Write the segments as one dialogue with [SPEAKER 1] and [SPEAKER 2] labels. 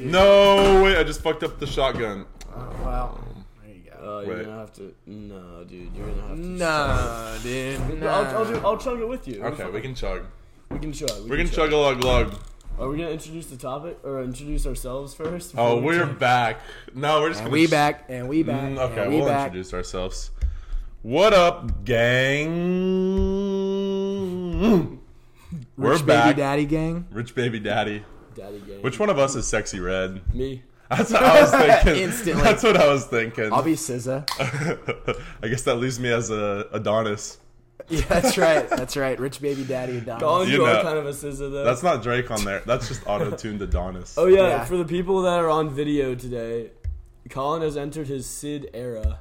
[SPEAKER 1] No, wait, I just fucked up the shotgun.
[SPEAKER 2] Well, there you go.
[SPEAKER 3] Uh, you're
[SPEAKER 1] Right.
[SPEAKER 3] gonna have to. No, dude, you're gonna have to.
[SPEAKER 2] Nah, dude.
[SPEAKER 3] No, I'll, I'll, do, I'll chug it with you.
[SPEAKER 1] Okay, we can chug.
[SPEAKER 3] we can chug. We
[SPEAKER 1] We're gonna chug a log log.
[SPEAKER 3] Are we gonna introduce the topic or introduce ourselves first?
[SPEAKER 1] Oh,
[SPEAKER 3] before we
[SPEAKER 1] we're
[SPEAKER 3] chug?
[SPEAKER 1] back. No, we're just
[SPEAKER 2] And
[SPEAKER 1] gonna
[SPEAKER 2] we
[SPEAKER 1] ch-
[SPEAKER 2] back, and we back,
[SPEAKER 1] Mm, okay,
[SPEAKER 2] and we
[SPEAKER 1] we'll
[SPEAKER 2] back.
[SPEAKER 1] introduce ourselves. What up, gang? We're
[SPEAKER 2] Rich
[SPEAKER 1] back.
[SPEAKER 2] baby daddy gang.
[SPEAKER 1] Rich baby daddy.
[SPEAKER 3] Daddy gang.
[SPEAKER 1] Which one of us is sexy red?
[SPEAKER 3] me?
[SPEAKER 1] That's what I was thinking.
[SPEAKER 2] Instantly.
[SPEAKER 1] That's what I was thinking.
[SPEAKER 2] I'll be SZA.
[SPEAKER 1] I guess that leaves me as a Adonis.
[SPEAKER 2] Yeah, that's right. That's right. Rich baby daddy Adonis.
[SPEAKER 3] Colin,
[SPEAKER 1] You
[SPEAKER 3] you, are
[SPEAKER 1] know-
[SPEAKER 3] kind of a scissor though.
[SPEAKER 1] That's not Drake on there. That's just auto-tuned Adonis.
[SPEAKER 3] oh yeah,
[SPEAKER 2] Yeah.
[SPEAKER 3] for the people that are on video today, Colin has entered his Sid era.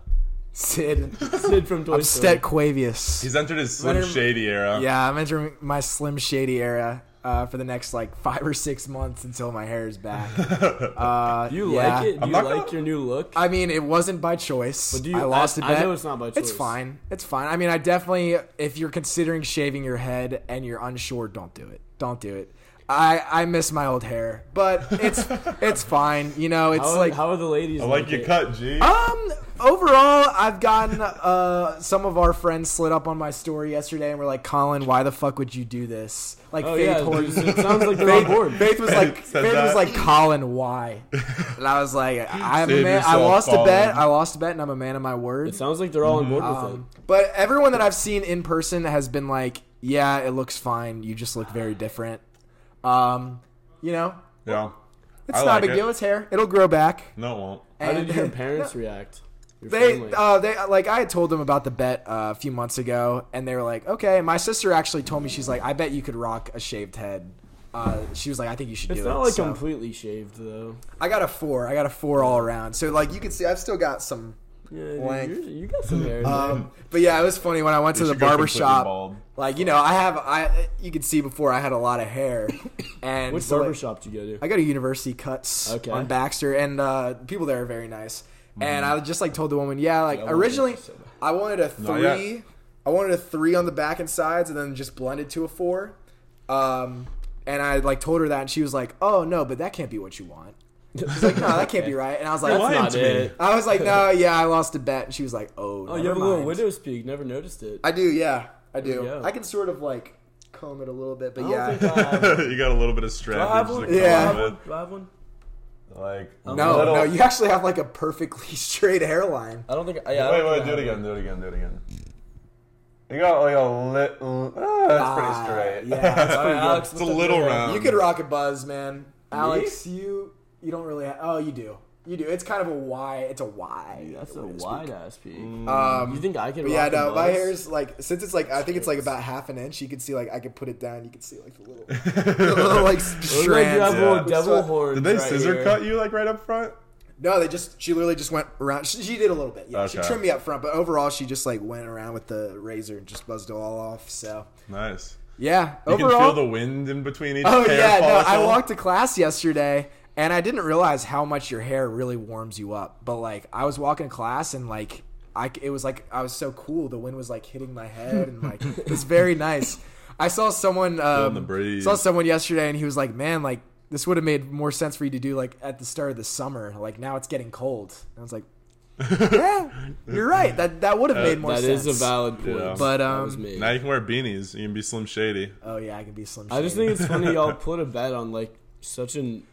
[SPEAKER 2] Sid.
[SPEAKER 3] Sid from Toy
[SPEAKER 2] I'm
[SPEAKER 3] Story.
[SPEAKER 2] Stet Quavius.
[SPEAKER 1] He's entered his Slim
[SPEAKER 2] Let him-
[SPEAKER 1] Shady era.
[SPEAKER 2] Yeah, I'm entering my Slim Shady era uh, for the next like five or six months until my hair is back. Uh,
[SPEAKER 3] Do you
[SPEAKER 2] yeah.
[SPEAKER 3] like it? Do
[SPEAKER 1] I'm
[SPEAKER 3] you
[SPEAKER 1] not
[SPEAKER 3] like
[SPEAKER 1] gonna-
[SPEAKER 3] your new look?
[SPEAKER 2] I mean, it wasn't by choice.
[SPEAKER 3] But do you-
[SPEAKER 2] I lost
[SPEAKER 3] I-
[SPEAKER 2] a
[SPEAKER 3] I
[SPEAKER 2] bet.
[SPEAKER 3] know it's not by
[SPEAKER 2] It's
[SPEAKER 3] choice.
[SPEAKER 2] fine. It's fine. I mean, I definitely, if you're considering shaving your head and you're unsure, don't do it. Don't do it. I, I miss my old hair, but it's it's fine. You know, it's
[SPEAKER 3] how,
[SPEAKER 2] like
[SPEAKER 3] how are the ladies?
[SPEAKER 1] I like your
[SPEAKER 3] it?
[SPEAKER 1] cut, G.
[SPEAKER 2] um, overall, I've gotten uh, some of our friends slid up on my story yesterday and were like, "Colin, why the fuck would you do this?" Like
[SPEAKER 3] Oh
[SPEAKER 2] Faith
[SPEAKER 3] yeah,
[SPEAKER 2] Horton.
[SPEAKER 3] dude, it sounds like they're on
[SPEAKER 2] Faith,
[SPEAKER 3] board.
[SPEAKER 2] Faith was like,
[SPEAKER 1] Said
[SPEAKER 2] Faith was
[SPEAKER 1] that.
[SPEAKER 2] like, Colin, why? And I was like, I'm a
[SPEAKER 1] Save
[SPEAKER 2] man. I
[SPEAKER 1] yourself,
[SPEAKER 2] lost a bet.
[SPEAKER 1] Colin.
[SPEAKER 2] I lost a bet, and I'm a man of my word.
[SPEAKER 3] It sounds like they're all on board with
[SPEAKER 2] Um, but everyone that I've seen in person has been like, yeah, it looks fine. You just look very different. Um, you know,
[SPEAKER 1] yeah.
[SPEAKER 2] it's not
[SPEAKER 1] I like
[SPEAKER 2] a big
[SPEAKER 1] it.
[SPEAKER 2] deal. It's hair. It'll grow back.
[SPEAKER 1] No, it won't.
[SPEAKER 3] it. How
[SPEAKER 2] And-
[SPEAKER 3] did your parents react? Your
[SPEAKER 2] They,
[SPEAKER 3] family?
[SPEAKER 2] uh, they like I had told them about the bet uh, a few months ago, and they were like, "Okay." My sister actually told me she's like, "I bet you could rock a shaved head." Uh, she was like, "I think you should
[SPEAKER 3] it's
[SPEAKER 2] do
[SPEAKER 3] not
[SPEAKER 2] it."
[SPEAKER 3] like
[SPEAKER 2] so.
[SPEAKER 3] completely shaved though.
[SPEAKER 2] I got a four. I got a four all around. So like you can see, I've still got some.
[SPEAKER 3] Yeah,
[SPEAKER 2] Blank.
[SPEAKER 3] dude, you're- you got some hair.
[SPEAKER 2] Um, but yeah, it was funny when I went to
[SPEAKER 1] You
[SPEAKER 2] the
[SPEAKER 1] should go
[SPEAKER 2] barber
[SPEAKER 1] completely
[SPEAKER 2] shop.
[SPEAKER 1] bald.
[SPEAKER 2] Like you know, I have I. You can see before I had a lot of hair, and
[SPEAKER 3] Which
[SPEAKER 2] so, like,
[SPEAKER 3] barber shop do you go to?
[SPEAKER 2] I go to University Cuts
[SPEAKER 3] Okay.
[SPEAKER 2] on Baxter, and uh, people there are very nice. And I just like told the woman, yeah, like
[SPEAKER 3] Mm-hmm. Yeah, I wanna
[SPEAKER 2] originally
[SPEAKER 3] go to Soba.
[SPEAKER 2] I wanted a
[SPEAKER 1] Not yet.
[SPEAKER 2] three, I wanted a three on the back and sides, and then just blended to a four. Um, and I like told her that, and she was like, "Oh no, but that can't be what you want." She's like, "No, that can't be right." And I was like,
[SPEAKER 1] You're lying
[SPEAKER 3] not
[SPEAKER 1] to
[SPEAKER 3] it.
[SPEAKER 1] me.
[SPEAKER 2] I was like, "No, yeah, I lost a bet." And she was like, "Oh,
[SPEAKER 3] Oh,
[SPEAKER 2] never
[SPEAKER 3] you have a little
[SPEAKER 2] mind."
[SPEAKER 3] widow's peak. Never noticed it.
[SPEAKER 2] I do, yeah, I
[SPEAKER 3] you
[SPEAKER 2] do.
[SPEAKER 3] go.
[SPEAKER 2] I can sort of like comb it a little bit, but
[SPEAKER 3] I don't
[SPEAKER 2] yeah,
[SPEAKER 3] think I have one.
[SPEAKER 1] you got a little bit of
[SPEAKER 3] Do
[SPEAKER 1] strap.
[SPEAKER 3] I have
[SPEAKER 1] just
[SPEAKER 3] one?
[SPEAKER 1] a
[SPEAKER 3] Do I have
[SPEAKER 1] color of
[SPEAKER 3] one?
[SPEAKER 1] it.
[SPEAKER 3] Do I have one?
[SPEAKER 1] Like
[SPEAKER 2] no,
[SPEAKER 1] little-
[SPEAKER 2] no, you actually have like a perfectly straight hairline.
[SPEAKER 3] I don't think. I, yeah, I
[SPEAKER 1] wait,
[SPEAKER 3] don't
[SPEAKER 1] wait,
[SPEAKER 3] think I
[SPEAKER 1] do it
[SPEAKER 3] have
[SPEAKER 1] again,
[SPEAKER 3] one.
[SPEAKER 1] do it again, do it again. You got like a little. Ah, that's
[SPEAKER 2] Ah,
[SPEAKER 1] pretty straight.
[SPEAKER 2] yeah, it's
[SPEAKER 3] All right, Alex,
[SPEAKER 1] It's
[SPEAKER 3] what's
[SPEAKER 1] a
[SPEAKER 3] up
[SPEAKER 1] little
[SPEAKER 3] there?
[SPEAKER 1] round.
[SPEAKER 2] You could rock a buzz, man. Alex, you you don't really. Have, oh, you do. You do. It's kind of a Y. It's a Y.
[SPEAKER 3] That's a
[SPEAKER 2] what it is.
[SPEAKER 3] wide ass peak.
[SPEAKER 1] Mm.
[SPEAKER 2] Um,
[SPEAKER 3] you think I can?
[SPEAKER 2] but yeah,
[SPEAKER 3] rock a
[SPEAKER 2] no, my
[SPEAKER 3] buzz?
[SPEAKER 2] hair's like since it's like I think it's like about half an inch. You can see like I could put it down. You can see like the little, the little like
[SPEAKER 3] Looks like you have
[SPEAKER 2] strands.
[SPEAKER 1] Yeah.
[SPEAKER 3] little devil
[SPEAKER 2] Looks like-
[SPEAKER 3] horns.
[SPEAKER 1] Did they
[SPEAKER 3] right
[SPEAKER 1] scissor
[SPEAKER 3] here.
[SPEAKER 1] cut you like right up front?
[SPEAKER 2] No, they just she literally just went around. She, she did a little bit. Yeah, she
[SPEAKER 1] Okay.
[SPEAKER 2] trimmed me up front, but overall she just like went around with the razor and just buzzed it all off. So
[SPEAKER 1] Nice.
[SPEAKER 2] yeah,
[SPEAKER 1] You
[SPEAKER 2] overall
[SPEAKER 1] can feel the wind in between each
[SPEAKER 2] Oh
[SPEAKER 1] hair
[SPEAKER 2] yeah, no, I
[SPEAKER 1] follicle.
[SPEAKER 2] walked to class yesterday and I didn't realize how much your hair really warms you up. But like I was walking to class and like I it was like I was so cool. The wind was like hitting my head and like it was very nice. I saw someone um,
[SPEAKER 1] the breeze.
[SPEAKER 2] saw someone yesterday and he was like, "Man, like this would have made more sense for you to do like at the start of the summer. Like now it's getting cold." And I was like, "Yeah, you're right. That that would have made more
[SPEAKER 3] Uh, That
[SPEAKER 2] sense."
[SPEAKER 3] is a valid point.
[SPEAKER 1] Yeah.
[SPEAKER 2] But,
[SPEAKER 3] that was
[SPEAKER 2] um,
[SPEAKER 3] me.
[SPEAKER 1] Now you can wear beanies. You can be Slim Shady.
[SPEAKER 2] oh yeah, I can be slim.
[SPEAKER 3] I just
[SPEAKER 2] Shady.
[SPEAKER 3] think it's funny y'all put a bet on like such an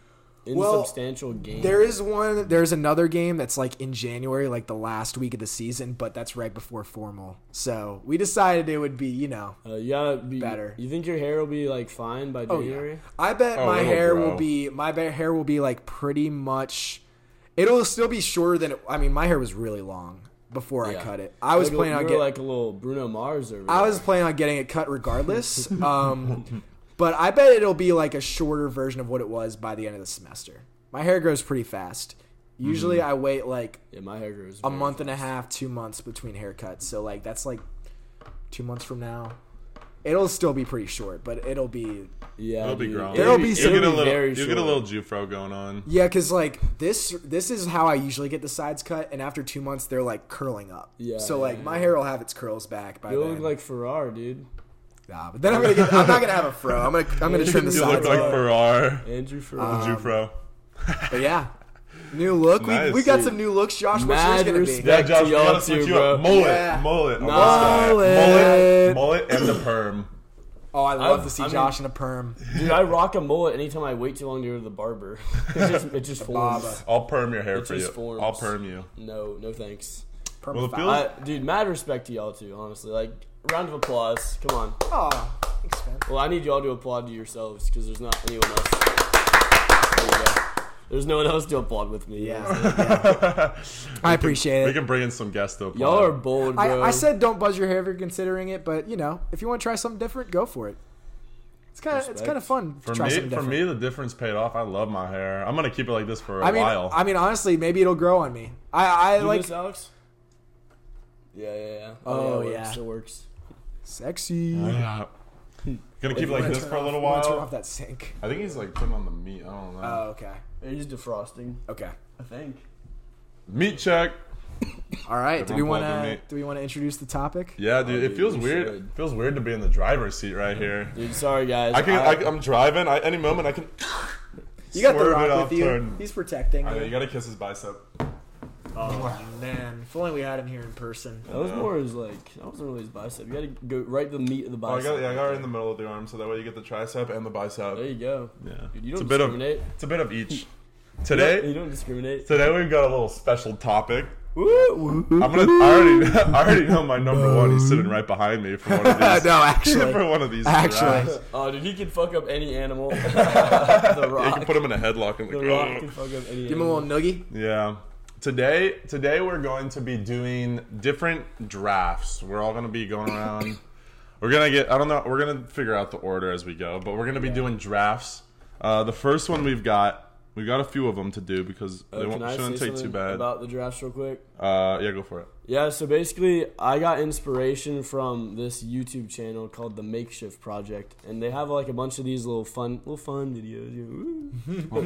[SPEAKER 3] insubstantial game.
[SPEAKER 2] There is one. There's another game that's like in January, like the last week of the season, but that's right before formal. So we decided it would be, you know,
[SPEAKER 3] uh, you gotta be
[SPEAKER 2] Better.
[SPEAKER 3] You think your hair will be like fine by
[SPEAKER 2] oh, yeah.
[SPEAKER 3] January?
[SPEAKER 2] I bet
[SPEAKER 1] Oh,
[SPEAKER 2] my
[SPEAKER 1] it'll
[SPEAKER 2] hair
[SPEAKER 1] grow.
[SPEAKER 2] will be my ba- hair will be like pretty much. It'll still be shorter than it, I mean, my hair was really long before I
[SPEAKER 3] Yeah.
[SPEAKER 2] cut it. I was
[SPEAKER 3] Like a-
[SPEAKER 2] planning on
[SPEAKER 3] you're
[SPEAKER 2] getting.
[SPEAKER 3] like a little Bruno Mars or
[SPEAKER 2] I was planning on getting it cut regardless. um, but I bet it'll be like a shorter version of what it was by the end of the semester. My hair grows pretty fast. Usually,
[SPEAKER 3] Mm-hmm.
[SPEAKER 2] I wait like
[SPEAKER 3] yeah, my hair grows
[SPEAKER 2] a
[SPEAKER 3] very
[SPEAKER 2] month
[SPEAKER 3] fast.
[SPEAKER 2] and a half, two months between haircuts. So like that's like two months from now. It'll still be pretty short, but it'll be
[SPEAKER 3] Yeah,
[SPEAKER 1] It'll be
[SPEAKER 3] dude.
[SPEAKER 1] growing.
[SPEAKER 2] There'll be
[SPEAKER 1] you'll
[SPEAKER 2] some-
[SPEAKER 1] get a
[SPEAKER 3] it'll be
[SPEAKER 1] little,
[SPEAKER 3] very
[SPEAKER 1] you'll get a little
[SPEAKER 3] short.
[SPEAKER 1] Jufro going on.
[SPEAKER 2] yeah, because like this this is how I usually get the sides cut, and after two months they're like curling up.
[SPEAKER 3] Yeah,
[SPEAKER 2] So like
[SPEAKER 3] yeah,
[SPEAKER 2] my hair will have its curls back by
[SPEAKER 3] You
[SPEAKER 2] then.
[SPEAKER 3] look like Farrar, dude.
[SPEAKER 2] nah, but then I'm gonna get, I'm not gonna have a fro. I'm gonna I'm gonna trim the
[SPEAKER 1] you look
[SPEAKER 2] sides.
[SPEAKER 1] like
[SPEAKER 2] up.
[SPEAKER 1] Farrar,
[SPEAKER 3] Andrew Farrar.
[SPEAKER 2] Uh,
[SPEAKER 1] Jufro.
[SPEAKER 2] But yeah, new look.
[SPEAKER 1] Nice,
[SPEAKER 2] we, we got
[SPEAKER 1] dude.
[SPEAKER 2] some new looks, Josh. What's yours
[SPEAKER 3] Mad
[SPEAKER 2] gonna be?
[SPEAKER 3] respect.
[SPEAKER 1] Yeah,
[SPEAKER 3] back to
[SPEAKER 1] Josh, we
[SPEAKER 3] y'all
[SPEAKER 1] gotta switch
[SPEAKER 3] too,
[SPEAKER 1] you up.
[SPEAKER 3] bro.
[SPEAKER 1] Mullet,
[SPEAKER 2] Yeah.
[SPEAKER 1] mullet, I'm
[SPEAKER 2] Mullet.
[SPEAKER 1] all set. mullet, mullet, and the perm.
[SPEAKER 2] Oh, I love
[SPEAKER 3] I'm-
[SPEAKER 2] to see
[SPEAKER 3] I mean-
[SPEAKER 2] Josh in a perm.
[SPEAKER 3] Dude, I rock a mullet anytime I wait too long to go to the barber. It just, it just forms.
[SPEAKER 2] Baba.
[SPEAKER 1] I'll perm your hair
[SPEAKER 3] It
[SPEAKER 1] for
[SPEAKER 3] just
[SPEAKER 1] you.
[SPEAKER 3] forms.
[SPEAKER 1] I'll perm you.
[SPEAKER 3] No, no thanks.
[SPEAKER 2] Perm
[SPEAKER 1] Well, it
[SPEAKER 2] foul.
[SPEAKER 1] feels-
[SPEAKER 3] I, dude, mad respect to y'all too, honestly. Like, round of applause. Come on.
[SPEAKER 2] Aw, thanks, man.
[SPEAKER 3] Well, I need y'all to applaud to yourselves because there's not anyone else. There you go. There's no one else to applaud with me.
[SPEAKER 2] Yeah, yeah. I appreciate
[SPEAKER 1] We
[SPEAKER 2] it.
[SPEAKER 1] can bring in some guests though.
[SPEAKER 3] Y'all are bold,
[SPEAKER 2] I,
[SPEAKER 3] bro.
[SPEAKER 2] I said don't buzz your hair if you're considering it, but you know, if you want to try something different, go for it. It's kind of it's
[SPEAKER 3] Respect.
[SPEAKER 2] kind of fun
[SPEAKER 1] for
[SPEAKER 2] to try
[SPEAKER 1] me.
[SPEAKER 2] something
[SPEAKER 1] For
[SPEAKER 2] different.
[SPEAKER 1] me, the difference paid off. I love my hair. I'm gonna keep it like this for a
[SPEAKER 2] I mean,
[SPEAKER 1] while.
[SPEAKER 2] I mean, honestly, maybe it'll grow on me. I, I
[SPEAKER 3] you
[SPEAKER 2] like
[SPEAKER 3] miss Alex. Yeah, yeah, yeah.
[SPEAKER 2] Oh,
[SPEAKER 3] it
[SPEAKER 2] yeah.
[SPEAKER 3] works. it works.
[SPEAKER 2] sexy.
[SPEAKER 1] Yeah. gonna keep it like
[SPEAKER 2] Wanna
[SPEAKER 1] this
[SPEAKER 2] turn
[SPEAKER 1] for a
[SPEAKER 2] off-
[SPEAKER 1] little
[SPEAKER 2] wanna Turn off
[SPEAKER 1] while.
[SPEAKER 2] that sink.
[SPEAKER 1] I think he's like putting on the meat. I don't know.
[SPEAKER 2] Oh, okay,
[SPEAKER 3] He's defrosting,
[SPEAKER 2] okay.
[SPEAKER 3] I think.
[SPEAKER 1] meat check.
[SPEAKER 2] All right. Do we
[SPEAKER 1] Everyone
[SPEAKER 2] want
[SPEAKER 1] plug in,
[SPEAKER 2] to
[SPEAKER 1] mate.
[SPEAKER 2] do we want to introduce the topic?
[SPEAKER 1] Yeah, dude.
[SPEAKER 3] dude,
[SPEAKER 1] it feels
[SPEAKER 3] we
[SPEAKER 1] weird.
[SPEAKER 3] should.
[SPEAKER 1] It feels weird to be in the driver's seat right here.
[SPEAKER 3] Dude, sorry guys.
[SPEAKER 1] I can. I, I'm driving. I, any moment I can.
[SPEAKER 2] You got the
[SPEAKER 1] Swerve it
[SPEAKER 2] rock
[SPEAKER 1] off
[SPEAKER 2] with you.
[SPEAKER 1] turn.
[SPEAKER 2] He's protecting.
[SPEAKER 1] I
[SPEAKER 2] you.
[SPEAKER 1] know, you gotta kiss his bicep.
[SPEAKER 2] Oh man, if only we had him here in person.
[SPEAKER 3] that was more his like that wasn't really his bicep. You gotta go right to the meat of the
[SPEAKER 1] Oh, I
[SPEAKER 3] bicep.
[SPEAKER 1] got, yeah, I got right in the middle of the arm, so that way you get the tricep and the
[SPEAKER 3] There
[SPEAKER 1] bicep.
[SPEAKER 3] you go.
[SPEAKER 1] Yeah,
[SPEAKER 3] Dude, you
[SPEAKER 1] it's
[SPEAKER 3] don't
[SPEAKER 1] a bit of
[SPEAKER 3] discriminate.
[SPEAKER 1] it's a bit of each.
[SPEAKER 3] You don't,
[SPEAKER 1] Today,
[SPEAKER 3] discriminate.
[SPEAKER 1] today we've got a little special topic.
[SPEAKER 2] Woo, woo.
[SPEAKER 1] I'm gonna. I already, I already know my number one. He's sitting right behind me for one of
[SPEAKER 2] Uh,
[SPEAKER 1] these.
[SPEAKER 2] no, actually,
[SPEAKER 1] for one of these.
[SPEAKER 2] actually,
[SPEAKER 1] drafts.
[SPEAKER 3] Oh, dude, he can fuck up any animal. the
[SPEAKER 1] Yeah, you can
[SPEAKER 3] rock.
[SPEAKER 1] put him in a headlock and
[SPEAKER 3] the
[SPEAKER 1] like.
[SPEAKER 3] rock
[SPEAKER 1] "Ugh."
[SPEAKER 3] can fuck up any
[SPEAKER 2] give him a
[SPEAKER 3] animal.
[SPEAKER 2] little noogie.
[SPEAKER 1] Yeah. Today today we're going to be doing different drafts. We're all gonna be going around. we're gonna get I don't know, we're gonna figure out the order as we go, but we're gonna be doing drafts. Uh, the first one we've got we've got a few of them to do because
[SPEAKER 3] Uh,
[SPEAKER 1] they
[SPEAKER 3] can
[SPEAKER 1] won't,
[SPEAKER 3] I
[SPEAKER 1] shouldn't
[SPEAKER 3] say
[SPEAKER 1] take too
[SPEAKER 3] something
[SPEAKER 1] bad.
[SPEAKER 3] About the drafts, real quick.
[SPEAKER 1] uh, yeah, go for it.
[SPEAKER 3] Yeah, so basically, I got inspiration from this YouTube channel called The Makeshift Project, and they have like a bunch of these little fun, little fun videos. you know, woo.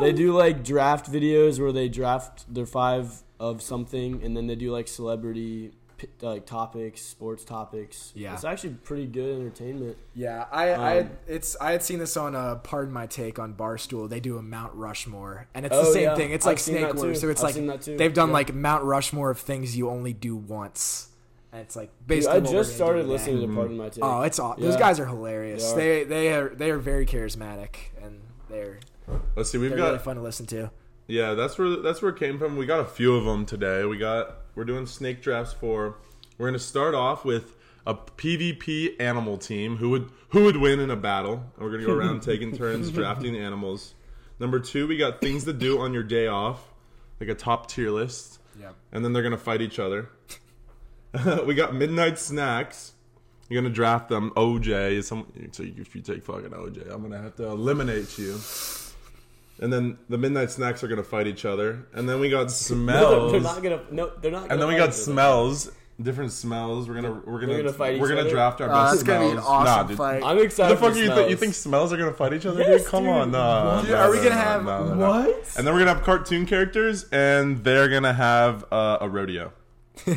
[SPEAKER 3] They do like draft videos where they draft their five of something, and then they do like celebrity pi- like topics, sports topics.
[SPEAKER 2] Yeah.
[SPEAKER 3] it's actually pretty good entertainment.
[SPEAKER 2] Yeah, I, I
[SPEAKER 3] Um,
[SPEAKER 2] had, it's I had seen this on uh, pardon my take on Barstool. They do a Mount Rushmore, and it's the
[SPEAKER 3] Oh,
[SPEAKER 2] same
[SPEAKER 3] yeah.
[SPEAKER 2] thing. It's
[SPEAKER 3] I've
[SPEAKER 2] like
[SPEAKER 3] seen
[SPEAKER 2] Snake
[SPEAKER 3] that
[SPEAKER 2] Wars,
[SPEAKER 3] too.
[SPEAKER 2] so it's
[SPEAKER 3] I've
[SPEAKER 2] like
[SPEAKER 3] seen that too.
[SPEAKER 2] they've done
[SPEAKER 3] Yeah.
[SPEAKER 2] like Mount Rushmore of things you only do once, and it's like
[SPEAKER 3] Dude,
[SPEAKER 2] basically.
[SPEAKER 3] I
[SPEAKER 2] what we're
[SPEAKER 3] just
[SPEAKER 2] gonna do
[SPEAKER 3] started
[SPEAKER 2] today.
[SPEAKER 3] listening to Pardon My Take.
[SPEAKER 2] Oh, it's aw- those
[SPEAKER 3] Yeah.
[SPEAKER 2] guys are hilarious. They,
[SPEAKER 3] They
[SPEAKER 2] they are they are very charismatic, and they're
[SPEAKER 1] Let's see, we've
[SPEAKER 2] they're
[SPEAKER 1] got
[SPEAKER 2] really fun to listen to.
[SPEAKER 1] Yeah, that's where that's where it came from. We got a few of them today. We got we're doing snake drafts for. We're gonna start off with a PvP animal team. Who would who would win in a battle? And we're gonna go around taking turns drafting animals. Number two, we got things to do on your day off, like a top tier list,
[SPEAKER 2] Yep.
[SPEAKER 1] and then they're gonna fight each other. we got midnight snacks. You're gonna draft them. OJ is some. So if you take fucking OJ, I'm gonna have to eliminate you. And then the midnight snacks are gonna fight each other. And then we got
[SPEAKER 3] no,
[SPEAKER 1] smells.
[SPEAKER 3] they're, they're not gonna. No, they're not. Gonna
[SPEAKER 1] and then we
[SPEAKER 3] fight
[SPEAKER 1] got
[SPEAKER 3] each other.
[SPEAKER 1] smells. Different smells. We're gonna we're gonna
[SPEAKER 3] They're gonna fight
[SPEAKER 1] we're
[SPEAKER 3] each
[SPEAKER 1] gonna
[SPEAKER 3] other?
[SPEAKER 1] draft our
[SPEAKER 2] Uh,
[SPEAKER 1] best
[SPEAKER 2] it's gonna be an
[SPEAKER 1] smells.
[SPEAKER 2] awesome
[SPEAKER 1] nah, dude.
[SPEAKER 2] fight.
[SPEAKER 3] I'm
[SPEAKER 1] What
[SPEAKER 3] excited.
[SPEAKER 1] the fuck
[SPEAKER 3] for
[SPEAKER 1] you think? You
[SPEAKER 3] smells.
[SPEAKER 1] think smells are gonna fight each other,
[SPEAKER 3] Yes,
[SPEAKER 1] dude? Come
[SPEAKER 3] dude.
[SPEAKER 1] on, no,
[SPEAKER 2] Dude,
[SPEAKER 1] no,
[SPEAKER 2] are we
[SPEAKER 1] no,
[SPEAKER 2] gonna
[SPEAKER 1] no,
[SPEAKER 2] have-
[SPEAKER 1] no, no, no.
[SPEAKER 2] what?
[SPEAKER 1] And then we're gonna have cartoon characters, and they're gonna have uh, a rodeo. we're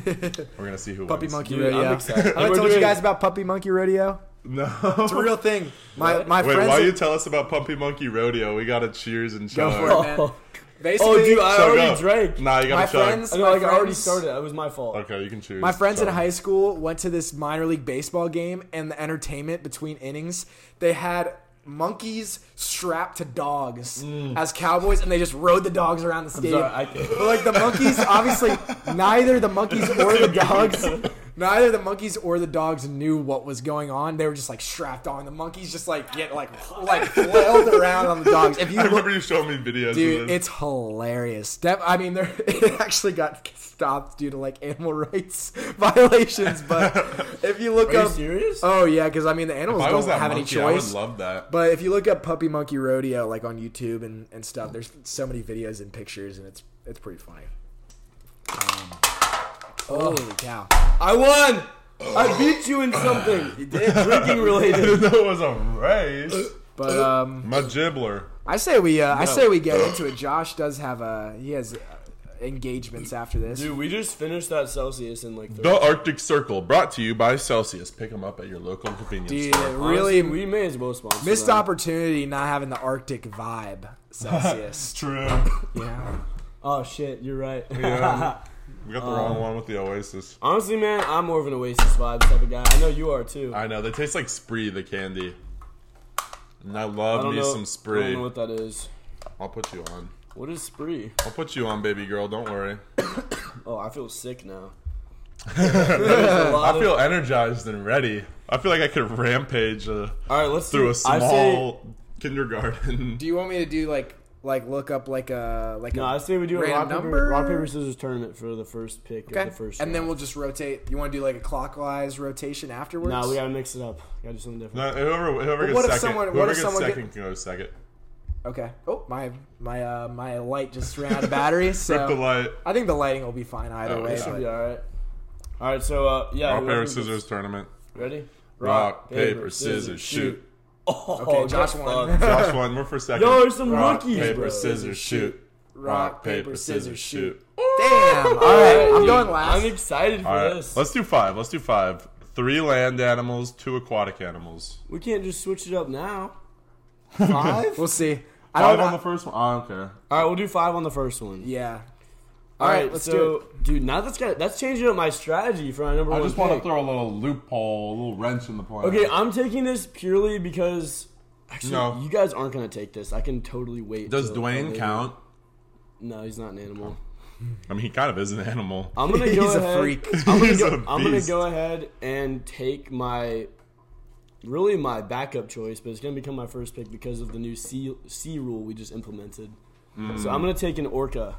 [SPEAKER 1] gonna see who
[SPEAKER 2] Puppy
[SPEAKER 1] wins.
[SPEAKER 2] Monkey
[SPEAKER 3] Dude, I'm
[SPEAKER 2] Rodeo.
[SPEAKER 3] excited.
[SPEAKER 2] Have I
[SPEAKER 3] And we're
[SPEAKER 2] told you
[SPEAKER 3] doing-
[SPEAKER 2] guys about Puppy Monkey Rodeo?
[SPEAKER 1] No,
[SPEAKER 2] It's a real thing. My
[SPEAKER 3] What?
[SPEAKER 2] my
[SPEAKER 1] Wait,
[SPEAKER 2] friends
[SPEAKER 1] why you tell us about Pumpy Monkey Rodeo? We gotta cheers and
[SPEAKER 2] go
[SPEAKER 1] chug.
[SPEAKER 2] for it, man.
[SPEAKER 3] Oh.
[SPEAKER 2] Basically,
[SPEAKER 3] Oh, dude, I
[SPEAKER 1] So
[SPEAKER 3] already
[SPEAKER 1] go.
[SPEAKER 3] drank.
[SPEAKER 1] Nah, you gotta
[SPEAKER 2] My
[SPEAKER 1] chug.
[SPEAKER 2] friends-
[SPEAKER 3] I know,
[SPEAKER 2] My
[SPEAKER 3] like, I already
[SPEAKER 2] friends-
[SPEAKER 3] started. That was my fault.
[SPEAKER 1] Okay, you can choose.
[SPEAKER 2] My friends in
[SPEAKER 1] Sorry.
[SPEAKER 2] high school went to this minor league baseball game, and the entertainment between innings, they had monkeys strapped to dogs as cowboys, and they just rode the dogs around the stadium.
[SPEAKER 3] Mm. sorry, I-
[SPEAKER 2] but like the monkeys, obviously, neither the monkeys or the dogs. Neither the monkeys or the dogs knew what was going on. They were just like strapped on. The monkeys just like get like like flailed around on the dogs. If you
[SPEAKER 1] I
[SPEAKER 2] look
[SPEAKER 1] remember you showing me videos. of
[SPEAKER 2] Dude,
[SPEAKER 1] this.
[SPEAKER 2] it's hilarious. Def- I mean, there, it actually got stopped due to like animal rights violations. But if you look
[SPEAKER 3] Are you
[SPEAKER 2] up,
[SPEAKER 3] serious?
[SPEAKER 2] oh yeah, because I mean the animals
[SPEAKER 1] If I was
[SPEAKER 2] don't
[SPEAKER 1] that
[SPEAKER 2] have any
[SPEAKER 1] monkey, I would
[SPEAKER 2] choice.
[SPEAKER 1] love that.
[SPEAKER 2] But if you look up puppy monkey rodeo like on YouTube and, and stuff, there's so many videos and pictures, and it's oh. it's pretty funny. Um, holy cow! I won.
[SPEAKER 3] I beat you in something
[SPEAKER 2] You did.
[SPEAKER 3] drinking
[SPEAKER 1] I
[SPEAKER 3] related.
[SPEAKER 1] didn't know it was a race.
[SPEAKER 2] But um,
[SPEAKER 1] My gibbler.
[SPEAKER 2] I say we uh, I say we get into it. Josh does have a he has uh, engagements after this.
[SPEAKER 3] Dude, we just finished that Celsius in like. 30.
[SPEAKER 1] The Arctic Circle, brought to you by Celsius. Pick them up at your local convenience
[SPEAKER 2] Dude,
[SPEAKER 1] store.
[SPEAKER 2] really
[SPEAKER 3] Honestly, we may as well sponsor.
[SPEAKER 2] missed
[SPEAKER 3] them.
[SPEAKER 2] opportunity not having the Arctic vibe. Celsius.
[SPEAKER 1] True.
[SPEAKER 2] yeah.
[SPEAKER 3] Oh shit, you're right.
[SPEAKER 1] Yeah. We got the
[SPEAKER 2] Um,
[SPEAKER 1] wrong one with the Oasis.
[SPEAKER 3] Honestly, man, I'm more of an Oasis vibe type of guy. I know you are too.
[SPEAKER 1] I know they taste like Spree, the candy. And I
[SPEAKER 3] I
[SPEAKER 1] love
[SPEAKER 3] don't
[SPEAKER 1] me
[SPEAKER 3] know.
[SPEAKER 1] some
[SPEAKER 3] I don't
[SPEAKER 1] Spree.
[SPEAKER 3] know what that is.
[SPEAKER 1] I'll put you on.
[SPEAKER 3] What is spree?
[SPEAKER 1] I'll put you on, baby girl. Don't worry.
[SPEAKER 3] Oh, I feel sick now.
[SPEAKER 1] I feel energized and ready. I feel like I could rampage uh,
[SPEAKER 3] All right, let's
[SPEAKER 1] through
[SPEAKER 3] do,
[SPEAKER 1] a
[SPEAKER 3] I say,
[SPEAKER 1] small kindergarten.
[SPEAKER 2] Do you want me to do like like look up like a like
[SPEAKER 3] no,
[SPEAKER 2] a
[SPEAKER 3] I say we do a rock
[SPEAKER 2] Random
[SPEAKER 3] paper,
[SPEAKER 2] number?
[SPEAKER 3] rock paper scissors tournament for the first pick of
[SPEAKER 2] okay?
[SPEAKER 3] the first.
[SPEAKER 2] and then we'll
[SPEAKER 3] round.
[SPEAKER 2] just rotate. You want to do like a clockwise rotation afterwards?
[SPEAKER 3] Nah, we gotta mix it up. Gotta do something different.
[SPEAKER 1] No, whoever whoever
[SPEAKER 2] But
[SPEAKER 1] gets
[SPEAKER 2] what if
[SPEAKER 1] second,
[SPEAKER 2] someone- what
[SPEAKER 1] whoever
[SPEAKER 2] if
[SPEAKER 1] gets
[SPEAKER 2] someone
[SPEAKER 1] second can go second.
[SPEAKER 2] Okay. Oh my my uh my light just ran out of battery.
[SPEAKER 1] Rip the
[SPEAKER 2] So
[SPEAKER 1] light.
[SPEAKER 2] I think the lighting will be fine either
[SPEAKER 1] Oh,
[SPEAKER 2] way.
[SPEAKER 1] it should
[SPEAKER 2] but-
[SPEAKER 3] Should be all right. All right, so uh, yeah,
[SPEAKER 1] Rock
[SPEAKER 3] whoever
[SPEAKER 1] paper
[SPEAKER 3] gets-
[SPEAKER 1] scissors tournament.
[SPEAKER 3] Ready?
[SPEAKER 1] Rock paper scissors shoot.
[SPEAKER 3] Oh,
[SPEAKER 2] Okay, Josh
[SPEAKER 3] get
[SPEAKER 2] won.
[SPEAKER 3] fucked.
[SPEAKER 1] Josh one. We're for second.
[SPEAKER 3] Yo, there's some
[SPEAKER 1] Rock
[SPEAKER 3] rookies,
[SPEAKER 1] paper
[SPEAKER 3] bro.
[SPEAKER 1] scissors shoot. Rock paper scissors shoot.
[SPEAKER 2] Damn. All right. I'm
[SPEAKER 3] Dude,
[SPEAKER 2] going last.
[SPEAKER 3] I'm excited for
[SPEAKER 1] All right,
[SPEAKER 3] this.
[SPEAKER 1] let's do five. Let's do five. Three land animals, two aquatic animals.
[SPEAKER 3] We can't just switch it up now. Five?
[SPEAKER 2] We'll see. I
[SPEAKER 1] Five
[SPEAKER 2] don't
[SPEAKER 1] on
[SPEAKER 2] know.
[SPEAKER 1] the first one.
[SPEAKER 3] Ah,
[SPEAKER 1] Oh, okay.
[SPEAKER 3] All right, we'll do five on the first one.
[SPEAKER 2] yeah.
[SPEAKER 3] All
[SPEAKER 2] All
[SPEAKER 3] right,
[SPEAKER 2] right, let's
[SPEAKER 3] so,
[SPEAKER 2] do
[SPEAKER 3] dude, now that's got that's changing up my strategy for my number
[SPEAKER 1] I
[SPEAKER 3] one.
[SPEAKER 1] just want to
[SPEAKER 3] pick.
[SPEAKER 1] throw a little loophole, a little wrench in the plan.
[SPEAKER 3] Oh, Okay, I'm taking this purely because actually,
[SPEAKER 1] No.
[SPEAKER 3] you guys aren't gonna take this. I can totally wait.
[SPEAKER 1] Does
[SPEAKER 3] till-
[SPEAKER 1] Dwayne
[SPEAKER 3] later.
[SPEAKER 1] count?
[SPEAKER 3] No, he's not an animal.
[SPEAKER 1] I mean, he kind of is an animal.
[SPEAKER 3] I'm gonna go
[SPEAKER 2] He's a
[SPEAKER 3] ahead.
[SPEAKER 2] freak.
[SPEAKER 3] I'm gonna,
[SPEAKER 1] He's
[SPEAKER 3] go,
[SPEAKER 1] a
[SPEAKER 3] I'm gonna
[SPEAKER 1] beast.
[SPEAKER 3] go ahead and take my really my backup choice, but it's gonna become my first pick because of the new C C rule we just implemented. So I'm gonna take an orca.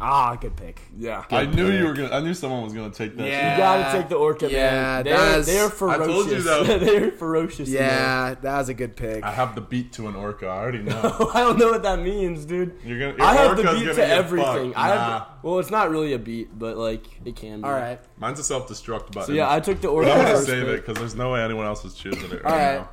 [SPEAKER 2] Ah, good pick.
[SPEAKER 3] Yeah,
[SPEAKER 1] I knew you were gonna. I knew someone was gonna take that.
[SPEAKER 2] Yeah.
[SPEAKER 3] You gotta take the orca,
[SPEAKER 2] Yeah,
[SPEAKER 3] man. They're,
[SPEAKER 2] that's-
[SPEAKER 3] they're
[SPEAKER 1] I
[SPEAKER 3] ferocious.
[SPEAKER 1] told you that.
[SPEAKER 3] they're ferocious. in there.
[SPEAKER 2] Yeah, that was a good pick.
[SPEAKER 1] I have the beat to an orca. I already know.
[SPEAKER 3] I don't know what that means, dude.
[SPEAKER 1] You're gonna. your
[SPEAKER 3] I have the
[SPEAKER 1] orca's
[SPEAKER 3] beat
[SPEAKER 1] gonna
[SPEAKER 3] to
[SPEAKER 1] get
[SPEAKER 3] everything.
[SPEAKER 1] fucked.
[SPEAKER 3] I have.
[SPEAKER 1] Nah.
[SPEAKER 3] well, it's not really a beat, but like it can. be.
[SPEAKER 2] All right.
[SPEAKER 1] Mine's a self-destruct button.
[SPEAKER 3] So yeah, I took the orca.
[SPEAKER 1] am gonna
[SPEAKER 3] first
[SPEAKER 1] save it
[SPEAKER 3] pick.
[SPEAKER 1] because there's no way anyone else is choosing it right,
[SPEAKER 2] All right.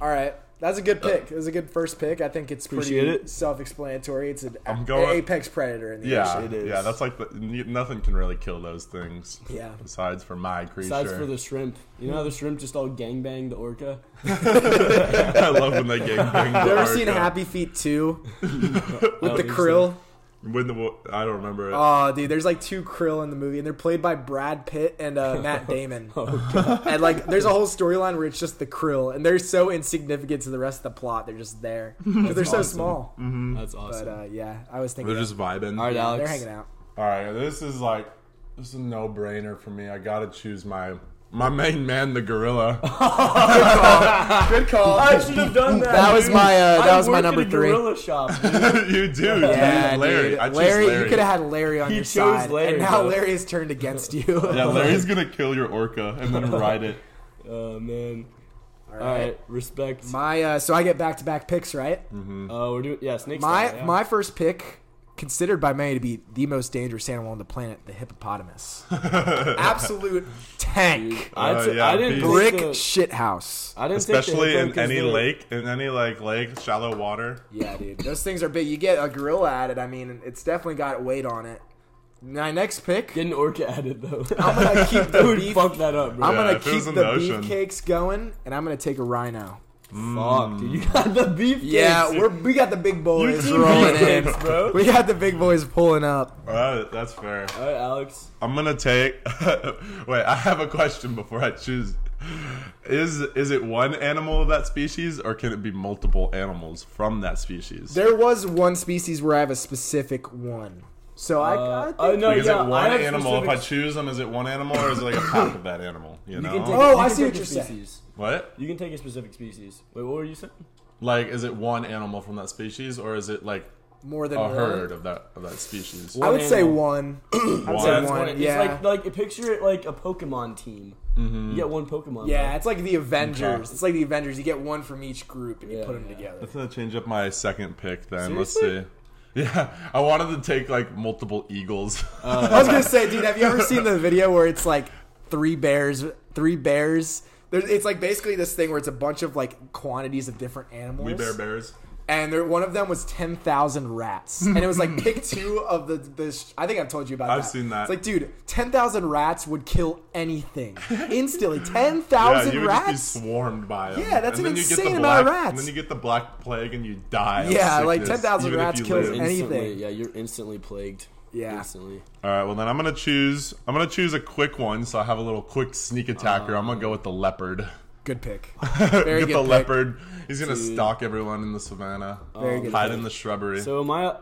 [SPEAKER 1] now.
[SPEAKER 2] All right. That's a good pick. It was a good first pick. I think it's pretty
[SPEAKER 3] Appreciate it.
[SPEAKER 2] self-explanatory. It's an
[SPEAKER 1] I'm going-
[SPEAKER 2] apex predator in the
[SPEAKER 1] Yeah,
[SPEAKER 2] ocean.
[SPEAKER 3] is.
[SPEAKER 1] yeah. That's like the, n- nothing can really kill those things.
[SPEAKER 2] Yeah.
[SPEAKER 1] Besides for my creature.
[SPEAKER 3] Besides for the shrimp, you know how the shrimp just all gangbang the orca.
[SPEAKER 1] I love when they gang bang.
[SPEAKER 2] You ever seen Happy Feet 2
[SPEAKER 3] Oh,
[SPEAKER 2] with the
[SPEAKER 3] think so.
[SPEAKER 2] krill?
[SPEAKER 1] When the wo- I don't remember it.
[SPEAKER 2] Oh, dude, there's like two krill in the movie, and they're played by Brad Pitt and uh, Matt Damon.
[SPEAKER 3] Oh,
[SPEAKER 2] and like, there's a whole storyline where it's just the krill, and they're so insignificant to the rest of the plot. They're just there 'Cause they're so
[SPEAKER 3] awesome.
[SPEAKER 2] small.
[SPEAKER 1] Mm-hmm.
[SPEAKER 3] That's awesome.
[SPEAKER 2] But uh, yeah, I was thinking
[SPEAKER 1] Mm. They're
[SPEAKER 2] that.
[SPEAKER 1] just vibing.
[SPEAKER 3] all right, Alex.
[SPEAKER 2] they're hanging out.
[SPEAKER 1] All right, this is like this is a no-brainer for me. I gotta choose my my main man, the gorilla.
[SPEAKER 2] Good call.
[SPEAKER 3] I should have done that.
[SPEAKER 2] That was
[SPEAKER 3] dude.
[SPEAKER 2] my, uh, that
[SPEAKER 3] I
[SPEAKER 2] was my
[SPEAKER 3] work
[SPEAKER 2] number
[SPEAKER 3] at a
[SPEAKER 2] three.
[SPEAKER 3] Gorilla shop. dude.
[SPEAKER 1] you do, yeah,
[SPEAKER 2] dude.
[SPEAKER 1] Larry. I choose
[SPEAKER 2] Larry,
[SPEAKER 1] Larry.
[SPEAKER 2] you could have had Larry on
[SPEAKER 3] He
[SPEAKER 2] your
[SPEAKER 3] chose
[SPEAKER 2] side,
[SPEAKER 3] Larry,
[SPEAKER 2] and now
[SPEAKER 3] though.
[SPEAKER 2] Larry is turned against you.
[SPEAKER 1] Yeah, Larry's gonna kill your orca and then ride it.
[SPEAKER 3] Oh man. All right, respect.
[SPEAKER 2] My uh, so I get back to back picks, right?
[SPEAKER 3] uh, we're doing yeah, snakes.
[SPEAKER 2] My
[SPEAKER 3] now, yeah.
[SPEAKER 2] my first pick, considered by many to be the most dangerous animal on the planet, the hippopotamus. Absolute tank,
[SPEAKER 3] I
[SPEAKER 1] Oh,
[SPEAKER 3] took-
[SPEAKER 1] yeah,
[SPEAKER 3] I didn't
[SPEAKER 1] beast.
[SPEAKER 3] take
[SPEAKER 2] brick
[SPEAKER 3] the-
[SPEAKER 2] shit house.
[SPEAKER 3] I didn't take the
[SPEAKER 1] Especially
[SPEAKER 3] hippo
[SPEAKER 1] in
[SPEAKER 3] 'cause
[SPEAKER 1] any
[SPEAKER 3] they're-
[SPEAKER 1] lake, in any like lake, shallow water.
[SPEAKER 2] Yeah, dude, those things are big. You get a gorilla at it. I mean, it's definitely got weight on it. My next pick,
[SPEAKER 3] Get an orca at it though.
[SPEAKER 2] I'm gonna keep the
[SPEAKER 3] Dude,
[SPEAKER 2] beef.
[SPEAKER 3] fuck that up, bro.
[SPEAKER 2] I'm
[SPEAKER 1] Yeah,
[SPEAKER 2] gonna
[SPEAKER 1] if it
[SPEAKER 2] keep
[SPEAKER 1] was
[SPEAKER 2] the,
[SPEAKER 1] in the ocean.
[SPEAKER 2] beefcakes going, and I'm gonna take a rhino.
[SPEAKER 3] Fuck, dude. You got the beef.
[SPEAKER 2] Yeah,
[SPEAKER 3] cakes.
[SPEAKER 2] we're, we got the big boys
[SPEAKER 1] keep
[SPEAKER 2] rolling in.
[SPEAKER 3] Thanks, bro.
[SPEAKER 2] We got the big boys pulling up.
[SPEAKER 1] All right, Uh, that's fair.
[SPEAKER 3] All right, Alex.
[SPEAKER 1] I'm gonna take. wait, I have a question before I choose. Is is it one animal of that species, or can it be multiple animals from that species?
[SPEAKER 2] There was one species where I have a specific one. So I, I
[SPEAKER 3] Uh,
[SPEAKER 2] think
[SPEAKER 3] oh no,
[SPEAKER 1] Like, is it
[SPEAKER 3] yeah. I
[SPEAKER 1] one
[SPEAKER 3] have
[SPEAKER 1] animal? If I
[SPEAKER 3] specific-
[SPEAKER 1] choose them, is it one animal or is it like a pack of that animal? You know,
[SPEAKER 3] you can take,
[SPEAKER 2] Oh,
[SPEAKER 3] you
[SPEAKER 2] I
[SPEAKER 3] can
[SPEAKER 2] see
[SPEAKER 3] take
[SPEAKER 2] what
[SPEAKER 3] a
[SPEAKER 2] you're saying.
[SPEAKER 3] species.
[SPEAKER 1] what?
[SPEAKER 3] You can take a specific species. Wait, what were you saying?
[SPEAKER 1] Like, is it one animal from that species, or is it like
[SPEAKER 2] more than
[SPEAKER 1] a
[SPEAKER 2] one.
[SPEAKER 1] herd of that of that species?
[SPEAKER 2] I would say
[SPEAKER 3] animal.
[SPEAKER 2] one. I'd
[SPEAKER 1] One.
[SPEAKER 2] say
[SPEAKER 1] That's
[SPEAKER 2] one.
[SPEAKER 3] It's
[SPEAKER 2] Yeah. Mm-hmm.
[SPEAKER 3] like like picture it like a Pokemon team. You get one Pokemon.
[SPEAKER 2] yeah, it's like the Avengers.
[SPEAKER 1] Okay.
[SPEAKER 2] It's like the Avengers. You get one from each group and you
[SPEAKER 3] Yeah,
[SPEAKER 2] put them
[SPEAKER 3] yeah.
[SPEAKER 2] together.
[SPEAKER 1] That's gonna change up my second pick. Then
[SPEAKER 3] Seriously?
[SPEAKER 1] let's see. Yeah, I wanted to take like multiple eagles.
[SPEAKER 3] Uh,
[SPEAKER 2] I was gonna say, dude, have you ever seen the video where it's like three bears three bears. There's, it's like basically this thing where it's a bunch of like quantities of different animals.
[SPEAKER 1] We bear bears.
[SPEAKER 2] and there, one of them was ten thousand rats, and it was like pick two of the this. I think I've told you about.
[SPEAKER 1] I've
[SPEAKER 2] that.
[SPEAKER 1] seen that.
[SPEAKER 2] It's like, dude, ten thousand rats would kill anything instantly. Ten
[SPEAKER 1] Yeah,
[SPEAKER 2] thousand
[SPEAKER 1] you would
[SPEAKER 2] rats.
[SPEAKER 1] just be swarmed by them.
[SPEAKER 2] Yeah, that's
[SPEAKER 1] and
[SPEAKER 2] an
[SPEAKER 1] then you get
[SPEAKER 2] insane
[SPEAKER 1] the
[SPEAKER 2] amount of
[SPEAKER 1] black-
[SPEAKER 2] rats.
[SPEAKER 1] And then you get the black plague and you die. of
[SPEAKER 2] Yeah, like
[SPEAKER 1] sickness,
[SPEAKER 2] 10,000
[SPEAKER 1] even if
[SPEAKER 2] rats
[SPEAKER 1] you
[SPEAKER 2] kills
[SPEAKER 1] live.
[SPEAKER 2] any- Anything.
[SPEAKER 3] Instantly, yeah, you're instantly plagued.
[SPEAKER 2] Yeah.
[SPEAKER 3] instantly.
[SPEAKER 1] All right, well then I'm gonna choose. I'm gonna choose a quick one, so I have a little quick sneak attacker. I'm gonna go with the leopard.
[SPEAKER 2] Good pick.
[SPEAKER 1] Get
[SPEAKER 2] Very
[SPEAKER 1] the
[SPEAKER 2] good. pick.
[SPEAKER 1] leopard. He's gonna stalk everyone in the savannah.
[SPEAKER 2] Very good.
[SPEAKER 1] hide
[SPEAKER 2] pick.
[SPEAKER 1] in the shrubbery.
[SPEAKER 3] So am I?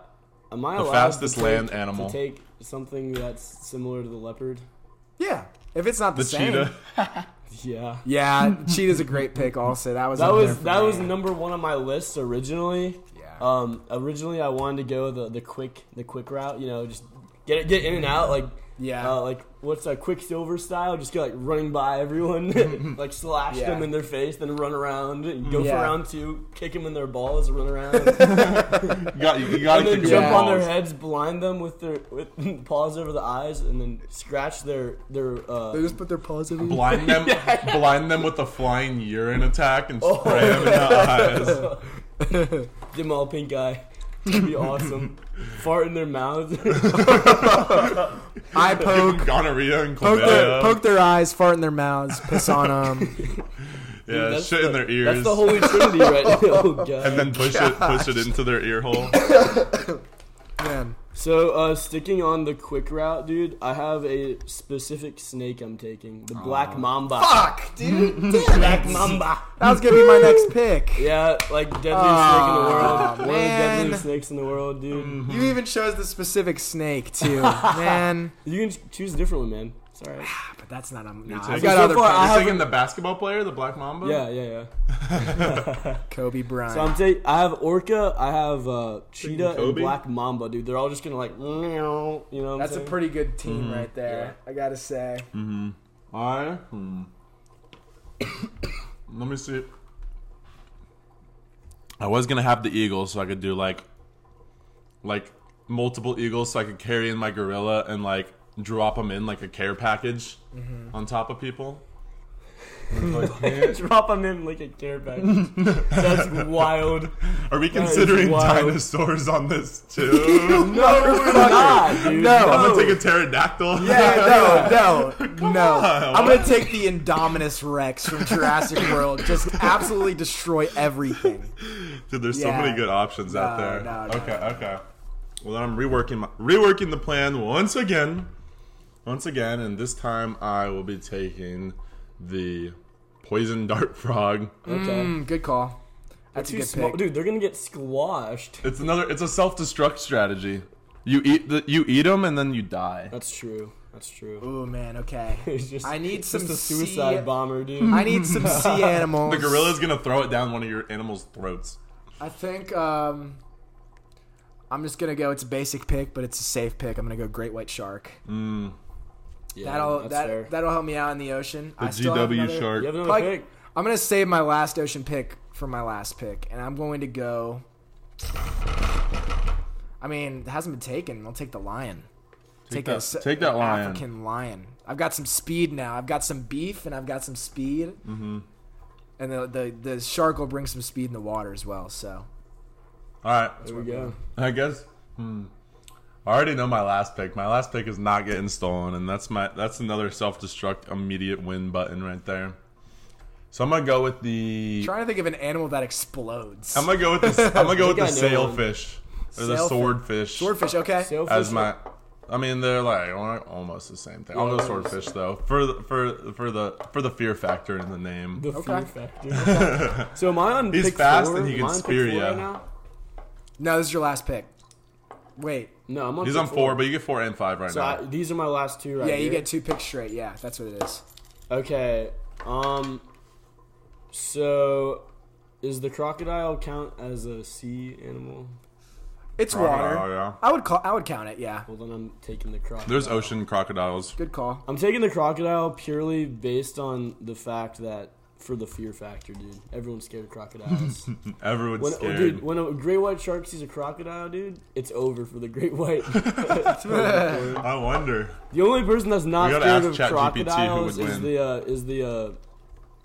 [SPEAKER 3] Am I
[SPEAKER 1] The
[SPEAKER 3] allowed
[SPEAKER 1] fastest
[SPEAKER 3] to take,
[SPEAKER 1] land animal.
[SPEAKER 3] to take something that's similar to the leopard?
[SPEAKER 2] Yeah, if it's not the,
[SPEAKER 1] the
[SPEAKER 2] same.
[SPEAKER 1] cheetah.
[SPEAKER 3] Yeah.
[SPEAKER 2] Yeah, cheetah's a great pick. Also, that was
[SPEAKER 3] That
[SPEAKER 2] up there
[SPEAKER 3] was
[SPEAKER 2] for
[SPEAKER 3] that
[SPEAKER 2] me.
[SPEAKER 3] was number one on my list originally.
[SPEAKER 2] Yeah.
[SPEAKER 3] Um, originally I wanted to go the the quick the quick route. You know, just get it get in and out like
[SPEAKER 2] Yeah.
[SPEAKER 3] uh, like what's a quicksilver style? Just go like running by everyone, like slash
[SPEAKER 2] Yeah.
[SPEAKER 3] them in their face, then run around and go
[SPEAKER 2] Yeah.
[SPEAKER 3] for round two, kick them in their balls, run around,
[SPEAKER 1] You got you, gotta kick
[SPEAKER 3] and then
[SPEAKER 1] him in
[SPEAKER 3] jump
[SPEAKER 1] the
[SPEAKER 3] on their
[SPEAKER 1] balls.
[SPEAKER 3] heads, blind them with their with paws over the eyes, and then scratch their their. Uh,
[SPEAKER 2] They just put their paws in. it.
[SPEAKER 1] Blind them, blind them with the flying urine attack and spray
[SPEAKER 3] Oh.
[SPEAKER 1] them in the eyes.
[SPEAKER 3] Give them all pink eye. That'd be awesome. Fart in their mouths.
[SPEAKER 2] I
[SPEAKER 1] Give
[SPEAKER 2] poke.
[SPEAKER 1] them gonorrhea and
[SPEAKER 2] Poke their,
[SPEAKER 1] chlamydia.
[SPEAKER 2] poke their eyes, fart in their mouths, piss on them.
[SPEAKER 1] yeah,
[SPEAKER 3] That's
[SPEAKER 1] shit in
[SPEAKER 3] the-
[SPEAKER 1] their ears.
[SPEAKER 3] That's the holy trinity right now. Oh, God.
[SPEAKER 1] and then push it, push it into their ear hole.
[SPEAKER 2] Man,
[SPEAKER 3] so, uh, sticking on the quick route, dude, I have a specific snake I'm taking. The black mamba.
[SPEAKER 2] fuck, dude. Damn it.
[SPEAKER 3] Black mamba.
[SPEAKER 2] That was gonna be my next pick.
[SPEAKER 3] Yeah, like deadliest snake in the world.
[SPEAKER 2] Aw,
[SPEAKER 3] One of the
[SPEAKER 2] man.
[SPEAKER 3] deadliest snakes in the world, dude.
[SPEAKER 1] Mm-hmm.
[SPEAKER 2] You even chose the specific snake too, man.
[SPEAKER 3] You can ch- choose a different one, man. It's alright.
[SPEAKER 2] But that's not. Um, nah,
[SPEAKER 1] taking-
[SPEAKER 2] I've got
[SPEAKER 1] So
[SPEAKER 2] other
[SPEAKER 3] far, I
[SPEAKER 2] picks.
[SPEAKER 1] You're
[SPEAKER 3] have
[SPEAKER 1] taking the basketball player, the Black Mamba.
[SPEAKER 3] Yeah, yeah, yeah.
[SPEAKER 2] Kobe Bryant.
[SPEAKER 3] So I'm taking. I have orca. I have uh, cheetah and
[SPEAKER 1] Kobe?
[SPEAKER 3] black mamba, dude. They're all just gonna like, you know. What I'm
[SPEAKER 2] That's a
[SPEAKER 3] saying?
[SPEAKER 2] pretty good team right there. I gotta say.
[SPEAKER 1] I. Hmm. Let me see. I was gonna have the eagle, so I could do like, like multiple eagles, so I could carry in my gorilla and like drop them in like a care package
[SPEAKER 3] Mm-hmm.
[SPEAKER 1] on top of people.
[SPEAKER 3] Drop them in like a care package. That's wild.
[SPEAKER 1] Are we
[SPEAKER 3] is
[SPEAKER 1] considering
[SPEAKER 3] wild.
[SPEAKER 1] dinosaurs on this too?
[SPEAKER 3] No, we're not, dude.
[SPEAKER 2] No.
[SPEAKER 1] I'm gonna take a pterodactyl.
[SPEAKER 2] Yeah, no, no, no.
[SPEAKER 1] on.
[SPEAKER 2] I'm gonna take the Indominus Rex from Jurassic World. Just absolutely destroy everything.
[SPEAKER 1] Dude, there's
[SPEAKER 2] Yeah.
[SPEAKER 1] so many good options out
[SPEAKER 2] No,
[SPEAKER 1] there.
[SPEAKER 2] no, no,
[SPEAKER 1] okay, okay. Well, then I'm reworking my, reworking the plan once again, once again, and this time I will be taking the poison dart frog.
[SPEAKER 3] Okay.
[SPEAKER 2] Mm, good call. That's a
[SPEAKER 3] Too
[SPEAKER 2] good
[SPEAKER 3] small,
[SPEAKER 2] pick.
[SPEAKER 3] dude. They're gonna get squashed.
[SPEAKER 1] It's another. It's a self destruct strategy. You eat the you eat them and then you die.
[SPEAKER 3] That's true. That's true.
[SPEAKER 2] Ooh man, okay.
[SPEAKER 3] It's just,
[SPEAKER 2] I need
[SPEAKER 3] it's
[SPEAKER 2] some
[SPEAKER 3] just a suicide
[SPEAKER 2] sea-
[SPEAKER 3] bomber, dude.
[SPEAKER 2] I need some sea animals.
[SPEAKER 1] The gorilla's gonna throw it down one of your animal's throats.
[SPEAKER 2] I think um, I'm just gonna go. It's a basic pick, but it's a safe pick. I'm gonna go great white shark.
[SPEAKER 3] Yeah,
[SPEAKER 2] That'll
[SPEAKER 3] that's
[SPEAKER 2] that
[SPEAKER 3] fair.
[SPEAKER 2] that'll help me out in the ocean.
[SPEAKER 1] The
[SPEAKER 2] I still have another-
[SPEAKER 1] GW shark.
[SPEAKER 3] you have another
[SPEAKER 2] Like,
[SPEAKER 3] pick.
[SPEAKER 2] I'm gonna save my last ocean pick for my last pick, and I'm going to go. I mean, it hasn't been taken. I'll take the lion.
[SPEAKER 1] Take
[SPEAKER 2] a
[SPEAKER 1] that-
[SPEAKER 2] s-
[SPEAKER 1] take that
[SPEAKER 2] an
[SPEAKER 1] lion.
[SPEAKER 2] African lion. I've got some speed now. I've got some beef, and I've got some speed. Mm-hmm. And the, the the shark will bring some speed in the water as well. So
[SPEAKER 1] All right,
[SPEAKER 3] There we go.
[SPEAKER 1] I guess. Hmm. I already know my last pick. My last pick is not getting stolen, and that's my that's another self destruct immediate win button right there. So I'm gonna go with the
[SPEAKER 2] trying to think of an animal that explodes.
[SPEAKER 1] I'm gonna go with the I'm gonna go with
[SPEAKER 3] I
[SPEAKER 1] the
[SPEAKER 3] think I know one.
[SPEAKER 1] sailfish or the
[SPEAKER 2] Sailfish.
[SPEAKER 1] swordfish
[SPEAKER 2] Swordfish. Okay.
[SPEAKER 3] Sailfish
[SPEAKER 1] as my. I mean, they're like al- almost the same thing. I'll go
[SPEAKER 3] Yeah.
[SPEAKER 1] swordfish though for the, for for the for the fear factor in the name.
[SPEAKER 3] The
[SPEAKER 2] Okay.
[SPEAKER 3] fear factor. so am I on
[SPEAKER 1] He's
[SPEAKER 3] pick
[SPEAKER 1] fast
[SPEAKER 3] four?
[SPEAKER 1] and he
[SPEAKER 3] Am
[SPEAKER 1] can
[SPEAKER 3] I on pick
[SPEAKER 1] spear
[SPEAKER 3] four
[SPEAKER 1] ya.
[SPEAKER 3] right now?
[SPEAKER 2] No, this is your last pick. Wait.
[SPEAKER 3] No, I'm on.
[SPEAKER 1] He's
[SPEAKER 3] pick
[SPEAKER 1] on four, but you get four and five right
[SPEAKER 3] So
[SPEAKER 1] now.
[SPEAKER 3] I, these are my last two right
[SPEAKER 2] Yeah, you
[SPEAKER 3] here.
[SPEAKER 2] get two picks straight. Yeah, that's what it is.
[SPEAKER 3] Okay. Um. So, is the crocodile count as a sea animal?
[SPEAKER 2] It's
[SPEAKER 1] Crocodile,
[SPEAKER 2] water.
[SPEAKER 1] yeah.
[SPEAKER 2] I would call. I would count it. Yeah.
[SPEAKER 3] Well, then I'm taking the crocodile.
[SPEAKER 1] There's ocean crocodiles.
[SPEAKER 2] Good call.
[SPEAKER 3] I'm taking the crocodile purely based on the fact that for the fear factor, dude. Everyone's scared of crocodiles.
[SPEAKER 1] Everyone's
[SPEAKER 3] when, oh,
[SPEAKER 1] scared.
[SPEAKER 3] dude, when a great white shark sees a crocodile, dude, it's over for the great white. It's over for him.
[SPEAKER 1] I wonder.
[SPEAKER 3] the only person that's not
[SPEAKER 1] We gotta ask
[SPEAKER 3] scared of
[SPEAKER 1] ChatGPT who would
[SPEAKER 3] crocodiles is
[SPEAKER 1] win.
[SPEAKER 3] the uh, is the uh,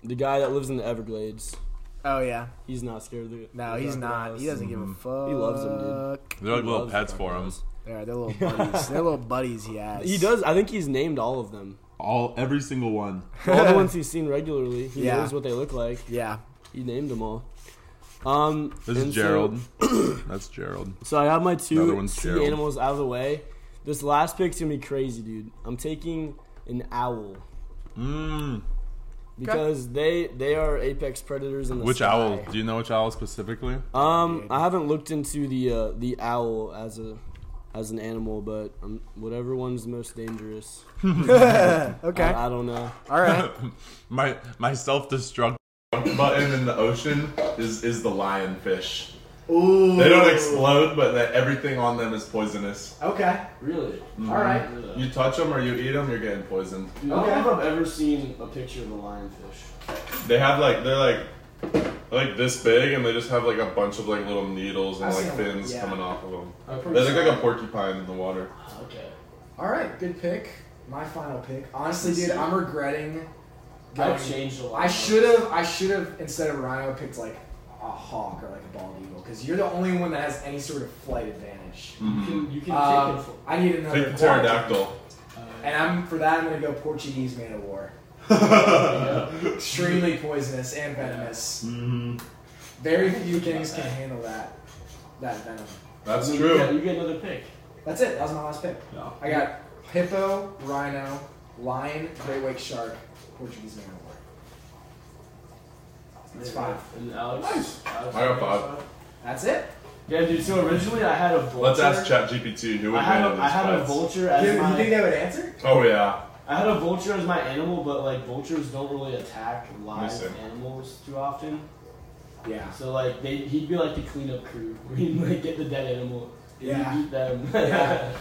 [SPEAKER 3] the guy that lives in the Everglades.
[SPEAKER 2] Oh yeah,
[SPEAKER 3] He's not scared of the.
[SPEAKER 2] no, he's not. He doesn't give a fuck.
[SPEAKER 3] Mm-hmm. He loves 'em, dude.
[SPEAKER 1] They're like
[SPEAKER 3] He
[SPEAKER 1] little
[SPEAKER 3] loves
[SPEAKER 1] pets for him.
[SPEAKER 3] crocodiles.
[SPEAKER 2] Yeah, they're little buddies. they're little buddies he has.
[SPEAKER 3] He does. I think he's named all of them.
[SPEAKER 1] All every single one.
[SPEAKER 3] All the ones he's seen regularly. He
[SPEAKER 2] Yeah.
[SPEAKER 3] knows what they look like.
[SPEAKER 2] Yeah.
[SPEAKER 3] He named them all. Um,
[SPEAKER 1] This
[SPEAKER 3] and
[SPEAKER 1] is
[SPEAKER 3] so-
[SPEAKER 1] Gerald. That's Gerald.
[SPEAKER 3] So I have my
[SPEAKER 1] Another
[SPEAKER 3] two
[SPEAKER 1] one's
[SPEAKER 3] sea
[SPEAKER 1] Gerald.
[SPEAKER 3] animals out of the way. This last pick's gonna be crazy, dude. I'm taking an owl Mmm.
[SPEAKER 1] Mm.
[SPEAKER 3] because they they are apex predators in the
[SPEAKER 1] Which
[SPEAKER 3] sky.
[SPEAKER 1] owl? Do you know which owl specifically?
[SPEAKER 3] Um, I haven't looked into the uh, the owl as a as an animal, but um, whatever one's most dangerous.
[SPEAKER 2] Okay.
[SPEAKER 3] I, I don't know.
[SPEAKER 2] All right.
[SPEAKER 1] My my self destruct button in the ocean is is the lionfish.
[SPEAKER 2] Ooh.
[SPEAKER 1] They don't explode, but that everything on them is poisonous.
[SPEAKER 2] Okay.
[SPEAKER 3] Really?
[SPEAKER 1] Mm-hmm.
[SPEAKER 2] All right.
[SPEAKER 1] You touch them or you eat them, you're getting poisoned.
[SPEAKER 3] I
[SPEAKER 2] don't know if
[SPEAKER 3] I've ever seen a picture of a lionfish.
[SPEAKER 1] They have like they're like like this big, and they just have like a bunch of like little needles and
[SPEAKER 2] I've
[SPEAKER 1] like
[SPEAKER 2] seen them,
[SPEAKER 1] fins
[SPEAKER 2] yeah.
[SPEAKER 1] coming off of them.
[SPEAKER 3] I've heard
[SPEAKER 1] They look like a porcupine in the water.
[SPEAKER 3] Okay.
[SPEAKER 2] All right. Good pick. My final pick. Honestly, dude, I'm regretting.
[SPEAKER 3] I
[SPEAKER 2] going-
[SPEAKER 3] changed a lot.
[SPEAKER 2] I should have. I should have instead of rhino picked like a hawk or like a bald eagle because you're the only one that has any sort of flight advantage.
[SPEAKER 3] You can, you can
[SPEAKER 2] Um,
[SPEAKER 3] kick it.
[SPEAKER 2] I need another
[SPEAKER 1] Take the
[SPEAKER 2] quad.
[SPEAKER 1] pterodactyl.
[SPEAKER 2] and I'm for that. I'm gonna go Portuguese man of war. Extremely poisonous and venomous. Very few things can handle that. That venom.
[SPEAKER 1] That's
[SPEAKER 3] You
[SPEAKER 1] true.
[SPEAKER 3] get- you get another pick.
[SPEAKER 2] That's it. That was my last pick.
[SPEAKER 3] No.
[SPEAKER 2] I got hippo, rhino, lion, great white shark, Portuguese man of war. That's five.
[SPEAKER 3] And Alex,
[SPEAKER 1] Nice.
[SPEAKER 3] Alex-
[SPEAKER 1] I got five.
[SPEAKER 2] That's it.
[SPEAKER 3] Yeah, dude. So originally I had a vulture.
[SPEAKER 1] Let's ask ChatGPT who
[SPEAKER 3] I
[SPEAKER 1] would
[SPEAKER 3] had
[SPEAKER 1] win
[SPEAKER 3] a,
[SPEAKER 1] in
[SPEAKER 3] I
[SPEAKER 1] these
[SPEAKER 3] had a
[SPEAKER 1] fights.
[SPEAKER 3] vulture
[SPEAKER 2] Dude,
[SPEAKER 3] as
[SPEAKER 2] you think
[SPEAKER 3] my
[SPEAKER 2] they would answer?
[SPEAKER 1] Oh yeah.
[SPEAKER 3] I had a vulture as my animal, but like vultures don't really attack live
[SPEAKER 1] see.
[SPEAKER 3] animals too often.
[SPEAKER 2] Yeah.
[SPEAKER 3] So like they he'd be like the cleanup crew. We'd like get the dead animal. and we'd
[SPEAKER 2] Yeah.
[SPEAKER 3] Eat them.
[SPEAKER 2] Yeah.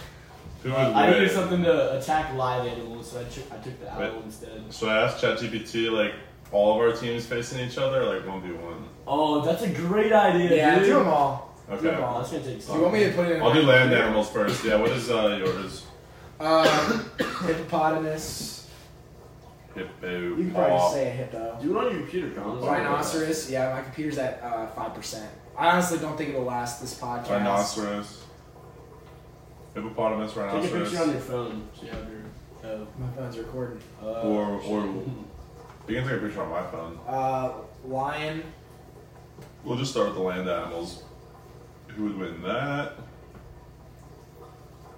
[SPEAKER 1] Who would
[SPEAKER 3] I
[SPEAKER 1] win?
[SPEAKER 3] needed something to attack live animals, so I took I took the owl
[SPEAKER 1] Wait.
[SPEAKER 3] instead.
[SPEAKER 1] Should I ask ChatGPT like all of our teams facing each other, like one v one?
[SPEAKER 3] Oh, that's a great idea.
[SPEAKER 2] Yeah.
[SPEAKER 3] dude.
[SPEAKER 2] Do them all. Do them
[SPEAKER 1] Okay.
[SPEAKER 2] all.
[SPEAKER 3] Oh, that's gonna take.
[SPEAKER 2] Do you want me to put it in?
[SPEAKER 1] I'll do land animals first. Yeah. What is uh, yours?
[SPEAKER 2] Um, hippopotamus.
[SPEAKER 1] Hippo.
[SPEAKER 2] You can probably
[SPEAKER 1] paw.
[SPEAKER 2] just say a hippo.
[SPEAKER 3] Do it on your computer, Colin.
[SPEAKER 2] Rhinoceros. Yeah, my computer's at uh, five percent. I honestly don't think it'll last this podcast.
[SPEAKER 1] Rhinoceros. Hippopotamus,
[SPEAKER 3] Take a picture on
[SPEAKER 1] rhinoceros.
[SPEAKER 3] your phone. So you have your. Uh,
[SPEAKER 2] My phone's recording.
[SPEAKER 3] Uh,
[SPEAKER 1] Or or you can take a picture on my phone.
[SPEAKER 2] Uh, lion.
[SPEAKER 1] We'll just start with the land animals. Who would win that?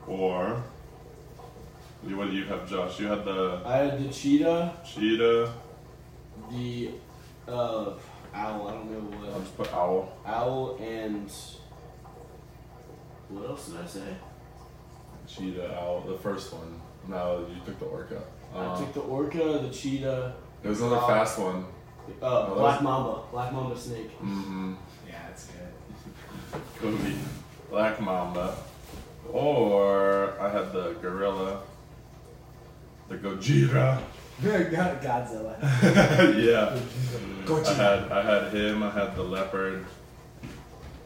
[SPEAKER 1] Or you- what do you have, Josh? You had the
[SPEAKER 3] I had the cheetah,
[SPEAKER 1] cheetah.
[SPEAKER 3] the uh, owl. I don't know
[SPEAKER 1] I'll
[SPEAKER 3] what
[SPEAKER 1] just put owl.
[SPEAKER 3] owl and what else did I say?
[SPEAKER 1] Cheetah, owl. The first one. No, you took the orca.
[SPEAKER 3] I
[SPEAKER 1] Uh,
[SPEAKER 3] took the orca, the cheetah,
[SPEAKER 1] it was another
[SPEAKER 3] uh,
[SPEAKER 1] fast one.
[SPEAKER 3] the- uh,
[SPEAKER 1] Oh,
[SPEAKER 3] black
[SPEAKER 1] that's-
[SPEAKER 3] mamba, black mamba snake.
[SPEAKER 1] Mm-hmm.
[SPEAKER 2] Yeah, that's good.
[SPEAKER 1] Kobe, Black Mamba, or I had the gorilla, the Gojira.
[SPEAKER 2] God, Godzilla.
[SPEAKER 1] yeah, I
[SPEAKER 2] Godzilla.
[SPEAKER 1] had I had him. I had the leopard.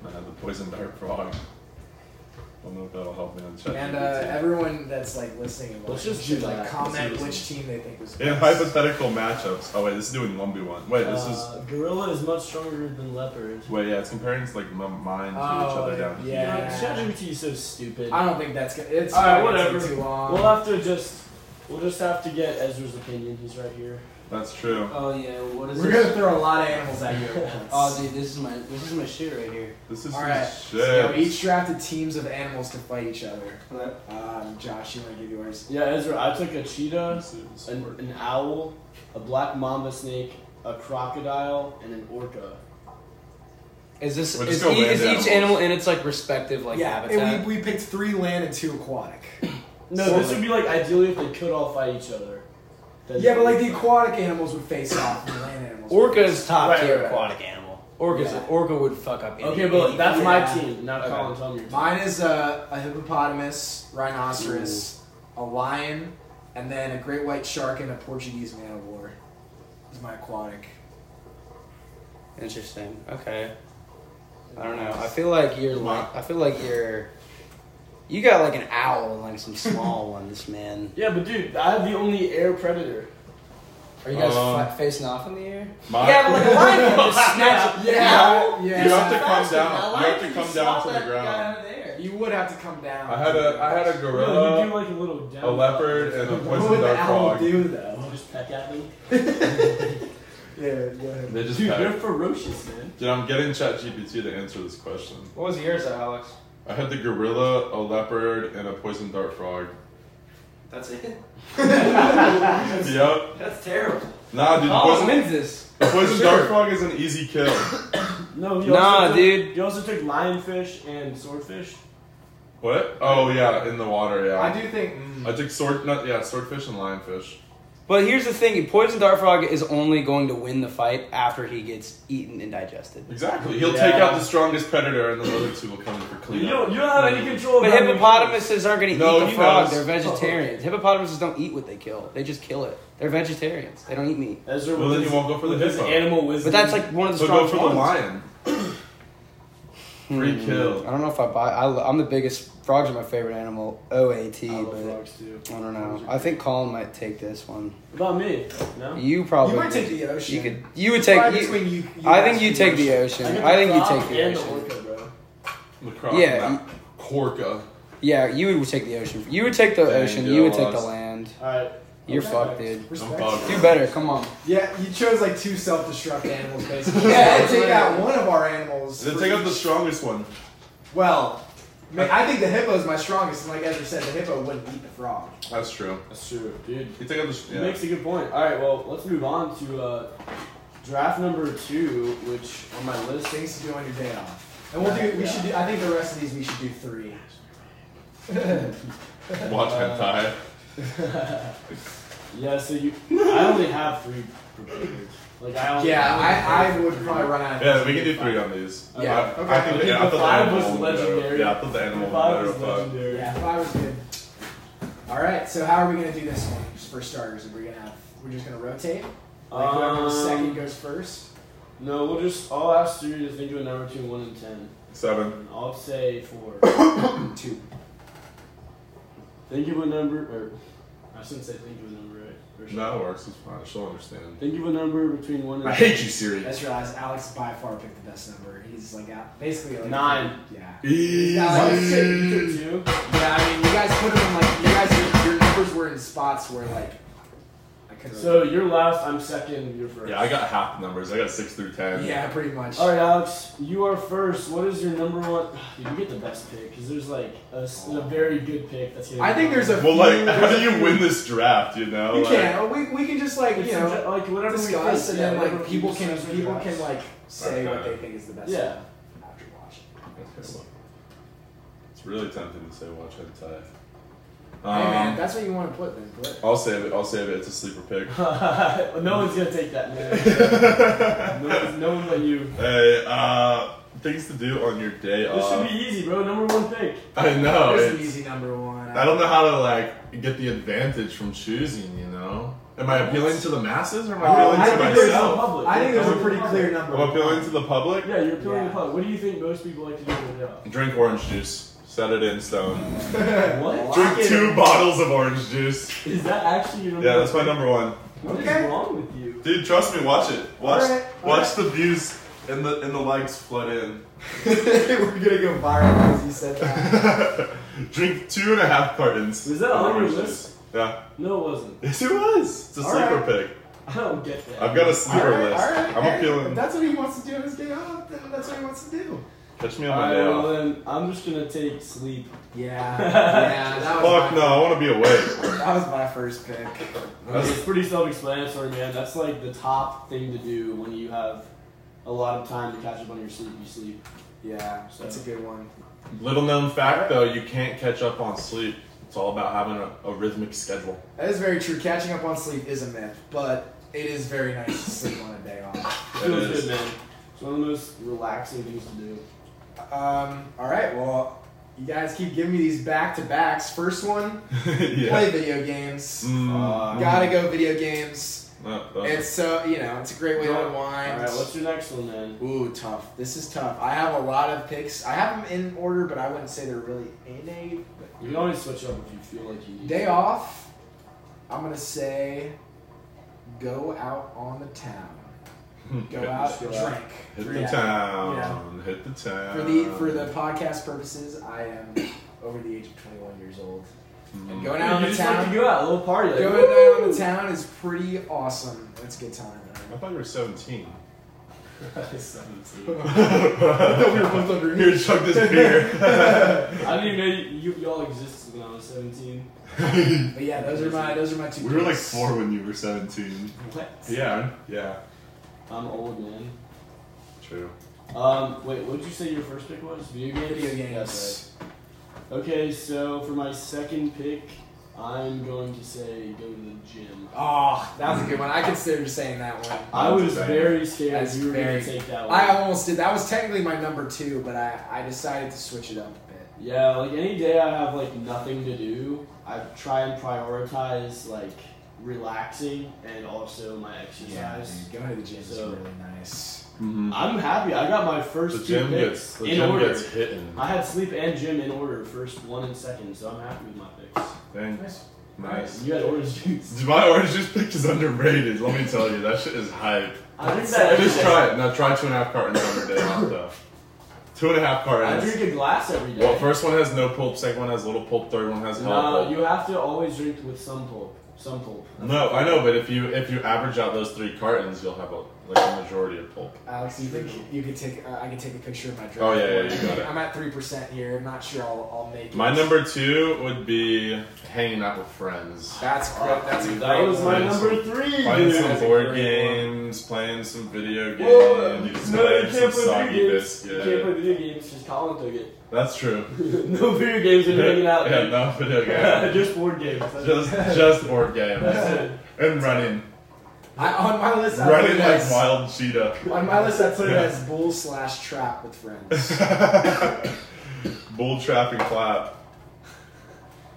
[SPEAKER 1] I had the poison dart frog. I don't know if that'll help me on chat.
[SPEAKER 2] And uh, everyone that's like listening and
[SPEAKER 3] Let's
[SPEAKER 2] watching
[SPEAKER 3] just
[SPEAKER 2] should
[SPEAKER 3] do
[SPEAKER 2] like
[SPEAKER 3] that.
[SPEAKER 2] comment
[SPEAKER 1] Let's do
[SPEAKER 2] which team they think was.
[SPEAKER 1] in
[SPEAKER 2] best.
[SPEAKER 1] hypothetical matchups. Oh wait, this is doing one v one. Wait, this
[SPEAKER 3] Uh, gorilla is much stronger than leopard.
[SPEAKER 1] is wait. Yeah, it's comparing like m- mine to each
[SPEAKER 2] Oh,
[SPEAKER 1] other down here.
[SPEAKER 2] yeah.
[SPEAKER 3] God, ChatGPT is so stupid.
[SPEAKER 2] I don't think that's good. It's
[SPEAKER 3] All right,
[SPEAKER 2] probably gonna take
[SPEAKER 3] whatever.
[SPEAKER 2] too long.
[SPEAKER 3] We'll have to just. We'll just have to get Ezra's opinion. He's right here.
[SPEAKER 1] That's true.
[SPEAKER 4] Oh yeah, what is
[SPEAKER 2] We're
[SPEAKER 4] this?
[SPEAKER 2] gonna throw a lot of animals at you. at once.
[SPEAKER 4] Oh dude, this is my this is my shit right here.
[SPEAKER 1] This is
[SPEAKER 2] All
[SPEAKER 1] some
[SPEAKER 2] right.
[SPEAKER 1] shit.
[SPEAKER 2] So each drafted teams of animals to fight each other.
[SPEAKER 4] What?
[SPEAKER 2] Um, Josh, you want to give yours?
[SPEAKER 3] Yeah, Ezra, I took a cheetah,
[SPEAKER 1] This is
[SPEAKER 3] an,
[SPEAKER 1] work.
[SPEAKER 3] an owl, a black mamba snake, a crocodile, and an orca.
[SPEAKER 4] Is this
[SPEAKER 1] We'll
[SPEAKER 4] is,
[SPEAKER 1] just go
[SPEAKER 4] e-
[SPEAKER 1] land
[SPEAKER 4] is
[SPEAKER 1] animals.
[SPEAKER 4] each animal in its like respective like
[SPEAKER 2] yeah,
[SPEAKER 4] habitat?
[SPEAKER 2] and we, we picked three land and two aquatic.
[SPEAKER 3] No,
[SPEAKER 2] So,
[SPEAKER 3] this would be like ideally if they could all fight each other. Then-
[SPEAKER 2] yeah, but like the aquatic animals would face off, and the land animals. would
[SPEAKER 4] orca is top
[SPEAKER 2] Right,
[SPEAKER 4] tier
[SPEAKER 2] right, right.
[SPEAKER 4] aquatic animal. Orca
[SPEAKER 2] Yeah.
[SPEAKER 4] orca would fuck up. Any,
[SPEAKER 3] Okay, but
[SPEAKER 4] any-
[SPEAKER 3] that's
[SPEAKER 2] Yeah.
[SPEAKER 3] my team. Now
[SPEAKER 4] Okay.
[SPEAKER 3] Colin, tell me your team.
[SPEAKER 2] Mine is a, a hippopotamus, rhinoceros, a lion, and then a great white shark and a Portuguese man of war. Is my aquatic.
[SPEAKER 4] Interesting. Okay. I don't know. I feel like you're like I feel like you're you got like an owl and like some small ones, man.
[SPEAKER 5] Yeah, but dude, I have the only air predator.
[SPEAKER 4] Are you guys
[SPEAKER 1] Um,
[SPEAKER 4] fi- facing off in the air?
[SPEAKER 1] My-
[SPEAKER 6] Yeah, but like a lion can just snatch it.
[SPEAKER 5] Yeah.
[SPEAKER 1] You have to
[SPEAKER 6] Faster.
[SPEAKER 1] come
[SPEAKER 6] A
[SPEAKER 1] down. You
[SPEAKER 6] lion
[SPEAKER 1] have to
[SPEAKER 6] can
[SPEAKER 1] come
[SPEAKER 6] just
[SPEAKER 1] down
[SPEAKER 6] swat
[SPEAKER 1] to the
[SPEAKER 6] that guy
[SPEAKER 1] ground.
[SPEAKER 6] out of there.
[SPEAKER 2] You would have to come down.
[SPEAKER 1] I had a I had a
[SPEAKER 3] No, you do
[SPEAKER 1] gorilla,
[SPEAKER 3] like a little down.
[SPEAKER 1] a leopard, and a
[SPEAKER 3] What
[SPEAKER 1] poison
[SPEAKER 3] would the
[SPEAKER 1] dart
[SPEAKER 3] owl
[SPEAKER 1] frog.
[SPEAKER 3] do though? Just peck at me.
[SPEAKER 2] Yeah, go ahead.
[SPEAKER 1] They just
[SPEAKER 3] Dude, they're
[SPEAKER 1] peck.
[SPEAKER 3] ferocious, man.
[SPEAKER 1] Dude, I'm getting ChatGPT to answer this question.
[SPEAKER 4] What was yours, Alex?
[SPEAKER 1] I had the gorilla, a leopard, and a poison dart frog.
[SPEAKER 6] That's it.
[SPEAKER 1] yep.
[SPEAKER 6] That's terrible.
[SPEAKER 1] Nah, dude, the
[SPEAKER 4] Oh,
[SPEAKER 1] poison,
[SPEAKER 4] when's this?
[SPEAKER 1] the poison dart frog is an easy kill.
[SPEAKER 3] No, he
[SPEAKER 4] Nah,
[SPEAKER 3] also took,
[SPEAKER 4] dude.
[SPEAKER 3] You also took lionfish and swordfish.
[SPEAKER 1] What? Oh yeah, in the water. Yeah.
[SPEAKER 2] I do think mm,
[SPEAKER 1] I took sword, not yeah, swordfish and lionfish.
[SPEAKER 4] But here's the thing: Poison Dart Frog is only going to win the fight after he gets eaten and digested.
[SPEAKER 1] Exactly. He'll
[SPEAKER 3] Yeah.
[SPEAKER 1] take out the strongest predator, and the other two will come in for
[SPEAKER 3] You
[SPEAKER 1] cleanup.
[SPEAKER 3] don't, you don't have any control.
[SPEAKER 4] But
[SPEAKER 3] over how many
[SPEAKER 4] hippopotamuses aren't going to
[SPEAKER 1] No,
[SPEAKER 4] eat the
[SPEAKER 1] he
[SPEAKER 4] frog;
[SPEAKER 1] knows.
[SPEAKER 4] they're vegetarians. Hippopotamuses don't eat what they kill; they just kill it. They're vegetarians; they don't eat meat.
[SPEAKER 3] people. Ezra
[SPEAKER 1] Well,
[SPEAKER 3] with
[SPEAKER 1] then
[SPEAKER 3] his-
[SPEAKER 1] you won't go for the
[SPEAKER 3] with his
[SPEAKER 1] hippo.
[SPEAKER 3] animal wisdom.
[SPEAKER 4] But that's like one of the
[SPEAKER 1] So go
[SPEAKER 4] strongest
[SPEAKER 1] for the
[SPEAKER 4] ones.
[SPEAKER 1] lion. Free
[SPEAKER 4] Hmm. I
[SPEAKER 1] kill.
[SPEAKER 4] don't know if I buy. I, lo- I'm the biggest. Frogs are my favorite animal. OAT,
[SPEAKER 3] I love
[SPEAKER 4] but
[SPEAKER 3] frogs too.
[SPEAKER 4] I don't know. I think Colin might take this one.
[SPEAKER 3] What about me? No.
[SPEAKER 4] You probably.
[SPEAKER 2] You might take
[SPEAKER 4] would.
[SPEAKER 2] the ocean.
[SPEAKER 4] You could. You would
[SPEAKER 2] Probably
[SPEAKER 4] take. You,
[SPEAKER 2] between you, you
[SPEAKER 4] I
[SPEAKER 2] guys
[SPEAKER 4] think you
[SPEAKER 2] and
[SPEAKER 4] take the
[SPEAKER 2] ocean.
[SPEAKER 4] ocean.
[SPEAKER 3] took
[SPEAKER 4] I think you
[SPEAKER 3] frog
[SPEAKER 4] take the
[SPEAKER 3] and
[SPEAKER 4] ocean.
[SPEAKER 3] orca, bro.
[SPEAKER 1] The crocodile.
[SPEAKER 4] Yeah,
[SPEAKER 1] Corca.
[SPEAKER 4] Yeah, you would take the ocean. You would take the
[SPEAKER 1] Dang,
[SPEAKER 4] ocean.
[SPEAKER 1] dude,
[SPEAKER 4] You
[SPEAKER 1] I
[SPEAKER 4] would take the
[SPEAKER 1] lost.
[SPEAKER 4] land.
[SPEAKER 3] All right.
[SPEAKER 4] You're
[SPEAKER 3] Okay.
[SPEAKER 4] fucked, dude.
[SPEAKER 1] I'm
[SPEAKER 2] Respect.
[SPEAKER 1] fucked.
[SPEAKER 4] Do better. Come on.
[SPEAKER 2] Yeah, you chose like two self-destruct animals basically. yeah, take out one of our animals.
[SPEAKER 1] Then
[SPEAKER 2] for
[SPEAKER 1] take out the
[SPEAKER 2] each-
[SPEAKER 1] strongest one.
[SPEAKER 2] Well, I, mean, I think the hippo is my strongest, and like Ezra said, the hippo wouldn't eat the frog.
[SPEAKER 1] That's true.
[SPEAKER 3] That's true, dude.
[SPEAKER 1] You take out the.
[SPEAKER 3] He makes a good point. All right, well, let's move on to uh, draft number two, which on my list.
[SPEAKER 2] Things to do on your day off, and we'll do. We should do. I think the rest of these we should do three.
[SPEAKER 1] Yeah. Watch hentai.
[SPEAKER 3] Yeah, so you. I only have three prepared. Like I only.
[SPEAKER 2] Yeah,
[SPEAKER 3] only have
[SPEAKER 2] I, I would probably run out. Of
[SPEAKER 1] Yeah, we can do three on these.
[SPEAKER 2] Yeah,
[SPEAKER 1] I,
[SPEAKER 2] okay.
[SPEAKER 1] I think the,
[SPEAKER 3] The
[SPEAKER 1] yeah, I thought the
[SPEAKER 3] five
[SPEAKER 1] animal one
[SPEAKER 3] was
[SPEAKER 1] would be better.
[SPEAKER 3] legendary.
[SPEAKER 1] Yeah, I thought the animal
[SPEAKER 3] If
[SPEAKER 1] one
[SPEAKER 3] I
[SPEAKER 1] would be
[SPEAKER 3] was
[SPEAKER 1] better, but-
[SPEAKER 3] legendary.
[SPEAKER 2] Yeah, five was good. All right, so how are we gonna do this one for starters? Are we gonna have, we're just gonna rotate? Like whoever
[SPEAKER 3] Um,
[SPEAKER 2] was second goes first.
[SPEAKER 3] No, we'll just. I'll ask three to think of a number between one and ten.
[SPEAKER 1] Seven.
[SPEAKER 3] And I'll say four.
[SPEAKER 2] Two.
[SPEAKER 3] think of a number, or I shouldn't say think of a number, right? Or should-
[SPEAKER 1] No, it works. It's fine. She'll understand.
[SPEAKER 3] Think of a number between one and.
[SPEAKER 1] I hate you, Siri.
[SPEAKER 2] I just realized Alex by far picked the best number. He's like out, basically like
[SPEAKER 3] Nine.
[SPEAKER 2] Yeah.
[SPEAKER 1] Easy.
[SPEAKER 2] Yeah, like,
[SPEAKER 3] Two, two.
[SPEAKER 2] yeah, I mean, you guys put him in like you guys your, your numbers were in spots where like I could.
[SPEAKER 3] So you're last. I'm second. You're first.
[SPEAKER 1] Yeah, I got half the numbers. I got six through ten.
[SPEAKER 2] yeah, pretty much.
[SPEAKER 3] All right, Alex, you are first. What is your number one? Dude, you get the best pick because there's like a, s- a very good pick that's gonna.
[SPEAKER 2] I think there's a.
[SPEAKER 1] Well,
[SPEAKER 2] few-
[SPEAKER 1] like, how
[SPEAKER 2] there's
[SPEAKER 1] do
[SPEAKER 2] a
[SPEAKER 1] you
[SPEAKER 2] few-
[SPEAKER 1] win this draft? You know,
[SPEAKER 2] You
[SPEAKER 1] like,
[SPEAKER 2] can. We, we can just like
[SPEAKER 3] It's
[SPEAKER 2] you know.
[SPEAKER 3] subje- like whatever we
[SPEAKER 2] discuss, and
[SPEAKER 3] think, yeah,
[SPEAKER 2] then
[SPEAKER 3] whatever
[SPEAKER 2] like
[SPEAKER 3] we
[SPEAKER 2] people can
[SPEAKER 3] discuss or
[SPEAKER 2] people
[SPEAKER 3] drafts.
[SPEAKER 2] can like say what they think is the best.
[SPEAKER 3] Yeah.
[SPEAKER 2] After watching.
[SPEAKER 1] It's really tempting to say watch hentai.
[SPEAKER 2] hey man, if
[SPEAKER 1] Um,
[SPEAKER 2] that's what you want to put then. Put it.
[SPEAKER 1] I'll save it. I'll save it. It's a sleeper pick.
[SPEAKER 3] no one's gonna take that, man. no, one's- no one but you.
[SPEAKER 1] Hey, uh, things to do on your day
[SPEAKER 3] This should
[SPEAKER 1] off.
[SPEAKER 3] be easy, bro. Number one pick.
[SPEAKER 1] I
[SPEAKER 2] There's
[SPEAKER 1] know.
[SPEAKER 2] an
[SPEAKER 1] Oh, it's-
[SPEAKER 2] easy number one.
[SPEAKER 1] I don't know how to like get the advantage from choosing. You know, am I appealing to the masses or am I
[SPEAKER 2] Oh,
[SPEAKER 1] appealing
[SPEAKER 2] I
[SPEAKER 1] to
[SPEAKER 2] think there's
[SPEAKER 3] no
[SPEAKER 1] myself?
[SPEAKER 3] public.
[SPEAKER 2] I think there's a
[SPEAKER 3] No
[SPEAKER 2] pretty
[SPEAKER 3] public.
[SPEAKER 2] clear number.
[SPEAKER 1] I'm appealing to the public.
[SPEAKER 3] Yeah, you're appealing
[SPEAKER 2] Yeah.
[SPEAKER 3] the public. What do you think most people like to do with their
[SPEAKER 1] Drink orange juice. Set it in stone.
[SPEAKER 3] job? What?
[SPEAKER 1] Drink two bottles of orange juice.
[SPEAKER 3] Is that actually your number?
[SPEAKER 1] Yeah, that's my
[SPEAKER 3] one
[SPEAKER 1] number one.
[SPEAKER 3] pick? What is
[SPEAKER 2] Okay.
[SPEAKER 3] wrong with you?
[SPEAKER 1] Dude, trust me. Watch it. Watch.
[SPEAKER 2] Alright,
[SPEAKER 1] watch the views and the and the likes flood in.
[SPEAKER 2] We're gonna go viral because you said that.
[SPEAKER 1] Drink two and a half cartons.
[SPEAKER 3] Was that
[SPEAKER 1] of
[SPEAKER 3] on your
[SPEAKER 1] orange
[SPEAKER 3] list?
[SPEAKER 1] juice. Yeah.
[SPEAKER 3] No, it wasn't.
[SPEAKER 1] Yes, it was. It's a sleeper
[SPEAKER 2] Alright.
[SPEAKER 1] pick.
[SPEAKER 3] I don't get that.
[SPEAKER 1] I've got a sleeper
[SPEAKER 2] Alright,
[SPEAKER 1] list.
[SPEAKER 2] alright,
[SPEAKER 1] I'm
[SPEAKER 2] hey,
[SPEAKER 1] appealing.
[SPEAKER 2] If that's what he wants to do on his day off, then that's what he wants to do.
[SPEAKER 1] Catch me on my
[SPEAKER 3] Alright,
[SPEAKER 1] day
[SPEAKER 3] well
[SPEAKER 1] off.
[SPEAKER 3] then, I'm just gonna take sleep.
[SPEAKER 2] Yeah. yeah. That was,
[SPEAKER 1] Fuck
[SPEAKER 2] my,
[SPEAKER 1] no, I want to be awake.
[SPEAKER 2] that was my first pick.
[SPEAKER 3] That's it's pretty self-explanatory, man. That's like the top thing to do when you have a lot of time to catch up on your sleep. You sleep.
[SPEAKER 2] Yeah, that's a good one.
[SPEAKER 1] Little known fact though, you can't catch up on sleep. It's all about having a, a rhythmic schedule.
[SPEAKER 2] That is very true. Catching up on sleep is a myth, but it is very nice to sleep on a day off.
[SPEAKER 1] That
[SPEAKER 3] Feels
[SPEAKER 1] is-
[SPEAKER 3] good, man. It's one of the most relaxing things to do.
[SPEAKER 2] Um, all right, well, you guys keep giving me these back to backs. First one,
[SPEAKER 1] yeah.
[SPEAKER 2] play video games.
[SPEAKER 1] Mm,
[SPEAKER 3] Uh,
[SPEAKER 2] Gotta go video games.
[SPEAKER 1] No, that's-
[SPEAKER 2] It's so you know, it's a great way to unwind.
[SPEAKER 3] All right, what's your next one then?
[SPEAKER 2] Ooh, tough. This is tough. I have a lot of picks. I have them in order, but I wouldn't say they're really in a but-
[SPEAKER 3] You can always switch up if you feel like you need.
[SPEAKER 2] day off. I'm gonna say, go out on the town. Go out,
[SPEAKER 3] go
[SPEAKER 2] drink.
[SPEAKER 3] out.
[SPEAKER 1] hit the
[SPEAKER 2] Yeah.
[SPEAKER 1] town. Hit the town.
[SPEAKER 2] For the for the podcast purposes, I am over the age of 21 years old.
[SPEAKER 1] Mm-hmm.
[SPEAKER 2] And going out on
[SPEAKER 3] you
[SPEAKER 2] the
[SPEAKER 3] just like
[SPEAKER 2] town,
[SPEAKER 3] to go out, a little party. Like,
[SPEAKER 2] going out on the town is pretty awesome. It's a good time.
[SPEAKER 1] I thought you were 17.
[SPEAKER 3] Seventeen.
[SPEAKER 1] Here, chug this beer.
[SPEAKER 3] I didn't even know you, you, you all existed when I was seventeen.
[SPEAKER 2] But yeah, those are my those are my two.
[SPEAKER 1] we were like
[SPEAKER 2] picks.
[SPEAKER 1] four when you were 17.
[SPEAKER 3] What?
[SPEAKER 1] Yeah. Yeah.
[SPEAKER 3] I'm old man.
[SPEAKER 1] True.
[SPEAKER 3] Um, wait, what did you say your first pick was? Video games.
[SPEAKER 2] video
[SPEAKER 3] That's right.
[SPEAKER 2] games.
[SPEAKER 3] Okay, so for my second pick, I'm going to say go to the gym.
[SPEAKER 2] Oh, that was a good one. I considered saying that one.
[SPEAKER 3] I was
[SPEAKER 1] That's
[SPEAKER 3] very scared
[SPEAKER 2] That's
[SPEAKER 3] you were going
[SPEAKER 2] very-
[SPEAKER 3] to take that one.
[SPEAKER 2] I almost did. That was technically my number two, but I, I decided to switch it up a bit.
[SPEAKER 3] yeah, like any day I have like nothing to do, I try and prioritize like relaxing and also my exercise.
[SPEAKER 2] going to the gym is
[SPEAKER 3] So-
[SPEAKER 2] really nice.
[SPEAKER 3] I'm happy. I got my first
[SPEAKER 1] The
[SPEAKER 3] two
[SPEAKER 1] gym
[SPEAKER 3] picks
[SPEAKER 1] gets the
[SPEAKER 3] in
[SPEAKER 1] gym
[SPEAKER 3] order.
[SPEAKER 1] gets hitting.
[SPEAKER 3] I had sleep and gym in order, first one and second, so I'm happy with my picks.
[SPEAKER 1] Thanks. Nice.
[SPEAKER 3] You had orange juice.
[SPEAKER 1] My orange juice pick is underrated. Let me tell you, that shit is hype.
[SPEAKER 3] I drink that. every
[SPEAKER 1] Just
[SPEAKER 3] day.
[SPEAKER 1] try it. Now try two and a half cartons on your day off, though. Two and a half
[SPEAKER 3] I
[SPEAKER 1] cartons.
[SPEAKER 3] drink a glass every day.
[SPEAKER 1] Well, first one has no pulp, second one has little pulp, third one has no
[SPEAKER 3] No,
[SPEAKER 1] pulp.
[SPEAKER 3] you have to always drink with some pulp. Some pulp.
[SPEAKER 1] No, I know, but if you if you average out those three cartons, you'll have a, like a majority of pulp.
[SPEAKER 2] Alex, do you think you could take? Uh, I could take a picture of my drink.
[SPEAKER 1] Oh, yeah, yeah, you got it.
[SPEAKER 2] I'm at three percent here. I'm not sure I'll, I'll make it.
[SPEAKER 1] My number two would be hanging out with friends,
[SPEAKER 2] That's great. That's a great.
[SPEAKER 3] That was my
[SPEAKER 2] one.
[SPEAKER 3] number three.
[SPEAKER 1] playing
[SPEAKER 3] dude.
[SPEAKER 1] some
[SPEAKER 3] That's a
[SPEAKER 1] board
[SPEAKER 3] great one.
[SPEAKER 1] games, playing some video
[SPEAKER 3] Whoa,
[SPEAKER 1] games,
[SPEAKER 3] no, you
[SPEAKER 1] playing some
[SPEAKER 3] can't play
[SPEAKER 1] soggy
[SPEAKER 3] video games. You can't play
[SPEAKER 1] biscuit.
[SPEAKER 3] video games because Colin took it.
[SPEAKER 1] That's true.
[SPEAKER 3] no video games and hanging out.
[SPEAKER 1] yeah,
[SPEAKER 3] dude.
[SPEAKER 1] no video games.
[SPEAKER 3] Just board games. That's
[SPEAKER 1] just just board games
[SPEAKER 3] it.
[SPEAKER 1] and running,
[SPEAKER 2] I, on my list, I put
[SPEAKER 1] running
[SPEAKER 2] it
[SPEAKER 1] like
[SPEAKER 2] as,
[SPEAKER 1] wild cheetah.
[SPEAKER 2] on my list, I put it
[SPEAKER 1] Yeah.
[SPEAKER 2] as bull slash trap with friends.
[SPEAKER 1] Bull trap and clap.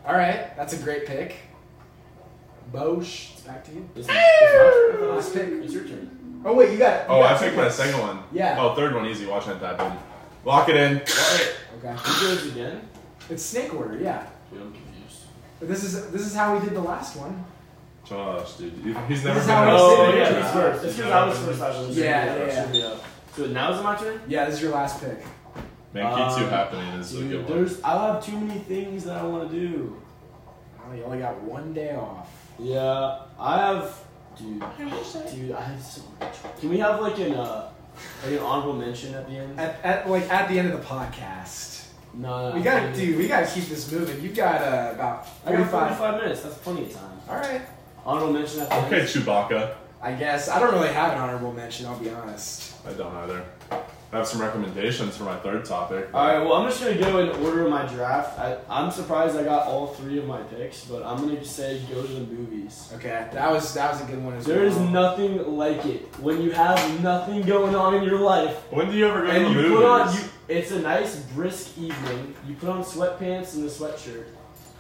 [SPEAKER 2] All right, that's a great pick. Bosch, it's back to you.
[SPEAKER 3] It's- it's my-
[SPEAKER 2] Last pick.
[SPEAKER 3] It's your turn.
[SPEAKER 2] Oh wait, you got.
[SPEAKER 1] Oh, I picked my second one.
[SPEAKER 2] Yeah.
[SPEAKER 1] Oh, third one easy. Watch that dive in. Lock it in.
[SPEAKER 2] Okay,
[SPEAKER 3] You do it again?
[SPEAKER 2] it's snake order. Yeah,
[SPEAKER 3] Dude, I'm confused.
[SPEAKER 2] but this is this is how we did the last one.
[SPEAKER 1] Josh, dude, you- he's never
[SPEAKER 2] is
[SPEAKER 1] been
[SPEAKER 2] how
[SPEAKER 1] on
[SPEAKER 2] I
[SPEAKER 1] a
[SPEAKER 2] was
[SPEAKER 3] Oh,
[SPEAKER 1] stage.
[SPEAKER 2] saying.
[SPEAKER 3] yeah,
[SPEAKER 2] Yeah.
[SPEAKER 3] it's first. It's because I was first. I was
[SPEAKER 2] Yeah, yeah,
[SPEAKER 3] So now is my turn?
[SPEAKER 2] Yeah, this is your last pick.
[SPEAKER 1] Man, Keep 2
[SPEAKER 2] Uh,
[SPEAKER 3] Um,
[SPEAKER 1] happening is a
[SPEAKER 3] Dude,
[SPEAKER 1] good one.
[SPEAKER 3] there's, I have too many things that I want to do.
[SPEAKER 2] Oh, you only got one day off.
[SPEAKER 3] Yeah, I have, dude. Dude, I have so much. Can we have like an uh, like an honorable mention at the end?
[SPEAKER 2] At, at like at the end of the podcast,
[SPEAKER 3] No, no.
[SPEAKER 2] we
[SPEAKER 3] I
[SPEAKER 2] gotta
[SPEAKER 3] mean-
[SPEAKER 2] do. We gotta keep this moving. You've got uh, about
[SPEAKER 3] I got
[SPEAKER 2] forty-five.
[SPEAKER 3] forty-five minutes. That's plenty of time.
[SPEAKER 2] All right.
[SPEAKER 3] Honorable mention at the
[SPEAKER 1] Okay,
[SPEAKER 3] end.
[SPEAKER 1] Chewbacca.
[SPEAKER 2] I guess I don't really have an honorable mention. I'll be honest.
[SPEAKER 1] I don't either. I have some recommendations for my third topic.
[SPEAKER 3] All right. Well, I'm just gonna go in order of my draft. I, I'm surprised I got all three of my picks, but I'm gonna say go to the movies.
[SPEAKER 2] Okay, that was that was a good one as
[SPEAKER 3] There
[SPEAKER 2] well.
[SPEAKER 3] is nothing like it when you have nothing going on in your life
[SPEAKER 1] When do you ever go to
[SPEAKER 3] And
[SPEAKER 1] the
[SPEAKER 3] you
[SPEAKER 1] movies?
[SPEAKER 3] put on you it's a nice brisk evening. You put on sweatpants and a sweatshirt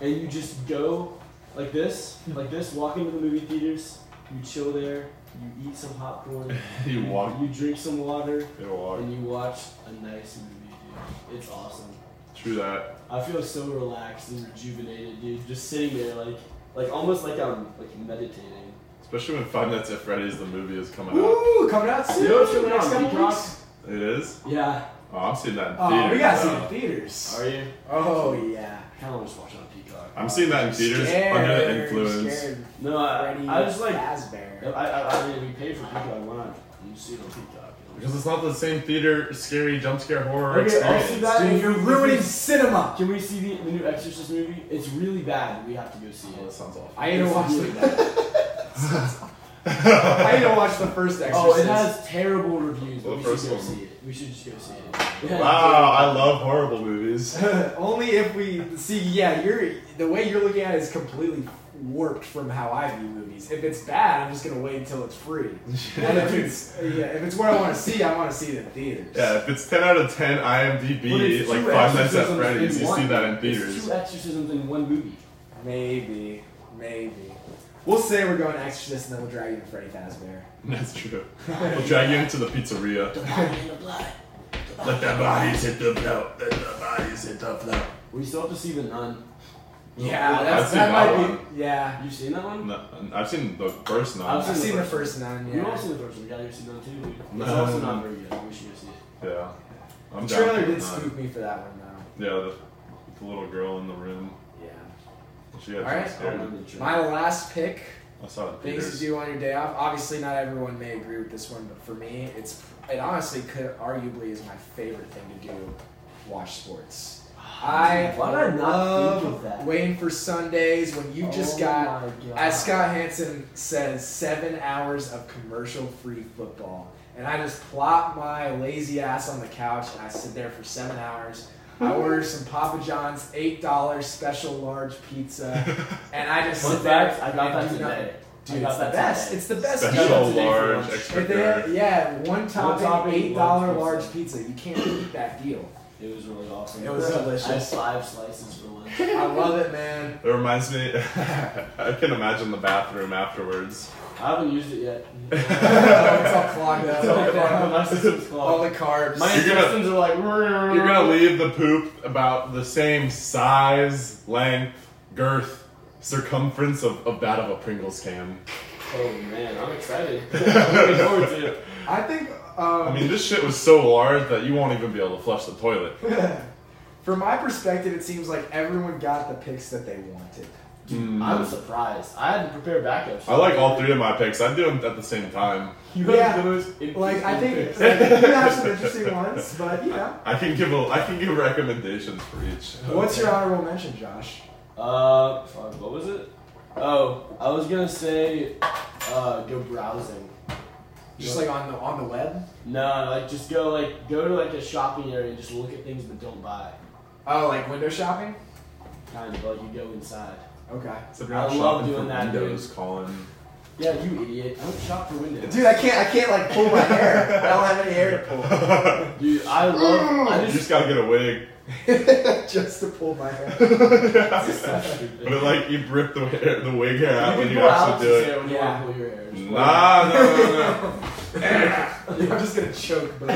[SPEAKER 3] and you just go like this, like this, walk into the movie theaters, you chill there, you eat some popcorn,
[SPEAKER 1] You walk.
[SPEAKER 3] you drink some water,
[SPEAKER 1] You walk.
[SPEAKER 3] and you watch a nice movie, dude. It's awesome.
[SPEAKER 1] True that.
[SPEAKER 3] I feel so relaxed and rejuvenated, dude, just sitting there like like almost like I'm like meditating.
[SPEAKER 1] Especially when Five Nights at Freddy's the movie is coming out.
[SPEAKER 2] Ooh, coming out soon.
[SPEAKER 3] You know what's coming
[SPEAKER 2] next
[SPEAKER 3] out on
[SPEAKER 2] couple
[SPEAKER 3] Peacock?
[SPEAKER 2] weeks.
[SPEAKER 1] It is.
[SPEAKER 3] Yeah.
[SPEAKER 1] Oh, I've seen that in
[SPEAKER 2] Oh,
[SPEAKER 1] theaters.
[SPEAKER 2] we gotta see it
[SPEAKER 1] though.
[SPEAKER 2] in theaters.
[SPEAKER 3] Are you?
[SPEAKER 2] Oh yeah.
[SPEAKER 3] Kinda wanna just watch it on Peacock. Uh,
[SPEAKER 1] I'm seeing that in theaters under the influence.
[SPEAKER 2] Scared.
[SPEAKER 3] No, I,
[SPEAKER 2] Freddy
[SPEAKER 3] I just like
[SPEAKER 2] Fazbear.
[SPEAKER 3] I, I, I mean, we paid for Peacock. Why not? You see it on Peacock. you know?
[SPEAKER 1] Because it's not the same theater, scary jump scare horror.
[SPEAKER 3] Okay, I see
[SPEAKER 1] experience.
[SPEAKER 3] that.
[SPEAKER 2] Dude, you're ruining cinema.
[SPEAKER 3] Can we see the, the new Exorcist movie? It's really bad. We have to go see
[SPEAKER 1] Oh, that
[SPEAKER 3] it.
[SPEAKER 1] sounds awful.
[SPEAKER 2] I need to
[SPEAKER 3] It's
[SPEAKER 2] watch
[SPEAKER 3] really
[SPEAKER 2] the.
[SPEAKER 3] bad.
[SPEAKER 2] I need to watch the first Exorcist.
[SPEAKER 3] Oh, it has terrible reviews,
[SPEAKER 1] Well,
[SPEAKER 3] but we
[SPEAKER 1] first
[SPEAKER 3] should go
[SPEAKER 1] one.
[SPEAKER 3] see it. We should just go see it. Yeah.
[SPEAKER 1] Wow, I love horrible movies.
[SPEAKER 2] Only if we see. Yeah, you're the way you're looking at it is completely warped from how I view movies. If it's bad, I'm just gonna wait until it's free. and if it's yeah, if it's what I want to see, I want to see it in theaters.
[SPEAKER 1] Yeah, if it's 10 out of 10
[SPEAKER 3] But
[SPEAKER 1] IMDb,
[SPEAKER 3] it's
[SPEAKER 1] like
[SPEAKER 3] two
[SPEAKER 1] Five Nights at
[SPEAKER 3] exorcisms in
[SPEAKER 1] Freddy's, you
[SPEAKER 3] one.
[SPEAKER 1] see that in
[SPEAKER 3] It's
[SPEAKER 1] theaters.
[SPEAKER 3] two exorcisms in one movie.
[SPEAKER 2] Maybe. Maybe. We'll say we're going to Exorcist and then we'll drag you to Freddy Fazbear.
[SPEAKER 1] That's true. We'll drag you into the pizzeria. Let the bodies hit the floor. Let the bodies hit the floor.
[SPEAKER 3] We still have to see the nun.
[SPEAKER 2] Yeah,
[SPEAKER 1] I've
[SPEAKER 2] that's,
[SPEAKER 1] seen
[SPEAKER 2] that
[SPEAKER 1] that
[SPEAKER 2] might be. Yeah.
[SPEAKER 3] You've seen that one?
[SPEAKER 1] No, I've seen the first
[SPEAKER 3] I've
[SPEAKER 1] nine.
[SPEAKER 2] I've seen the first nine,
[SPEAKER 3] You've all
[SPEAKER 2] yeah.
[SPEAKER 3] seen the first one. You gotta go see that too. Dude. It's
[SPEAKER 1] No.
[SPEAKER 3] also not very good. We should go see it.
[SPEAKER 1] Yeah. I'm
[SPEAKER 2] The
[SPEAKER 1] down
[SPEAKER 2] trailer
[SPEAKER 1] for the
[SPEAKER 2] did
[SPEAKER 1] nine.
[SPEAKER 2] spook me for that one, though.
[SPEAKER 1] Yeah, the, the little girl in the room.
[SPEAKER 2] Yeah.
[SPEAKER 1] She got
[SPEAKER 2] All right.
[SPEAKER 3] I don't
[SPEAKER 1] scared.
[SPEAKER 3] remember the trailer.
[SPEAKER 2] My last pick,
[SPEAKER 1] I saw it.
[SPEAKER 2] things to
[SPEAKER 1] Peters.
[SPEAKER 2] do on your day off. Obviously, not everyone may agree with this one, but for me, it's it honestly could arguably is my favorite thing to do. Watch sports. I
[SPEAKER 3] Why did Oh, I not
[SPEAKER 2] love
[SPEAKER 3] think of that?
[SPEAKER 2] waiting for Sundays when you just
[SPEAKER 3] Oh
[SPEAKER 2] got
[SPEAKER 3] my God.
[SPEAKER 2] As Scott Hansen says, seven hours of commercial free football. And I just plop my lazy ass on the couch and I sit there for seven hours. I order some Papa John's $8 special large pizza. And I just
[SPEAKER 3] Fun
[SPEAKER 2] sit there.
[SPEAKER 3] fact, I got
[SPEAKER 2] and
[SPEAKER 3] that
[SPEAKER 2] do
[SPEAKER 3] today.
[SPEAKER 2] nothing.
[SPEAKER 3] I
[SPEAKER 2] Dude,
[SPEAKER 3] got
[SPEAKER 2] it's the
[SPEAKER 3] that
[SPEAKER 2] best.
[SPEAKER 3] today.
[SPEAKER 2] It's the best
[SPEAKER 1] Special
[SPEAKER 2] pizza.
[SPEAKER 1] large
[SPEAKER 2] If they
[SPEAKER 1] extra
[SPEAKER 2] had- yeah, one topping,
[SPEAKER 3] topping,
[SPEAKER 2] $8
[SPEAKER 3] large
[SPEAKER 2] large
[SPEAKER 3] pizza.
[SPEAKER 2] pizza. You can't beat that deal.
[SPEAKER 3] It was really awesome.
[SPEAKER 2] It was delicious.
[SPEAKER 3] I had five slices for lunch.
[SPEAKER 2] I love it, man.
[SPEAKER 1] It reminds me. I can imagine the bathroom afterwards.
[SPEAKER 3] I haven't used it yet. Oh,
[SPEAKER 2] it's all clogged up.
[SPEAKER 3] My system's
[SPEAKER 2] All
[SPEAKER 3] clogged.
[SPEAKER 2] the carbs.
[SPEAKER 3] My
[SPEAKER 1] You're gonna-
[SPEAKER 3] intestines are like.
[SPEAKER 1] You're gonna leave the poop about the same size, length, girth, circumference of, of that of a Pringles can.
[SPEAKER 3] Oh man, I'm excited. I'm looking forward to it.
[SPEAKER 2] I think um,
[SPEAKER 1] I mean, this shit was so large that you won't even be able to flush the toilet.
[SPEAKER 2] From my perspective, it seems like everyone got the picks that they wanted.
[SPEAKER 1] Hmm.
[SPEAKER 3] I'm surprised. I had to prepare backups.
[SPEAKER 1] I like all three of my picks. I do them at the same time.
[SPEAKER 3] You
[SPEAKER 2] Yeah.
[SPEAKER 3] have the most interesting
[SPEAKER 2] Like I think
[SPEAKER 3] picks.
[SPEAKER 2] like, you have some interesting ones, but you know.
[SPEAKER 1] I can give a, I can give recommendations for each.
[SPEAKER 2] What's your honorable mention, Josh?
[SPEAKER 3] Uh, fuck, what was it? Oh, I was gonna say, uh, go browsing.
[SPEAKER 2] Just like on the on the web.
[SPEAKER 3] No, like just go like go to like a shopping area and just look at things but don't buy.
[SPEAKER 2] Oh, like window shopping.
[SPEAKER 3] Kind of like you go inside.
[SPEAKER 2] Okay.
[SPEAKER 1] It's about
[SPEAKER 3] I love
[SPEAKER 1] shopping
[SPEAKER 3] doing
[SPEAKER 1] for
[SPEAKER 3] that, dude.
[SPEAKER 1] Windows, Colin.
[SPEAKER 3] Yeah, you idiot. I don't shop for windows.
[SPEAKER 2] Dude, I can't I can't like pull my hair. I don't have any hair to pull.
[SPEAKER 3] Dude, I love. I
[SPEAKER 1] You
[SPEAKER 3] just.
[SPEAKER 1] just gotta get a wig.
[SPEAKER 2] Just to pull my hair.
[SPEAKER 1] But it, like you rip the hair, the wig hair
[SPEAKER 3] You
[SPEAKER 1] out when
[SPEAKER 3] can
[SPEAKER 1] you
[SPEAKER 3] pull out
[SPEAKER 1] actually do
[SPEAKER 3] this
[SPEAKER 1] it.
[SPEAKER 3] hair when you
[SPEAKER 2] Yeah.
[SPEAKER 3] want to pull your hair. Just
[SPEAKER 1] Nah, no, no,
[SPEAKER 2] I'm just gonna choke, but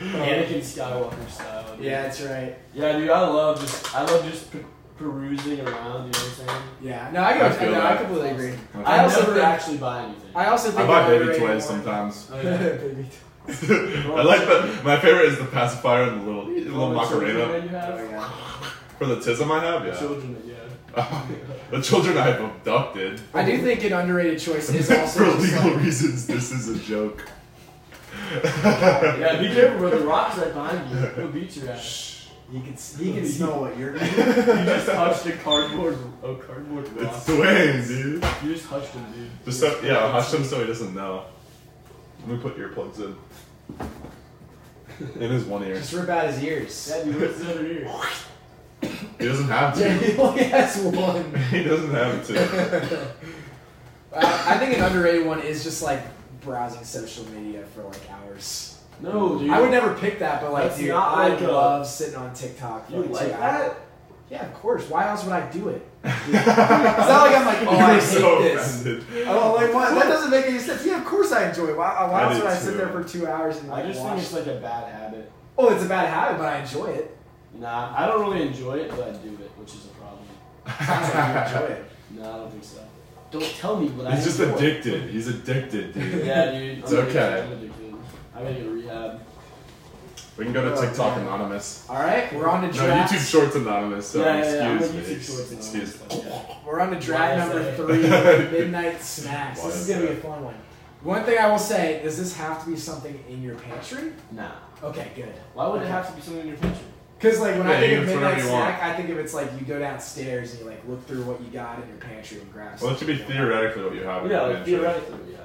[SPEAKER 3] Anakin Skywalker style. dude.
[SPEAKER 2] yeah, that's right.
[SPEAKER 3] Yeah, dude, I love just I love just per- perusing around. You know what I'm saying?
[SPEAKER 2] Yeah. No, I go.
[SPEAKER 1] I feel
[SPEAKER 2] no, I
[SPEAKER 1] that.
[SPEAKER 2] completely agree.
[SPEAKER 1] no.
[SPEAKER 2] I
[SPEAKER 3] I,
[SPEAKER 2] also
[SPEAKER 3] never
[SPEAKER 2] think-
[SPEAKER 3] actually buy anything.
[SPEAKER 2] I also
[SPEAKER 1] I
[SPEAKER 2] think
[SPEAKER 1] buy
[SPEAKER 2] I'm
[SPEAKER 1] baby
[SPEAKER 2] underrated
[SPEAKER 1] toys
[SPEAKER 2] more-
[SPEAKER 1] sometimes.
[SPEAKER 3] oh, yeah.
[SPEAKER 2] baby toys.
[SPEAKER 1] I like the. My favorite is the pacifier and the little the little
[SPEAKER 3] How much
[SPEAKER 1] macarena
[SPEAKER 3] children you have?
[SPEAKER 2] Oh, yeah.
[SPEAKER 1] for the tism I have. Yeah,
[SPEAKER 3] Children, yeah.
[SPEAKER 1] the children I have abducted
[SPEAKER 2] I do think an underrated choice is
[SPEAKER 1] for
[SPEAKER 2] also just
[SPEAKER 1] legal
[SPEAKER 2] like,
[SPEAKER 1] reasons. This is a joke.
[SPEAKER 3] Yeah, be careful with the rocks right behind you. He'll beat your ass.
[SPEAKER 2] You can you can smell what you're.
[SPEAKER 3] you just hushed a cardboard, a cardboard
[SPEAKER 1] It's
[SPEAKER 3] rock.
[SPEAKER 1] Dwayne, dude.
[SPEAKER 3] You just hushed him, dude.
[SPEAKER 1] Just so, yeah, hush him so he doesn't know. Let me put earplugs in. In his one ear.
[SPEAKER 2] Just rip out his ears.
[SPEAKER 3] Yeah, dude, what's the other ear?
[SPEAKER 1] He doesn't have
[SPEAKER 2] Yeah,
[SPEAKER 1] to.
[SPEAKER 2] he only has one. Uh,
[SPEAKER 1] He doesn't have to.
[SPEAKER 2] I, I think an underrated one is just like browsing social media for like hours.
[SPEAKER 3] No, dude.
[SPEAKER 2] I would never pick that, but like,
[SPEAKER 3] That's
[SPEAKER 2] dude,
[SPEAKER 3] not
[SPEAKER 2] I
[SPEAKER 3] like a-
[SPEAKER 2] love sitting on TikTok. For
[SPEAKER 3] You
[SPEAKER 2] like,
[SPEAKER 3] like
[SPEAKER 2] two
[SPEAKER 3] that?
[SPEAKER 2] hours. Yeah, of course. Why else would I do it? it's not like I'm like, oh, I
[SPEAKER 1] You're
[SPEAKER 2] hate
[SPEAKER 1] so
[SPEAKER 2] this.
[SPEAKER 1] offended.
[SPEAKER 2] Oh, like what? That doesn't make any sense. Yeah, of course I enjoy it. Why, why
[SPEAKER 1] I
[SPEAKER 2] else
[SPEAKER 1] do
[SPEAKER 2] would I sit
[SPEAKER 1] too.
[SPEAKER 2] there for two hours and
[SPEAKER 3] I
[SPEAKER 2] like,
[SPEAKER 3] just
[SPEAKER 2] watch?
[SPEAKER 3] think it's like a bad habit.
[SPEAKER 2] oh, it's a bad habit, but I enjoy it.
[SPEAKER 3] Nah, I don't really enjoy it, but I do it, which is a problem.
[SPEAKER 2] Sounds like you enjoy it.
[SPEAKER 3] No, I don't think so. Don't tell me what I.
[SPEAKER 1] He's just
[SPEAKER 3] enjoy.
[SPEAKER 1] addicted. He's addicted, dude.
[SPEAKER 3] Yeah, dude.
[SPEAKER 1] It's
[SPEAKER 3] I'm
[SPEAKER 1] okay.
[SPEAKER 3] addicted. I'm addicted. I gotta get rehab.
[SPEAKER 1] We can go to TikTok Anonymous.
[SPEAKER 2] All right, we're on to
[SPEAKER 1] No,
[SPEAKER 2] draft.
[SPEAKER 1] YouTube Shorts Anonymous. So
[SPEAKER 3] yeah, yeah, yeah. I'm
[SPEAKER 1] excuse
[SPEAKER 3] on
[SPEAKER 1] me.
[SPEAKER 3] YouTube shorts and all that
[SPEAKER 1] excuse me.
[SPEAKER 3] stuff, yeah.
[SPEAKER 2] We're on to drag
[SPEAKER 3] Why is
[SPEAKER 2] number
[SPEAKER 3] that?
[SPEAKER 2] three, midnight snacks.
[SPEAKER 1] Why
[SPEAKER 2] This
[SPEAKER 1] is
[SPEAKER 2] is gonna be a
[SPEAKER 1] that?
[SPEAKER 2] fun one. One thing I will say is this have to be something in your pantry?
[SPEAKER 3] Nah.
[SPEAKER 2] Okay, good.
[SPEAKER 3] Why would it have to be something in your picture?
[SPEAKER 2] Because like when
[SPEAKER 1] Yeah,
[SPEAKER 2] I
[SPEAKER 1] you
[SPEAKER 2] think of
[SPEAKER 1] can put whatever
[SPEAKER 2] midnight
[SPEAKER 1] you want.
[SPEAKER 2] snack, I think of it's like you go downstairs and you like look through what you got in your pantry and grab.
[SPEAKER 1] Well, it should be
[SPEAKER 2] something.
[SPEAKER 1] theoretically what you have. in
[SPEAKER 3] Yeah,
[SPEAKER 1] your
[SPEAKER 3] like
[SPEAKER 1] pantry.
[SPEAKER 3] theoretically, yeah.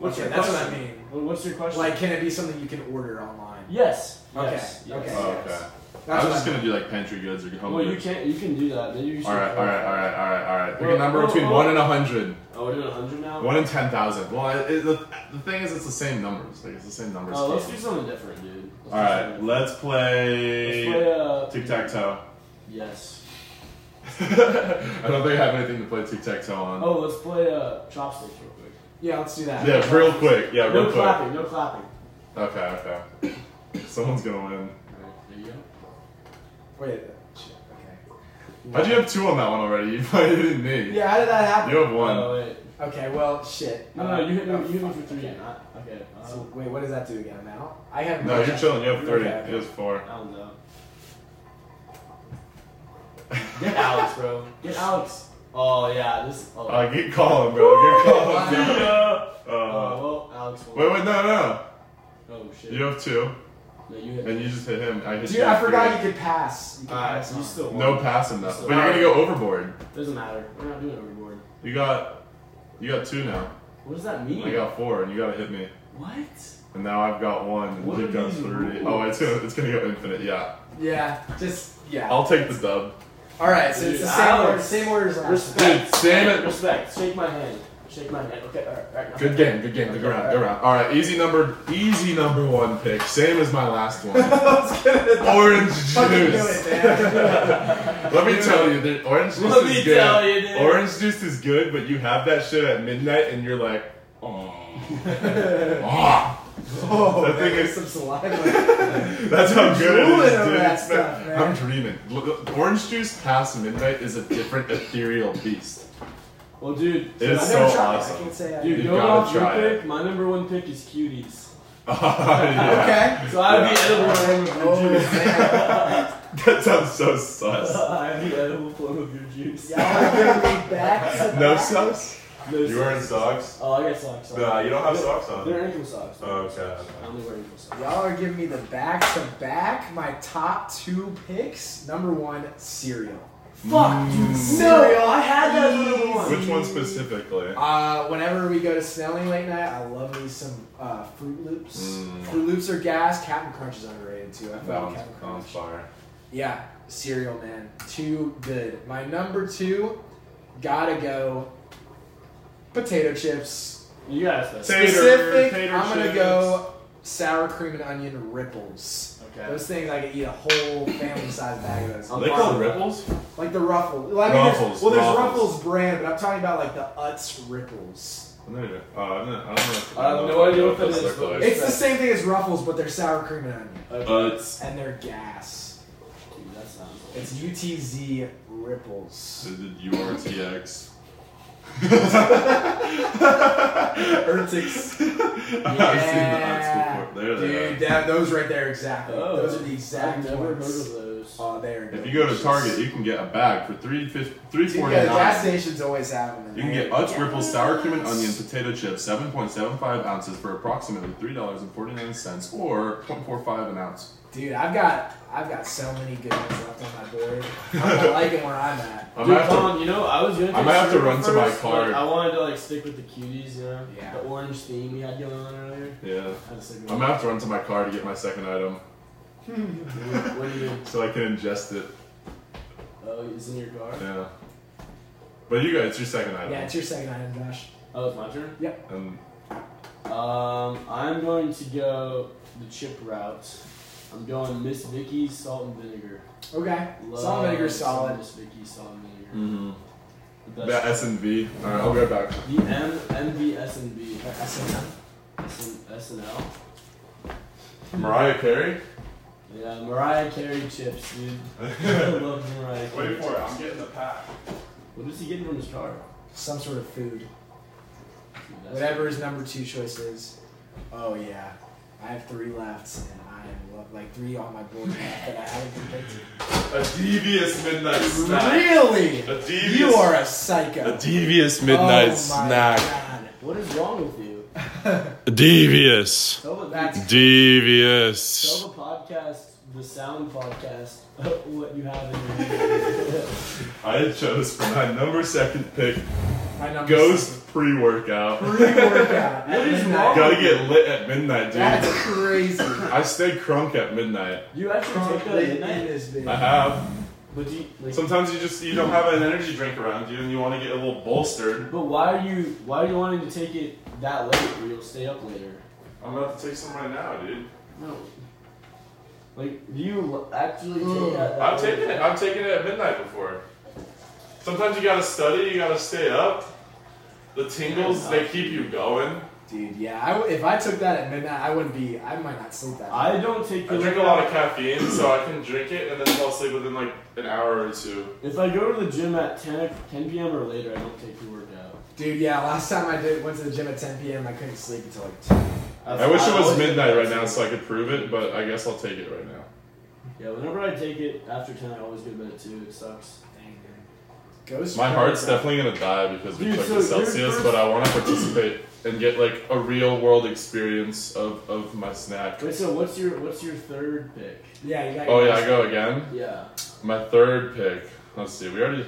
[SPEAKER 3] What's
[SPEAKER 2] Okay,
[SPEAKER 3] your
[SPEAKER 2] that's what
[SPEAKER 3] question?
[SPEAKER 2] I mean.
[SPEAKER 3] Well, What's your question?
[SPEAKER 2] Like, can it be something you can order online?
[SPEAKER 3] yes.
[SPEAKER 2] Okay,
[SPEAKER 3] Yes.
[SPEAKER 2] okay.
[SPEAKER 3] yes.
[SPEAKER 1] Oh, okay. I
[SPEAKER 2] That's
[SPEAKER 1] was just
[SPEAKER 2] what I
[SPEAKER 1] gonna do like pantry goods or home
[SPEAKER 3] Well, you
[SPEAKER 1] goods.
[SPEAKER 3] can't. You can do that. Then you should.
[SPEAKER 1] All right, all right, all right, all right, all right. Pick
[SPEAKER 3] Well,
[SPEAKER 1] a number
[SPEAKER 3] well,
[SPEAKER 1] between
[SPEAKER 3] well.
[SPEAKER 1] one and a hundred.
[SPEAKER 3] Oh, we're doing hundred now.
[SPEAKER 1] One in ten thousand. Well, it, it, the, the thing is, it's the same numbers. Like it's the same numbers.
[SPEAKER 3] Oh, let's do
[SPEAKER 1] game.
[SPEAKER 3] something different, dude. Let's do
[SPEAKER 1] All right,
[SPEAKER 3] something
[SPEAKER 1] let's
[SPEAKER 3] different.
[SPEAKER 1] play uh,
[SPEAKER 3] Let's play. Uh,
[SPEAKER 1] tic tac toe.
[SPEAKER 3] Yes.
[SPEAKER 1] I don't think I have anything to play Tic Tac Toe on.
[SPEAKER 3] Oh, let's play uh, chopsticks real quick.
[SPEAKER 2] Yeah, let's do that.
[SPEAKER 1] Yeah, real quick. Yeah, real
[SPEAKER 3] No
[SPEAKER 1] quick.
[SPEAKER 3] clapping, no clapping.
[SPEAKER 1] Okay, okay. Someone's gonna win.
[SPEAKER 2] Wait. shit, Okay.
[SPEAKER 1] How'd you have two on that one already? You played it in me.
[SPEAKER 2] Yeah, how did that happen?
[SPEAKER 1] You have one.
[SPEAKER 3] Oh, wait.
[SPEAKER 2] Okay, well, shit.
[SPEAKER 3] No, no, you hit, no, you hit me
[SPEAKER 2] fuck,
[SPEAKER 3] for three.
[SPEAKER 2] okay.
[SPEAKER 3] Not, okay. Uh,
[SPEAKER 2] So, wait, what does that do again? I'm out? I have
[SPEAKER 1] no, you're chilling. You have three.
[SPEAKER 2] Okay.
[SPEAKER 1] He has four.
[SPEAKER 3] I don't know.
[SPEAKER 7] Get Alex, bro.
[SPEAKER 3] Get Alex. Oh, yeah, this. Oh,
[SPEAKER 1] Uh, get calling, bro. Get calling.
[SPEAKER 3] yeah.
[SPEAKER 1] Uh,
[SPEAKER 3] well, Alex will.
[SPEAKER 1] wait, wait, no, no.
[SPEAKER 3] Oh, shit.
[SPEAKER 1] You have two,
[SPEAKER 3] No, you hit me.
[SPEAKER 1] and you just hit him. I hit
[SPEAKER 2] Dude,
[SPEAKER 1] you
[SPEAKER 2] I
[SPEAKER 1] with
[SPEAKER 2] forgot
[SPEAKER 1] three.
[SPEAKER 2] you could pass. You could
[SPEAKER 3] Alright,
[SPEAKER 2] pass
[SPEAKER 3] you
[SPEAKER 2] on.
[SPEAKER 3] still won.
[SPEAKER 1] No passing though.
[SPEAKER 3] So-
[SPEAKER 1] But you're gonna go overboard.
[SPEAKER 3] Doesn't matter. We're not doing overboard.
[SPEAKER 1] You got, you got two now.
[SPEAKER 3] What does that mean?
[SPEAKER 1] I got four, and you gotta hit me.
[SPEAKER 3] What?
[SPEAKER 1] And now I've got one, and
[SPEAKER 3] What
[SPEAKER 1] you've
[SPEAKER 3] are
[SPEAKER 1] got
[SPEAKER 3] these
[SPEAKER 1] three.
[SPEAKER 3] rules?
[SPEAKER 1] Oh, it's gonna, it's gonna go infinite. Yeah,
[SPEAKER 2] Yeah, just, yeah.
[SPEAKER 1] I'll take the dub.
[SPEAKER 2] All right, so it's the
[SPEAKER 3] Dude,
[SPEAKER 2] same
[SPEAKER 3] Alex.
[SPEAKER 2] order, same order as last.
[SPEAKER 3] Respect.
[SPEAKER 1] Dude, damn it.
[SPEAKER 3] Respect. Shake my hand. Shake my hand. Okay, alright, alright.
[SPEAKER 1] Good game, good game. Good round, good round. All right, easy number, easy number one pick. Same as my last one. orange
[SPEAKER 2] Fucking do
[SPEAKER 1] juice.
[SPEAKER 2] it, man.
[SPEAKER 1] Let me tell you, that orange juice
[SPEAKER 3] Let
[SPEAKER 1] is
[SPEAKER 3] me
[SPEAKER 1] good.
[SPEAKER 3] tell you, dude.
[SPEAKER 1] Orange juice is good, but you have that shit at midnight, and you're like, oh, Ah.
[SPEAKER 2] Oh,
[SPEAKER 1] That
[SPEAKER 2] man,
[SPEAKER 1] thing
[SPEAKER 2] there's
[SPEAKER 1] is-
[SPEAKER 2] some saliva.
[SPEAKER 1] That's how good it
[SPEAKER 2] Drooling
[SPEAKER 1] is,
[SPEAKER 2] over
[SPEAKER 1] dude.
[SPEAKER 2] that
[SPEAKER 1] It's been-
[SPEAKER 2] stuff, man.
[SPEAKER 1] I'm dreaming. Look, look, Orange juice past midnight is a different ethereal beast.
[SPEAKER 3] Well, dude.
[SPEAKER 1] It
[SPEAKER 2] I've
[SPEAKER 1] is
[SPEAKER 2] never tried
[SPEAKER 1] so
[SPEAKER 2] it, I
[SPEAKER 1] awesome.
[SPEAKER 2] can't say I
[SPEAKER 3] Dude,
[SPEAKER 1] You
[SPEAKER 3] going
[SPEAKER 1] gotta
[SPEAKER 3] off your
[SPEAKER 1] try it.
[SPEAKER 3] pick, my number one pick is cuties.
[SPEAKER 1] Oh, Yeah.
[SPEAKER 2] Okay.
[SPEAKER 3] So I have the edible form of your
[SPEAKER 2] Oh,
[SPEAKER 3] juice.
[SPEAKER 2] man.
[SPEAKER 1] That sounds so sus.
[SPEAKER 3] I have the edible form of your juice.
[SPEAKER 2] Y'all are gonna be back to
[SPEAKER 1] No
[SPEAKER 2] back.
[SPEAKER 1] sus?
[SPEAKER 3] No
[SPEAKER 1] You
[SPEAKER 3] socks.
[SPEAKER 1] wearing socks?
[SPEAKER 3] Oh, I got socks. on.
[SPEAKER 1] Nah, you don't have socks on.
[SPEAKER 3] They're ankle socks.
[SPEAKER 1] Oh, okay.
[SPEAKER 3] I only wear ankle socks.
[SPEAKER 2] Y'all are giving me the back to back. My top two picks. Number one, cereal.
[SPEAKER 1] Mm.
[SPEAKER 2] Fuck, dude, cereal. I had that as number one.
[SPEAKER 1] Which one specifically?
[SPEAKER 2] Uh, whenever we go to Snelling late night, I love me some uh, Fruit Loops.
[SPEAKER 1] Mm.
[SPEAKER 2] Fruit Loops are gas. Captain Crunch is underrated too. I
[SPEAKER 1] That
[SPEAKER 2] found
[SPEAKER 1] one's,
[SPEAKER 2] Captain
[SPEAKER 1] that one's
[SPEAKER 2] Crunch.
[SPEAKER 1] fire.
[SPEAKER 2] Yeah, cereal man, too good. My number two, gotta go. Potato chips.
[SPEAKER 3] You guys, that's
[SPEAKER 1] Tater,
[SPEAKER 2] Specific.
[SPEAKER 1] tater
[SPEAKER 2] I'm gonna
[SPEAKER 1] chips.
[SPEAKER 2] go sour cream and onion ripples.
[SPEAKER 3] Okay.
[SPEAKER 2] Those things I could eat a whole family size bag of
[SPEAKER 1] Are
[SPEAKER 2] those.
[SPEAKER 1] they called ripples?
[SPEAKER 2] Like the ruffles. Well, I mean, there's-
[SPEAKER 1] Um, Ruffles,
[SPEAKER 2] well, there's
[SPEAKER 1] Ruffles.
[SPEAKER 2] ruffles brand, but I'm talking about like the Utz ripples.
[SPEAKER 1] No, no, no. Uh, I'm not- I don't know.
[SPEAKER 3] I have no idea what that
[SPEAKER 1] those
[SPEAKER 3] is,
[SPEAKER 1] look
[SPEAKER 3] but-
[SPEAKER 1] like.
[SPEAKER 2] It's the same thing as Ruffles, but they're sour cream and onion.
[SPEAKER 1] Uh, it's-
[SPEAKER 2] And they're gas.
[SPEAKER 3] Dude, that sounds.
[SPEAKER 2] It's UTZ Ripples.
[SPEAKER 1] Is it URTX?
[SPEAKER 2] Ertix.
[SPEAKER 1] I've seen the before. There they
[SPEAKER 2] Dude, that, those right there, exactly.
[SPEAKER 3] Oh.
[SPEAKER 2] those are the exact
[SPEAKER 3] I've never heard
[SPEAKER 2] ones.
[SPEAKER 3] of those.
[SPEAKER 2] Oh, they're
[SPEAKER 1] are. If you go to Target, you can get a bag for three fifty, three
[SPEAKER 2] Dude, yeah,
[SPEAKER 1] forty
[SPEAKER 2] the gas
[SPEAKER 1] nine.
[SPEAKER 2] stations always have them. in
[SPEAKER 1] You can
[SPEAKER 2] there.
[SPEAKER 1] get Utz Ripples sour cream and onion potato chips, seven point seven five ounces for approximately three dollars and forty nine cents, or 0.45 an ounce.
[SPEAKER 2] Dude, I've got I've got so many good ones left on my board. I'm gonna like it where I'm at.
[SPEAKER 1] I
[SPEAKER 3] Dude,
[SPEAKER 1] might have to-
[SPEAKER 3] Colin, you know, I was gonna.
[SPEAKER 1] I
[SPEAKER 3] take
[SPEAKER 1] might have to
[SPEAKER 3] cereal
[SPEAKER 1] run to my
[SPEAKER 3] first,
[SPEAKER 1] car.
[SPEAKER 3] but I wanted to like stick with the cuties, you know,
[SPEAKER 2] Yeah.
[SPEAKER 3] the orange theme we had going on earlier.
[SPEAKER 1] yeah,
[SPEAKER 3] I had to stick with
[SPEAKER 1] I'm gonna have to run to my car to get my second item
[SPEAKER 3] it. What do you?
[SPEAKER 1] so I can ingest it.
[SPEAKER 3] Oh, it's in your car.
[SPEAKER 1] Yeah. But you guys, it's your second item.
[SPEAKER 2] Yeah, it's your second item, Josh.
[SPEAKER 3] Oh, it's my turn.
[SPEAKER 1] and
[SPEAKER 3] Um, I'm going to go the chip route. I'm going Miss Vicky's salt and vinegar.
[SPEAKER 2] Okay.
[SPEAKER 3] Love
[SPEAKER 2] Salt and vinegar
[SPEAKER 3] some
[SPEAKER 2] solid.
[SPEAKER 3] Miss Vicky's salt and vinegar.
[SPEAKER 1] mm
[SPEAKER 3] The
[SPEAKER 1] that
[SPEAKER 3] best.
[SPEAKER 1] S and V. All right, I'll be right back.
[SPEAKER 3] The M MVS and B
[SPEAKER 2] That's enough.
[SPEAKER 3] SNL.
[SPEAKER 1] Mariah Carey.
[SPEAKER 3] Yeah, Mariah Carey chips, dude. I love Mariah Carey.
[SPEAKER 1] Wait for it. I'm getting the pack.
[SPEAKER 3] What is he getting from his car?
[SPEAKER 2] Some sort of food.
[SPEAKER 3] Dude, that's-
[SPEAKER 2] Whatever his number two choice is. Oh yeah, I have three left, and I am lo- like three on my board left that I haven't been picked.
[SPEAKER 1] A devious midnight snack.
[SPEAKER 2] Really?
[SPEAKER 1] A devious.
[SPEAKER 2] You are a psycho.
[SPEAKER 1] A devious midnight
[SPEAKER 2] Oh my
[SPEAKER 1] snack.
[SPEAKER 2] God.
[SPEAKER 3] What is wrong with you?
[SPEAKER 1] Devious.
[SPEAKER 3] Tell the,
[SPEAKER 2] That's-
[SPEAKER 1] Devious.
[SPEAKER 3] tell the podcast, the sound podcast, what you have in your hand.
[SPEAKER 1] I chose for my number second pick
[SPEAKER 2] My number
[SPEAKER 1] Ghost pre workout.
[SPEAKER 2] Pre-workout.
[SPEAKER 3] What is wrong?
[SPEAKER 1] Gotta get lit at midnight,
[SPEAKER 2] That's
[SPEAKER 1] dude.
[SPEAKER 2] crazy.
[SPEAKER 1] I stay crunk at midnight.
[SPEAKER 3] You actually take that at midnight,
[SPEAKER 1] I have.
[SPEAKER 3] but do you, like,
[SPEAKER 1] Sometimes you just you don't have an energy drink around you, and you want to get a little bolstered.
[SPEAKER 3] but why are you why are you wanting to take it that late where you'll stay up later?
[SPEAKER 1] I'm about to take some right now, dude.
[SPEAKER 3] No. Like, do you actually
[SPEAKER 2] Ugh.
[SPEAKER 3] take that? that
[SPEAKER 1] I've
[SPEAKER 3] late?
[SPEAKER 1] taken it. I've taken it at midnight before. Sometimes you gotta study, you gotta stay up. The tingles, they keep you going.
[SPEAKER 2] Dude, yeah. I w- if I took that at midnight, I wouldn't be. I might not sleep that. night.
[SPEAKER 3] I don't take
[SPEAKER 1] I
[SPEAKER 3] the
[SPEAKER 1] drink a lot of caffeine, so I can drink it and then fall asleep within like an hour or two.
[SPEAKER 3] If I go to the gym at 10, o- 10 p.m. or later, I don't take the workout.
[SPEAKER 2] Dude, yeah. Last time I did went to the gym at 10 p.m. I couldn't sleep until like 10.
[SPEAKER 1] I wish it was midnight right now so I could prove it, but I guess I'll take it right now.
[SPEAKER 3] Yeah, whenever I take it after 10, I always go to bed too. It sucks.
[SPEAKER 2] Ghost.
[SPEAKER 1] My
[SPEAKER 2] Rider,
[SPEAKER 1] heart's
[SPEAKER 2] bro.
[SPEAKER 1] definitely gonna die because we
[SPEAKER 3] Dude,
[SPEAKER 1] took
[SPEAKER 3] so
[SPEAKER 1] the
[SPEAKER 3] your
[SPEAKER 1] Celsius,
[SPEAKER 3] first-
[SPEAKER 1] but I wanna participate and get like a real world experience of, of my snack.
[SPEAKER 3] Wait, so what's your what's your third pick?
[SPEAKER 2] Yeah, you got.
[SPEAKER 1] Oh
[SPEAKER 2] your
[SPEAKER 1] yeah, I go again.
[SPEAKER 3] Yeah.
[SPEAKER 1] My third pick. Let's see. We already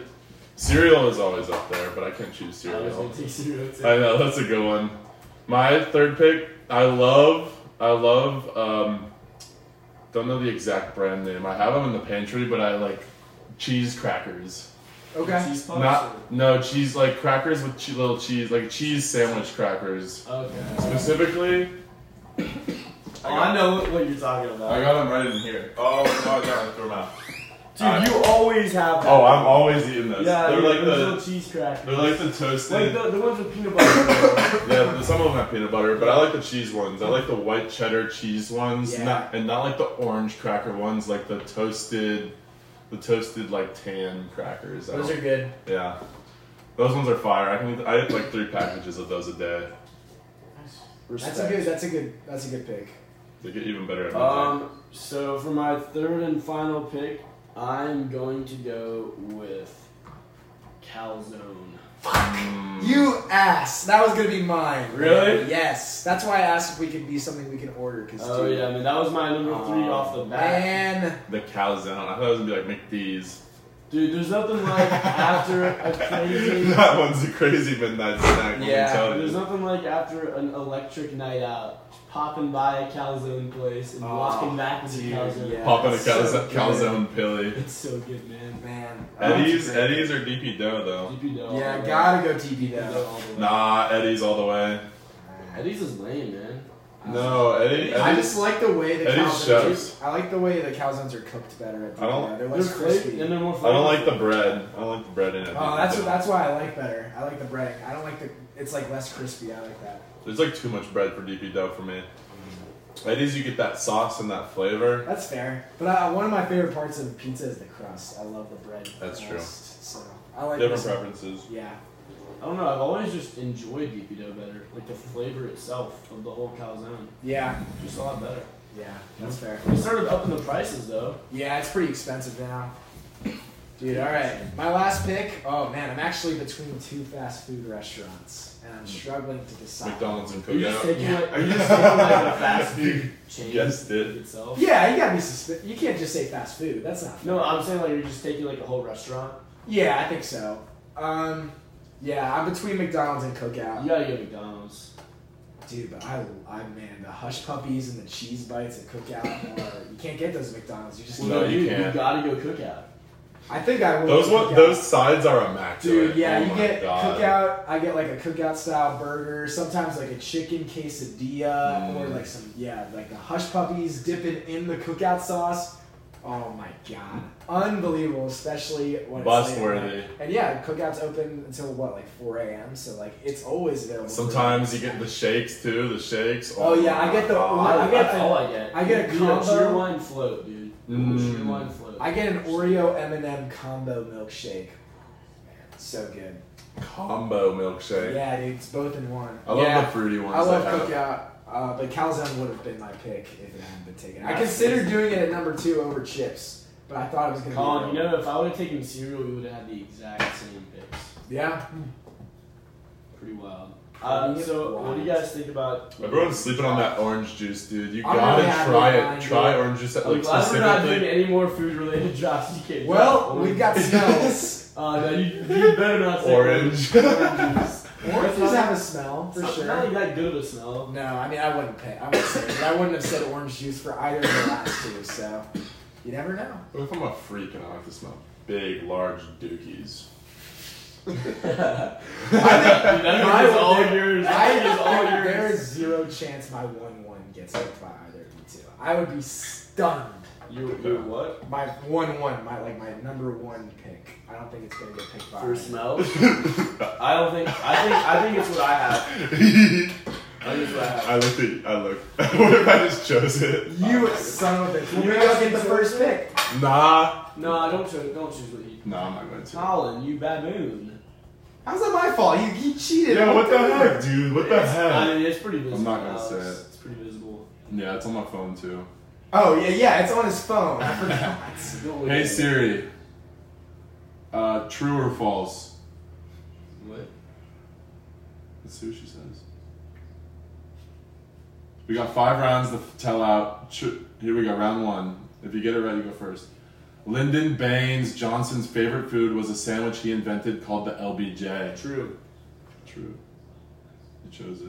[SPEAKER 1] cereal is always up there, but I can't choose
[SPEAKER 3] I was
[SPEAKER 1] cereal.
[SPEAKER 3] gonna take zero too.
[SPEAKER 1] I know that's a good one. My third pick. I love. I love. Um, don't know the exact brand name. I have them in the pantry, but I like cheese crackers.
[SPEAKER 2] Okay.
[SPEAKER 3] Cheese puffs
[SPEAKER 1] Not no cheese like crackers with che- little cheese like cheese sandwich crackers
[SPEAKER 3] or- Okay.
[SPEAKER 1] specifically.
[SPEAKER 3] Oh, I know what, what you're talking about.
[SPEAKER 1] got them right in here. Oh no, I got them out.
[SPEAKER 3] Dude, you always have that.
[SPEAKER 1] Oh, I'm always eating those.
[SPEAKER 3] Yeah,
[SPEAKER 1] they're
[SPEAKER 3] dude,
[SPEAKER 1] like
[SPEAKER 3] those
[SPEAKER 1] the
[SPEAKER 3] little cheese crackers.
[SPEAKER 1] they're like the toasted.
[SPEAKER 3] Like the, the ones with peanut butter.
[SPEAKER 1] Yeah, but some of them have peanut butter, but I like the cheese ones. I like the white cheddar cheese ones,
[SPEAKER 2] Yeah.
[SPEAKER 1] not, and not like the orange cracker ones, like the toasted, the toasted like tan crackers. I
[SPEAKER 2] Those
[SPEAKER 1] don't-
[SPEAKER 2] are good.
[SPEAKER 1] yeah, those ones are fire. I can eat, I eat like three packages of those a day.
[SPEAKER 2] That's a good. That's a good. That's a good pick.
[SPEAKER 1] They get even better. At midnight.
[SPEAKER 3] um, so for my third and final pick, I'm going to go with calzone.
[SPEAKER 1] Mm,
[SPEAKER 2] You ass. That was gonna be mine.
[SPEAKER 3] Really?
[SPEAKER 2] Yes. That's why I asked if we could be something we can order. Cause
[SPEAKER 3] Oh
[SPEAKER 2] dude,
[SPEAKER 3] yeah, I mean that was my number three off the bat.
[SPEAKER 2] man.
[SPEAKER 1] the calzone. I thought it was gonna be like McDee's.
[SPEAKER 3] Dude, there's nothing like after a crazy.
[SPEAKER 1] that one's a crazy midnight snack.
[SPEAKER 2] Yeah,
[SPEAKER 1] i
[SPEAKER 3] There's nothing like after an electric night out, just popping by a calzone place and walking back with a calzone.
[SPEAKER 2] Oh, yeah.
[SPEAKER 1] Pop in a
[SPEAKER 2] So
[SPEAKER 1] calzone,
[SPEAKER 2] good.
[SPEAKER 1] calzone pilly.
[SPEAKER 3] It's so good, man.
[SPEAKER 2] Man.
[SPEAKER 1] Eddie's, Eddie's or DP Dough though.
[SPEAKER 3] DP dough. all
[SPEAKER 2] Yeah,
[SPEAKER 3] the way.
[SPEAKER 2] gotta go TP
[SPEAKER 3] DP
[SPEAKER 2] though.
[SPEAKER 3] dough all the way.
[SPEAKER 1] Nah, Eddie's all the way.
[SPEAKER 3] Eddie's is lame, man.
[SPEAKER 1] No, Eddie.
[SPEAKER 2] I
[SPEAKER 1] Eddie's-
[SPEAKER 2] just like the way the
[SPEAKER 1] Eddie's
[SPEAKER 2] calzones.
[SPEAKER 1] shoves.
[SPEAKER 2] I like the way the calzones are cooked better. At
[SPEAKER 1] I don't-
[SPEAKER 2] DP. They're
[SPEAKER 3] They're
[SPEAKER 2] less
[SPEAKER 3] crispy
[SPEAKER 2] crispy.
[SPEAKER 3] and they're more. Flavorful.
[SPEAKER 1] I don't like the bread. I don't like the bread in it.
[SPEAKER 2] Oh, that's what, that's why I like better. I like the breading. I don't like the. It's like less crispy. I like that.
[SPEAKER 1] There's like too much bread for DP dough for me. At least you get that sauce and that flavor.
[SPEAKER 2] That's fair. But I, one of my favorite parts of pizza is the crust. I love the bread.
[SPEAKER 1] That's true.
[SPEAKER 2] crust, So I like
[SPEAKER 1] Different
[SPEAKER 2] this one.
[SPEAKER 1] preferences.
[SPEAKER 2] Yeah.
[SPEAKER 3] I don't know. I've always just enjoyed DP dough better. Like the flavor itself of the whole calzone,
[SPEAKER 2] Yeah.
[SPEAKER 3] just a lot better.
[SPEAKER 2] Yeah. That's fair.
[SPEAKER 3] We started upping the prices though.
[SPEAKER 2] Yeah, it's pretty expensive now. Dude, all right. My last pick. Oh man, I'm actually between two fast food restaurants, and I'm struggling to decide.
[SPEAKER 1] McDonald's and
[SPEAKER 3] Are you just
[SPEAKER 1] cookout.
[SPEAKER 3] taking like, are you just taking like a fast food chain
[SPEAKER 1] guessed it.
[SPEAKER 3] itself?
[SPEAKER 2] Yeah, you gotta be susp- You can't just say fast food. That's not.
[SPEAKER 3] No, I'm saying like you're just taking like a whole restaurant.
[SPEAKER 2] Yeah, I think so. Um, yeah, I'm between McDonald's and Cookout.
[SPEAKER 3] You gotta get McDonald's.
[SPEAKER 2] Dude, but I, I man, the hush puppies and the cheese bites at Cookout are you can't get those at McDonald's. You just
[SPEAKER 1] No, you can't.
[SPEAKER 3] gotta go cookout.
[SPEAKER 2] I think I will.
[SPEAKER 1] Those
[SPEAKER 2] get
[SPEAKER 1] one,
[SPEAKER 2] Cookout.
[SPEAKER 1] those sides are immaculate.
[SPEAKER 2] Dude, yeah,
[SPEAKER 1] Oh
[SPEAKER 2] you
[SPEAKER 1] my
[SPEAKER 2] get
[SPEAKER 1] God.
[SPEAKER 2] Cookout. I get like a Cookout style burger. Sometimes like a chicken quesadilla
[SPEAKER 1] Mm.
[SPEAKER 2] or like some yeah, like the hush puppies dipping in the Cookout sauce. Oh my god, unbelievable! Especially when it's late at
[SPEAKER 1] Bus-worthy.
[SPEAKER 2] night. And yeah, Cookout's open until what like 4 a.m. So like it's always available. for
[SPEAKER 1] Sometimes you get the shakes too. The shakes.
[SPEAKER 2] Oh yeah, I
[SPEAKER 1] my
[SPEAKER 2] get the
[SPEAKER 1] God.
[SPEAKER 2] I get
[SPEAKER 3] that's
[SPEAKER 2] the
[SPEAKER 3] all I get.
[SPEAKER 2] I get a
[SPEAKER 3] Dude, cheer
[SPEAKER 2] combo.
[SPEAKER 3] wine float, dude. Cheer
[SPEAKER 1] Mm.
[SPEAKER 3] wine float.
[SPEAKER 2] I get an Oreo M&M combo milkshake. So good.
[SPEAKER 1] combo milkshake.
[SPEAKER 2] Yeah, dude, it's both in one.
[SPEAKER 1] I love
[SPEAKER 2] yeah.
[SPEAKER 1] the fruity ones.
[SPEAKER 2] I love
[SPEAKER 1] they have.
[SPEAKER 2] cookout, uh, but calzone would have been my pick if it hadn't been taken. I considered doing it at number two over chips, but I thought it was gonna.
[SPEAKER 3] Colin,
[SPEAKER 2] be
[SPEAKER 3] you know, if I would have taken cereal, we would have had the exact same picks.
[SPEAKER 2] Yeah.
[SPEAKER 3] Pretty wild. Uh,
[SPEAKER 2] Pretty
[SPEAKER 3] so, what do you
[SPEAKER 2] wild.
[SPEAKER 3] guys think about?
[SPEAKER 1] Everyone's sleeping on that orange juice, dude. You
[SPEAKER 2] I'm
[SPEAKER 1] gotta
[SPEAKER 2] really happy
[SPEAKER 1] try
[SPEAKER 2] I'm
[SPEAKER 1] it. Try
[SPEAKER 2] good.
[SPEAKER 1] orange juice.
[SPEAKER 3] I'm
[SPEAKER 1] Like
[SPEAKER 3] glad we're not doing
[SPEAKER 1] specifically.
[SPEAKER 3] any more food-related drops. You can't.
[SPEAKER 2] Well, we've got smells.
[SPEAKER 3] Uh, no, you, you better not say
[SPEAKER 1] Orange.
[SPEAKER 3] Oranges.
[SPEAKER 2] Oranges have a smell for
[SPEAKER 3] It's not
[SPEAKER 2] sure.
[SPEAKER 3] like that good of a smell.
[SPEAKER 2] No, I mean I wouldn't pick. I wouldn't say, but I wouldn't have said orange juice for either of the last two. So you never know.
[SPEAKER 1] What if I'm a freak and I like to smell big, large dookies?
[SPEAKER 3] Dude, that
[SPEAKER 2] I
[SPEAKER 3] is
[SPEAKER 2] would-
[SPEAKER 3] all yours.
[SPEAKER 2] I,
[SPEAKER 3] That is all
[SPEAKER 2] there- there
[SPEAKER 3] yours.
[SPEAKER 2] is zero chance my one one gets hit by either of you two. I would be stunned.
[SPEAKER 3] You you what?
[SPEAKER 2] My one one, my like my number one pick. I don't think it's gonna get picked by.
[SPEAKER 3] For smell? I don't think I think I think it's what I have. I think it's what I have.
[SPEAKER 1] I looked at. I looked. what if I just chose it?
[SPEAKER 2] You son of a bitch. Well, maybe I'll get the first pick.
[SPEAKER 1] Nah.
[SPEAKER 3] No, I don't choose don't choose what you
[SPEAKER 1] Nah, I'm not going to.
[SPEAKER 3] Colin, you baboon.
[SPEAKER 2] How's that my fault? You, you cheated.
[SPEAKER 1] Yeah, what the heck, dude? What the
[SPEAKER 3] It's- I
[SPEAKER 1] heck?
[SPEAKER 3] mean it's pretty visible.
[SPEAKER 1] not gonna
[SPEAKER 3] Alex.
[SPEAKER 1] say it.
[SPEAKER 3] It's pretty visible.
[SPEAKER 1] Yeah, it's on my phone too.
[SPEAKER 2] Oh yeah, yeah. It's on his phone. I forgot.
[SPEAKER 3] Don't look at
[SPEAKER 1] Hey
[SPEAKER 3] it.
[SPEAKER 1] Siri. Uh, true or false?
[SPEAKER 3] What?
[SPEAKER 1] Let's see what she says. We got five rounds to tell out. Tr- Here we go, round one. If you get it right, you go first. Lyndon Baines Johnson's favorite food was a sandwich he invented called the LBJ.
[SPEAKER 3] True.
[SPEAKER 1] True. You chose it.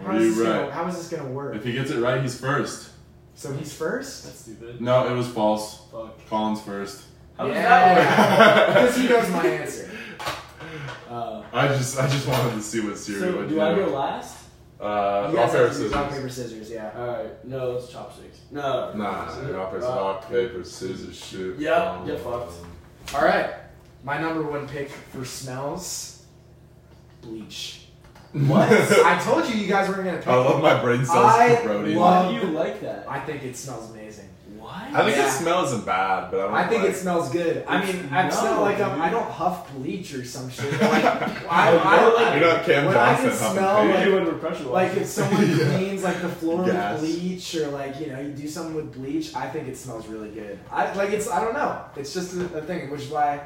[SPEAKER 2] How
[SPEAKER 1] Are
[SPEAKER 2] is,
[SPEAKER 1] you
[SPEAKER 2] this gonna,
[SPEAKER 1] right?
[SPEAKER 2] how is this gonna work?
[SPEAKER 1] If he gets it right, he's first.
[SPEAKER 2] So he's first?
[SPEAKER 3] That's stupid.
[SPEAKER 1] No, it was false.
[SPEAKER 3] Fuck.
[SPEAKER 1] Colin's first.
[SPEAKER 3] How was that?
[SPEAKER 2] Yeah. because he knows my answer.
[SPEAKER 3] Uh,
[SPEAKER 1] I just, I just wanted to see what Siri
[SPEAKER 3] so
[SPEAKER 1] would
[SPEAKER 3] do I go last?
[SPEAKER 1] Uh,
[SPEAKER 2] You
[SPEAKER 1] rock,
[SPEAKER 2] guys
[SPEAKER 1] paper,
[SPEAKER 2] have to do
[SPEAKER 1] scissors.
[SPEAKER 2] rock, paper, scissors, yeah.
[SPEAKER 3] Alright, no, it's chopsticks. No.
[SPEAKER 1] Nah,
[SPEAKER 3] Scissors.
[SPEAKER 1] rock, paper, rock, paper, scissors, shoot.
[SPEAKER 3] Uh, Yeah,
[SPEAKER 1] Um,
[SPEAKER 3] get fucked.
[SPEAKER 2] All right, my number one pick for smells, bleach.
[SPEAKER 1] What?
[SPEAKER 2] I told you you guys weren't gonna pick.
[SPEAKER 1] I love my brain cells
[SPEAKER 2] I
[SPEAKER 1] for Brody.
[SPEAKER 2] love-
[SPEAKER 3] Why do you like that?
[SPEAKER 2] I think it smells amazing.
[SPEAKER 1] I
[SPEAKER 3] What?
[SPEAKER 1] think
[SPEAKER 2] Yeah.
[SPEAKER 1] it smells bad, but I don't
[SPEAKER 2] I think
[SPEAKER 1] like
[SPEAKER 2] it smells good. I mean, I
[SPEAKER 3] It's
[SPEAKER 2] smell like I'm,
[SPEAKER 3] yummy.
[SPEAKER 2] I don't huff bleach or some shit. Like, I, I like
[SPEAKER 1] You're not Cam
[SPEAKER 2] when I
[SPEAKER 1] Johnson
[SPEAKER 2] can
[SPEAKER 1] huffing
[SPEAKER 2] smell
[SPEAKER 1] paint.
[SPEAKER 3] What do you
[SPEAKER 2] like,
[SPEAKER 3] want to pressure
[SPEAKER 2] like if someone
[SPEAKER 1] Yeah.
[SPEAKER 2] cleans like the floor
[SPEAKER 1] Gas.
[SPEAKER 2] with bleach or like you know you do something with bleach. I think it smells really good. I like it's I don't know. It's just a, a thing, which is why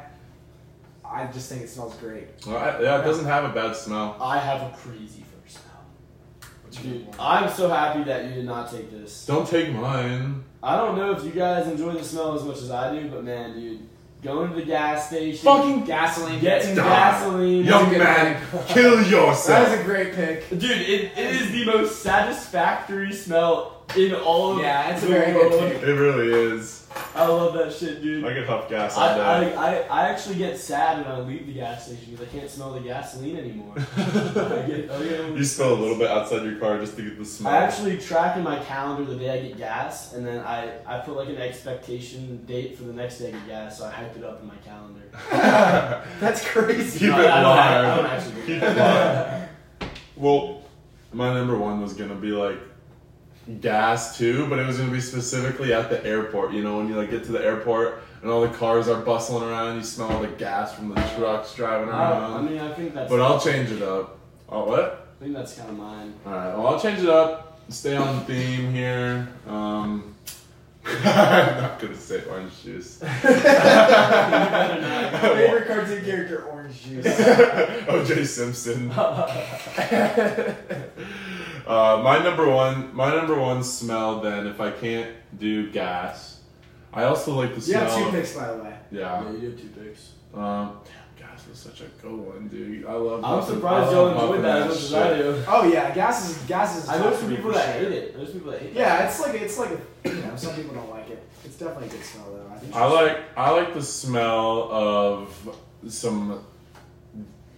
[SPEAKER 2] I just think it smells great.
[SPEAKER 1] Well, I- yeah, it doesn't have a bad smell.
[SPEAKER 3] I have a crazy first now. Dude, I'm so happy that you did not take this.
[SPEAKER 1] Don't take mine.
[SPEAKER 3] I don't know if you guys enjoy the smell as much as I do, but man, dude, going to the gas station,
[SPEAKER 1] Fucking
[SPEAKER 2] Gasoline.
[SPEAKER 3] getting
[SPEAKER 1] Stop.
[SPEAKER 3] gasoline,
[SPEAKER 1] Young
[SPEAKER 2] good
[SPEAKER 1] man, kill
[SPEAKER 2] That is
[SPEAKER 1] yourself.
[SPEAKER 2] a great pick.
[SPEAKER 3] dude, it, it is the most satisfactory smell in all of
[SPEAKER 2] Yeah, it's a
[SPEAKER 3] the
[SPEAKER 2] very good
[SPEAKER 3] world.
[SPEAKER 2] pick.
[SPEAKER 1] It really is.
[SPEAKER 3] I love that shit, dude.
[SPEAKER 1] I could huff gas
[SPEAKER 3] I,
[SPEAKER 1] all day.
[SPEAKER 3] I, I, I actually get sad when I leave the gas station because I can't smell the gasoline anymore. I get, I get
[SPEAKER 1] you smell a little bit outside your car just to get the smell.
[SPEAKER 3] I actually track in my calendar the day I get gas, and then I, I put like an expectation date for the next day I get gas, so I hype it up in my calendar.
[SPEAKER 2] That's crazy.
[SPEAKER 1] Keep
[SPEAKER 3] No,
[SPEAKER 1] it
[SPEAKER 3] I, I don't, I, I don't
[SPEAKER 1] live.
[SPEAKER 3] actually do
[SPEAKER 1] Keep
[SPEAKER 3] that.
[SPEAKER 1] it live. well, my number one was gonna be like gas too, but it was gonna be specifically at the airport. You know, when you like get to the airport and all the cars are bustling around, you smell all the gas from the trucks driving
[SPEAKER 3] I, don't- I
[SPEAKER 1] around.
[SPEAKER 3] mean, I think that's
[SPEAKER 1] But I'll change it up. Oh, what?
[SPEAKER 3] I think that's kind of mine.
[SPEAKER 1] All right. Well, I'll change it up. Stay on theme here. Um, I'm not gonna say orange juice.
[SPEAKER 2] Favorite cartoon character, orange juice.
[SPEAKER 1] OJ Simpson. uh, my number one, my number one smell. Then, if I can't do gas, I also like the
[SPEAKER 2] You
[SPEAKER 1] smell.
[SPEAKER 2] have two
[SPEAKER 1] of-
[SPEAKER 2] picks, by the way.
[SPEAKER 1] Yeah.
[SPEAKER 3] you have two picks.
[SPEAKER 1] Um, damn, gas was such a good one, dude. I love.
[SPEAKER 3] I'm
[SPEAKER 1] muffin- I
[SPEAKER 3] surprised y'all
[SPEAKER 1] love
[SPEAKER 3] enjoyed
[SPEAKER 1] muffin
[SPEAKER 3] that as much as I
[SPEAKER 1] shit.
[SPEAKER 3] do.
[SPEAKER 2] Oh yeah, gas is gas is.
[SPEAKER 3] I know
[SPEAKER 2] top
[SPEAKER 3] some
[SPEAKER 2] three
[SPEAKER 3] people
[SPEAKER 2] for
[SPEAKER 3] that
[SPEAKER 2] sure.
[SPEAKER 3] hate it. There's people that hate it.
[SPEAKER 2] Yeah, it's like it's like a, you know some people don't like it. It's definitely a good smell though. I think.
[SPEAKER 1] I like I like the smell of some.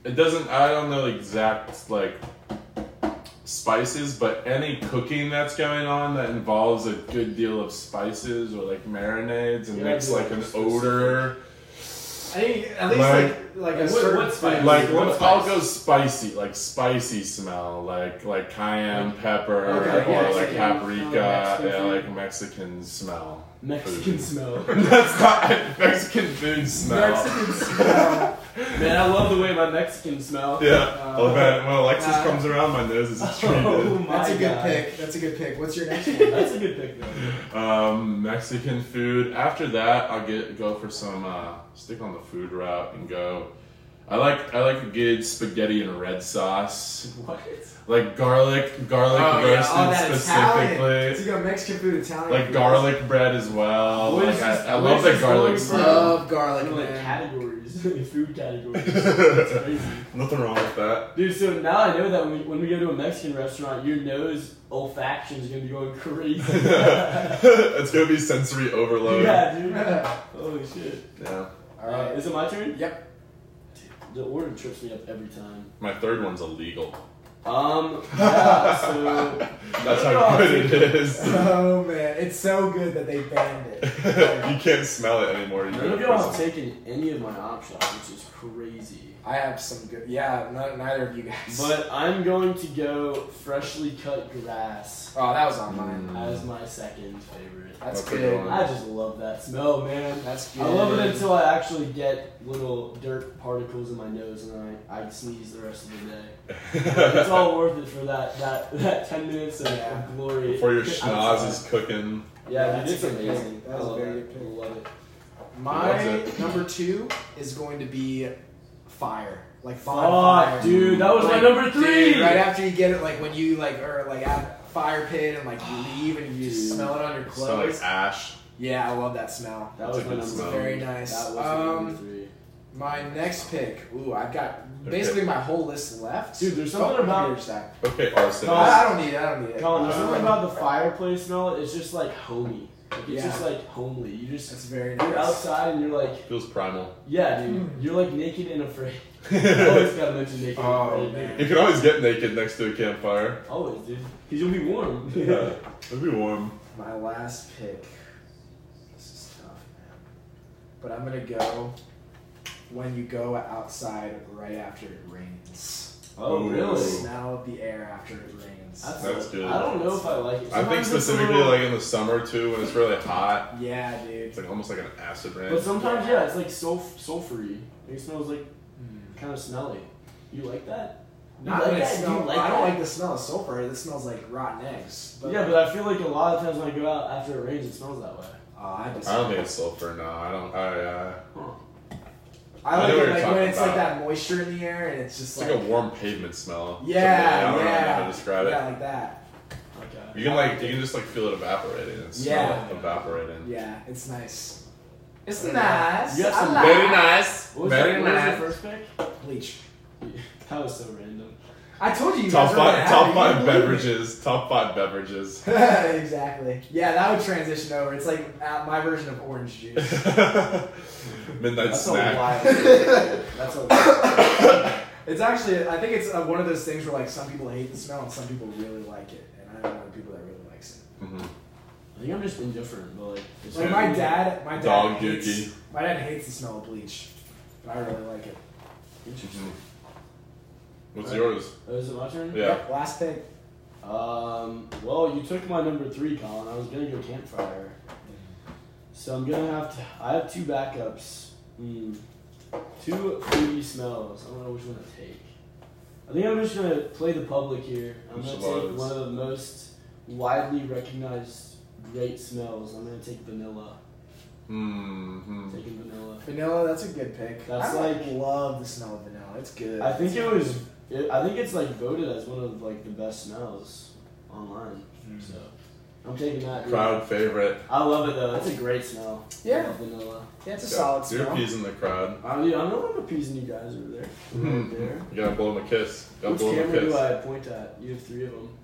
[SPEAKER 1] It doesn't. I don't know the exact like spices, but any cooking that's going on that involves a good deal of spices or like marinades and
[SPEAKER 3] Yeah,
[SPEAKER 1] makes
[SPEAKER 3] yeah,
[SPEAKER 1] like an
[SPEAKER 3] specific.
[SPEAKER 1] odor.
[SPEAKER 2] I think at least
[SPEAKER 1] Like-
[SPEAKER 2] like like a
[SPEAKER 3] What-
[SPEAKER 2] certain
[SPEAKER 3] what spice? Oh
[SPEAKER 1] Like
[SPEAKER 3] What
[SPEAKER 1] let's all
[SPEAKER 3] spice?
[SPEAKER 1] go spicy, like spicy smell, like like cayenne pepper
[SPEAKER 2] Okay, yeah,
[SPEAKER 1] or like
[SPEAKER 2] yeah,
[SPEAKER 3] yeah.
[SPEAKER 1] paprika,
[SPEAKER 3] Mexican
[SPEAKER 1] yeah,
[SPEAKER 3] food.
[SPEAKER 1] like Mexican smell.
[SPEAKER 3] Mexican smell.
[SPEAKER 1] That's not Mexican food smell.
[SPEAKER 3] Mexican smell. Man, I love the way my Mexican smell.
[SPEAKER 1] Yeah.
[SPEAKER 2] Uh,
[SPEAKER 1] oh man, when Alexis
[SPEAKER 2] uh,
[SPEAKER 1] comes around, my nose is
[SPEAKER 3] Oh
[SPEAKER 1] treated.
[SPEAKER 3] my
[SPEAKER 2] That's a good
[SPEAKER 3] God.
[SPEAKER 2] pick. That's a good pick. What's your next one?
[SPEAKER 3] That's a good pick though.
[SPEAKER 1] Um, Mexican food. After that, I'll get go for some uh, stick on the food route and go. I like I like a good spaghetti and red sauce,
[SPEAKER 3] What?
[SPEAKER 1] like garlic garlic
[SPEAKER 2] Oh, yeah,
[SPEAKER 1] roasted
[SPEAKER 2] all that Italian. So
[SPEAKER 1] specifically,
[SPEAKER 2] you got Mexican food, Italian.
[SPEAKER 1] like
[SPEAKER 2] food.
[SPEAKER 1] garlic bread as well.
[SPEAKER 3] What
[SPEAKER 1] Like,
[SPEAKER 3] is
[SPEAKER 1] I,
[SPEAKER 3] this-
[SPEAKER 1] I
[SPEAKER 3] what
[SPEAKER 1] love
[SPEAKER 3] is
[SPEAKER 1] the
[SPEAKER 3] this
[SPEAKER 1] garlic
[SPEAKER 3] going for?
[SPEAKER 1] smell.
[SPEAKER 2] garlic,
[SPEAKER 3] Like, categories, food categories. It's crazy.
[SPEAKER 1] Nothing wrong with that.
[SPEAKER 3] Dude, so now I know that when we, when we go to a Mexican restaurant, your nose olfaction is gonna be going crazy.
[SPEAKER 1] it's gonna be sensory overload. Yeah.
[SPEAKER 3] yeah, dude. Holy shit. Uh,
[SPEAKER 2] All right.
[SPEAKER 3] Is it my turn?
[SPEAKER 2] Yep.
[SPEAKER 3] Dude, the order trips me up every time.
[SPEAKER 1] My third one's illegal.
[SPEAKER 3] Um, yeah, so
[SPEAKER 1] That's how good it is.
[SPEAKER 2] Oh man, it's so good that they banned it.
[SPEAKER 1] you can't smell it anymore.
[SPEAKER 3] none
[SPEAKER 1] You're
[SPEAKER 3] of
[SPEAKER 1] in
[SPEAKER 3] y'all have
[SPEAKER 1] prison.
[SPEAKER 3] taken any of my op shots, which is crazy.
[SPEAKER 2] I have some good. Yeah, not, neither of you guys.
[SPEAKER 3] But I'm going to go freshly cut grass
[SPEAKER 2] oh, that was on mine.
[SPEAKER 3] as my second favorite.
[SPEAKER 2] That's
[SPEAKER 1] That's a good
[SPEAKER 2] good.
[SPEAKER 1] one.
[SPEAKER 3] I just love that smell, man.
[SPEAKER 2] That's good.
[SPEAKER 3] I love it until I actually get little dirt particles in my nose and I, I sneeze the rest of the day. it's all worth it for that that, that ten minutes of,
[SPEAKER 2] Yeah.
[SPEAKER 3] of glory.
[SPEAKER 1] Before your schnoz
[SPEAKER 3] outside.
[SPEAKER 1] is cooking.
[SPEAKER 3] Yeah,
[SPEAKER 2] That's
[SPEAKER 3] dude, it's
[SPEAKER 2] a good pick.
[SPEAKER 3] amazing.
[SPEAKER 2] That was
[SPEAKER 3] I
[SPEAKER 2] a
[SPEAKER 3] love
[SPEAKER 2] very
[SPEAKER 3] that.
[SPEAKER 2] good pick.
[SPEAKER 3] Love it.
[SPEAKER 2] My
[SPEAKER 1] That's it.
[SPEAKER 2] number two is going to be fire, like bonfire.
[SPEAKER 3] Fuck, dude, that was
[SPEAKER 2] Like,
[SPEAKER 3] my number three.
[SPEAKER 2] dude, right after you get it, like when you like are like at a fire pit and like you leave and you just smell it on your
[SPEAKER 1] Smell like
[SPEAKER 2] clothes.
[SPEAKER 1] ash.
[SPEAKER 2] Yeah, I love that smell.
[SPEAKER 3] that
[SPEAKER 1] That's
[SPEAKER 3] was
[SPEAKER 1] a
[SPEAKER 3] my
[SPEAKER 1] good
[SPEAKER 3] number
[SPEAKER 1] smell.
[SPEAKER 3] three.
[SPEAKER 2] Very nice.
[SPEAKER 3] Um, That was my
[SPEAKER 2] Um,
[SPEAKER 3] number three.
[SPEAKER 2] My next pick. Ooh, I've got basically my whole list left.
[SPEAKER 3] Dude, there's something about-
[SPEAKER 2] yours, Zach.
[SPEAKER 1] Okay, arson.
[SPEAKER 2] I I don't need it. I don't need it. Um,
[SPEAKER 3] Colin, there's
[SPEAKER 1] Uh,
[SPEAKER 3] something about the fireplace smell. It's just like homey. Like, it's
[SPEAKER 2] Yeah.
[SPEAKER 3] just like homely. You
[SPEAKER 2] That's
[SPEAKER 3] just
[SPEAKER 2] very
[SPEAKER 3] you're
[SPEAKER 2] nice.
[SPEAKER 3] outside and you're like,
[SPEAKER 1] Feels primal.
[SPEAKER 3] yeah, dude.
[SPEAKER 2] Hmm.
[SPEAKER 3] You're like naked and afraid. always
[SPEAKER 1] you
[SPEAKER 3] gotta mention naked.
[SPEAKER 2] Oh,
[SPEAKER 3] and afraid,
[SPEAKER 2] man.
[SPEAKER 1] can always get naked next to a campfire.
[SPEAKER 3] dude. Always, dude. Cause you'll be warm.
[SPEAKER 1] Yeah. It'll be warm.
[SPEAKER 2] My last pick. This is tough, man. But I'm gonna go when you go outside right after it rains.
[SPEAKER 3] Oh,
[SPEAKER 1] Ooh.
[SPEAKER 2] The
[SPEAKER 3] really?
[SPEAKER 2] smell of the air after it rains.
[SPEAKER 3] That's,
[SPEAKER 1] That's good.
[SPEAKER 3] I don't know if I like it.
[SPEAKER 1] I think
[SPEAKER 3] Sometimes it's a
[SPEAKER 1] specifically
[SPEAKER 3] little-
[SPEAKER 1] like in the summer too, when it's really hot.
[SPEAKER 2] yeah, dude.
[SPEAKER 1] It's like almost like an acid rain.
[SPEAKER 3] But sometimes, yeah, it's like sulf- sulfury. It smells like kind of smelly. You like that? You
[SPEAKER 2] Hmm. Not
[SPEAKER 3] like
[SPEAKER 2] when it
[SPEAKER 3] that? You
[SPEAKER 2] smells.
[SPEAKER 3] like
[SPEAKER 2] I don't
[SPEAKER 3] that?
[SPEAKER 2] like the smell of sulfur. It smells like rotten eggs. But
[SPEAKER 3] yeah, but I feel like a lot of times when I go out after it rains, it smells that way.
[SPEAKER 2] Oh, I, just,
[SPEAKER 1] I don't think it's sulfur. No, I don't. I, uh,
[SPEAKER 2] I
[SPEAKER 1] I
[SPEAKER 2] like it
[SPEAKER 1] know what you're
[SPEAKER 2] like when
[SPEAKER 1] talking
[SPEAKER 2] it's like that moisture in the air and it's just
[SPEAKER 1] it's like a warm pavement smell.
[SPEAKER 2] yeah,
[SPEAKER 1] I don't
[SPEAKER 2] yeah,
[SPEAKER 1] know how to describe it.
[SPEAKER 2] yeah, like that.
[SPEAKER 3] Okay.
[SPEAKER 1] You can like you can just like feel it evaporating. It's yeah,
[SPEAKER 2] Yeah.
[SPEAKER 1] evaporating.
[SPEAKER 2] Yeah, it's nice. It's nice.
[SPEAKER 3] You got some
[SPEAKER 2] I like
[SPEAKER 1] Very nice.
[SPEAKER 3] What was,
[SPEAKER 1] Very
[SPEAKER 3] your, what was your
[SPEAKER 1] nice.
[SPEAKER 3] first pick?
[SPEAKER 2] Bleach.
[SPEAKER 3] That was so random.
[SPEAKER 2] I told you. you guys
[SPEAKER 1] Top
[SPEAKER 2] were gonna
[SPEAKER 1] five, top
[SPEAKER 2] have
[SPEAKER 1] five
[SPEAKER 2] it.
[SPEAKER 1] beverages. Top five beverages.
[SPEAKER 2] exactly. Yeah, that would transition over. It's like uh, my version of orange juice.
[SPEAKER 1] Midnight
[SPEAKER 3] That's
[SPEAKER 1] snack.
[SPEAKER 3] a wild. That's a wild.
[SPEAKER 2] It's actually, I think it's uh, one of those things where like some people hate the smell and some people really like it, and I'm one of the people that really likes it.
[SPEAKER 1] Mhm.
[SPEAKER 3] I think I'm just indifferent, but like. it's
[SPEAKER 2] Like
[SPEAKER 1] Yeah.
[SPEAKER 2] my dad, my dad
[SPEAKER 1] Dog
[SPEAKER 2] hates,
[SPEAKER 1] dookie.
[SPEAKER 2] my dad hates the smell of bleach, but I really like it.
[SPEAKER 3] Interesting.
[SPEAKER 1] What's
[SPEAKER 3] Right.
[SPEAKER 1] yours?
[SPEAKER 3] Oh, is it my turn?
[SPEAKER 1] Yeah.
[SPEAKER 2] Yep, last pick.
[SPEAKER 3] Um, well, you took my number three, Colin. I was gonna go campfire, so I'm gonna have to. I have two backups, mm, two fruity smells. I don't know which one to take. I think I'm just gonna play the public here. I'm gonna take
[SPEAKER 1] Enchiladas.
[SPEAKER 3] one of the most widely recognized great smells. I'm gonna take vanilla.
[SPEAKER 1] hmm
[SPEAKER 3] Taking vanilla.
[SPEAKER 2] Vanilla, that's a good pick.
[SPEAKER 3] That's
[SPEAKER 2] I
[SPEAKER 3] like-
[SPEAKER 2] love the smell of vanilla. It's good.
[SPEAKER 3] I think it was. It, I think it's like voted as one of like the best smells online. So I'm taking that. dude.
[SPEAKER 1] Crowd favorite.
[SPEAKER 3] I love it though. It's a great smell.
[SPEAKER 2] Yeah.
[SPEAKER 3] Vanilla.
[SPEAKER 2] yeah, it's a solid
[SPEAKER 1] Your
[SPEAKER 2] smell.
[SPEAKER 1] peas in the crowd.
[SPEAKER 3] I mean, I'm not appeasing you guys over there.
[SPEAKER 2] Mm-hmm.
[SPEAKER 1] Mm-hmm.
[SPEAKER 3] Right there.
[SPEAKER 1] You gotta blow him a kiss. Gotta
[SPEAKER 3] Which
[SPEAKER 1] blow him a
[SPEAKER 3] camera
[SPEAKER 1] kiss.
[SPEAKER 3] do I point at? You have three of them.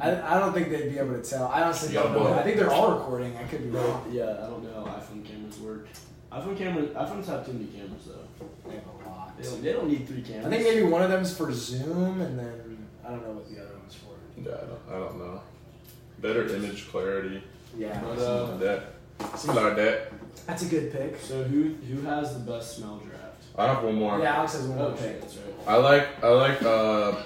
[SPEAKER 2] I, I don't think they'd be able to tell. I honestly
[SPEAKER 1] You
[SPEAKER 2] don't
[SPEAKER 1] gotta
[SPEAKER 2] know.
[SPEAKER 1] blow.
[SPEAKER 2] I think they're all recording. I could be wrong.
[SPEAKER 3] Yeah, I don't know how iPhone cameras work. iPhone cameras, iPhones have too many cameras though.
[SPEAKER 2] They have a lot.
[SPEAKER 3] They don't, they don't need three cameras.
[SPEAKER 2] I think maybe one of them's for Zoom, and then I don't know what the other one's for.
[SPEAKER 1] Yeah, I don't, I don't know. Better image clarity.
[SPEAKER 2] Yeah,
[SPEAKER 3] But, uh,
[SPEAKER 1] That. Something like that.
[SPEAKER 2] that's a good pick.
[SPEAKER 3] So who who has the best smell draft?
[SPEAKER 1] I have one more.
[SPEAKER 2] Yeah, Alex has one more
[SPEAKER 3] Oh
[SPEAKER 2] pick.
[SPEAKER 3] shit, that's right.
[SPEAKER 1] I like I like uh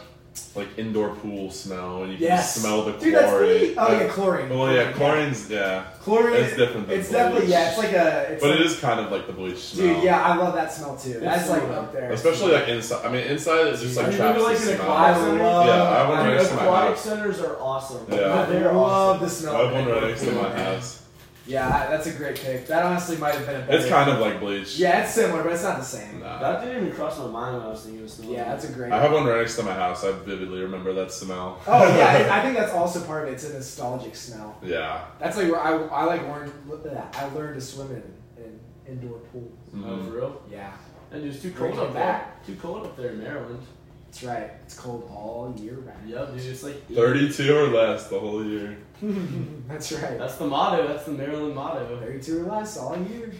[SPEAKER 1] like indoor pool smell and you can
[SPEAKER 2] Yes,
[SPEAKER 1] smell the
[SPEAKER 2] Dude, that's
[SPEAKER 1] chlorine.
[SPEAKER 2] me. Oh yeah,
[SPEAKER 1] Uh,
[SPEAKER 2] chlorine.
[SPEAKER 1] well, yeah, chlorine's yeah,
[SPEAKER 2] Chlorine.
[SPEAKER 1] It's different than
[SPEAKER 2] It's definitely
[SPEAKER 1] bleach.
[SPEAKER 2] yeah. It's like a. It's
[SPEAKER 1] but it
[SPEAKER 2] like-
[SPEAKER 1] is kind of like the bleach smell.
[SPEAKER 2] Dude, yeah, I love that smell too. That's like
[SPEAKER 3] similar.
[SPEAKER 2] up there.
[SPEAKER 1] Especially like inside. I mean, inside it's just like
[SPEAKER 3] You
[SPEAKER 1] traps
[SPEAKER 3] remember, like,
[SPEAKER 1] the
[SPEAKER 3] an
[SPEAKER 1] smell.
[SPEAKER 2] I
[SPEAKER 3] aquarium?
[SPEAKER 2] love.
[SPEAKER 1] Yeah, I want
[SPEAKER 2] I
[SPEAKER 1] to next to my
[SPEAKER 3] Aquatic
[SPEAKER 1] house.
[SPEAKER 3] centers are awesome.
[SPEAKER 1] Yeah.
[SPEAKER 3] They're
[SPEAKER 2] love
[SPEAKER 3] awesome.
[SPEAKER 2] the
[SPEAKER 1] I
[SPEAKER 2] smell.
[SPEAKER 1] have
[SPEAKER 2] of
[SPEAKER 1] one
[SPEAKER 2] it.
[SPEAKER 1] right next to my house.
[SPEAKER 2] Yeah, I- that's a great pick. That honestly might have been a. Better
[SPEAKER 1] It's kind of like bleach.
[SPEAKER 2] Yeah, it's similar, but it's not the same.
[SPEAKER 1] Nah.
[SPEAKER 3] That didn't even cross my mind when I was thinking of smell.
[SPEAKER 2] Yeah, that's a great.
[SPEAKER 1] I have one right next to my house. I vividly remember that smell.
[SPEAKER 2] Oh yeah, I I think that's also part of it. It's a nostalgic smell.
[SPEAKER 1] Yeah.
[SPEAKER 2] That's like where I, I like learned I learned to swim in an indoor pool.
[SPEAKER 1] Mm-hmm.
[SPEAKER 3] Oh, for real?
[SPEAKER 2] Yeah,
[SPEAKER 3] And it's too
[SPEAKER 2] Bring
[SPEAKER 3] cold
[SPEAKER 2] it
[SPEAKER 3] up there.
[SPEAKER 2] back.
[SPEAKER 3] Too cold up there in Maryland.
[SPEAKER 2] that's right. It's cold all year round.
[SPEAKER 3] Yeah, dude, it's like eight-
[SPEAKER 1] Thirty-two or less the whole year.
[SPEAKER 2] That's right.
[SPEAKER 3] That's the motto. That's the Maryland motto.
[SPEAKER 2] Thirty-two or less all year.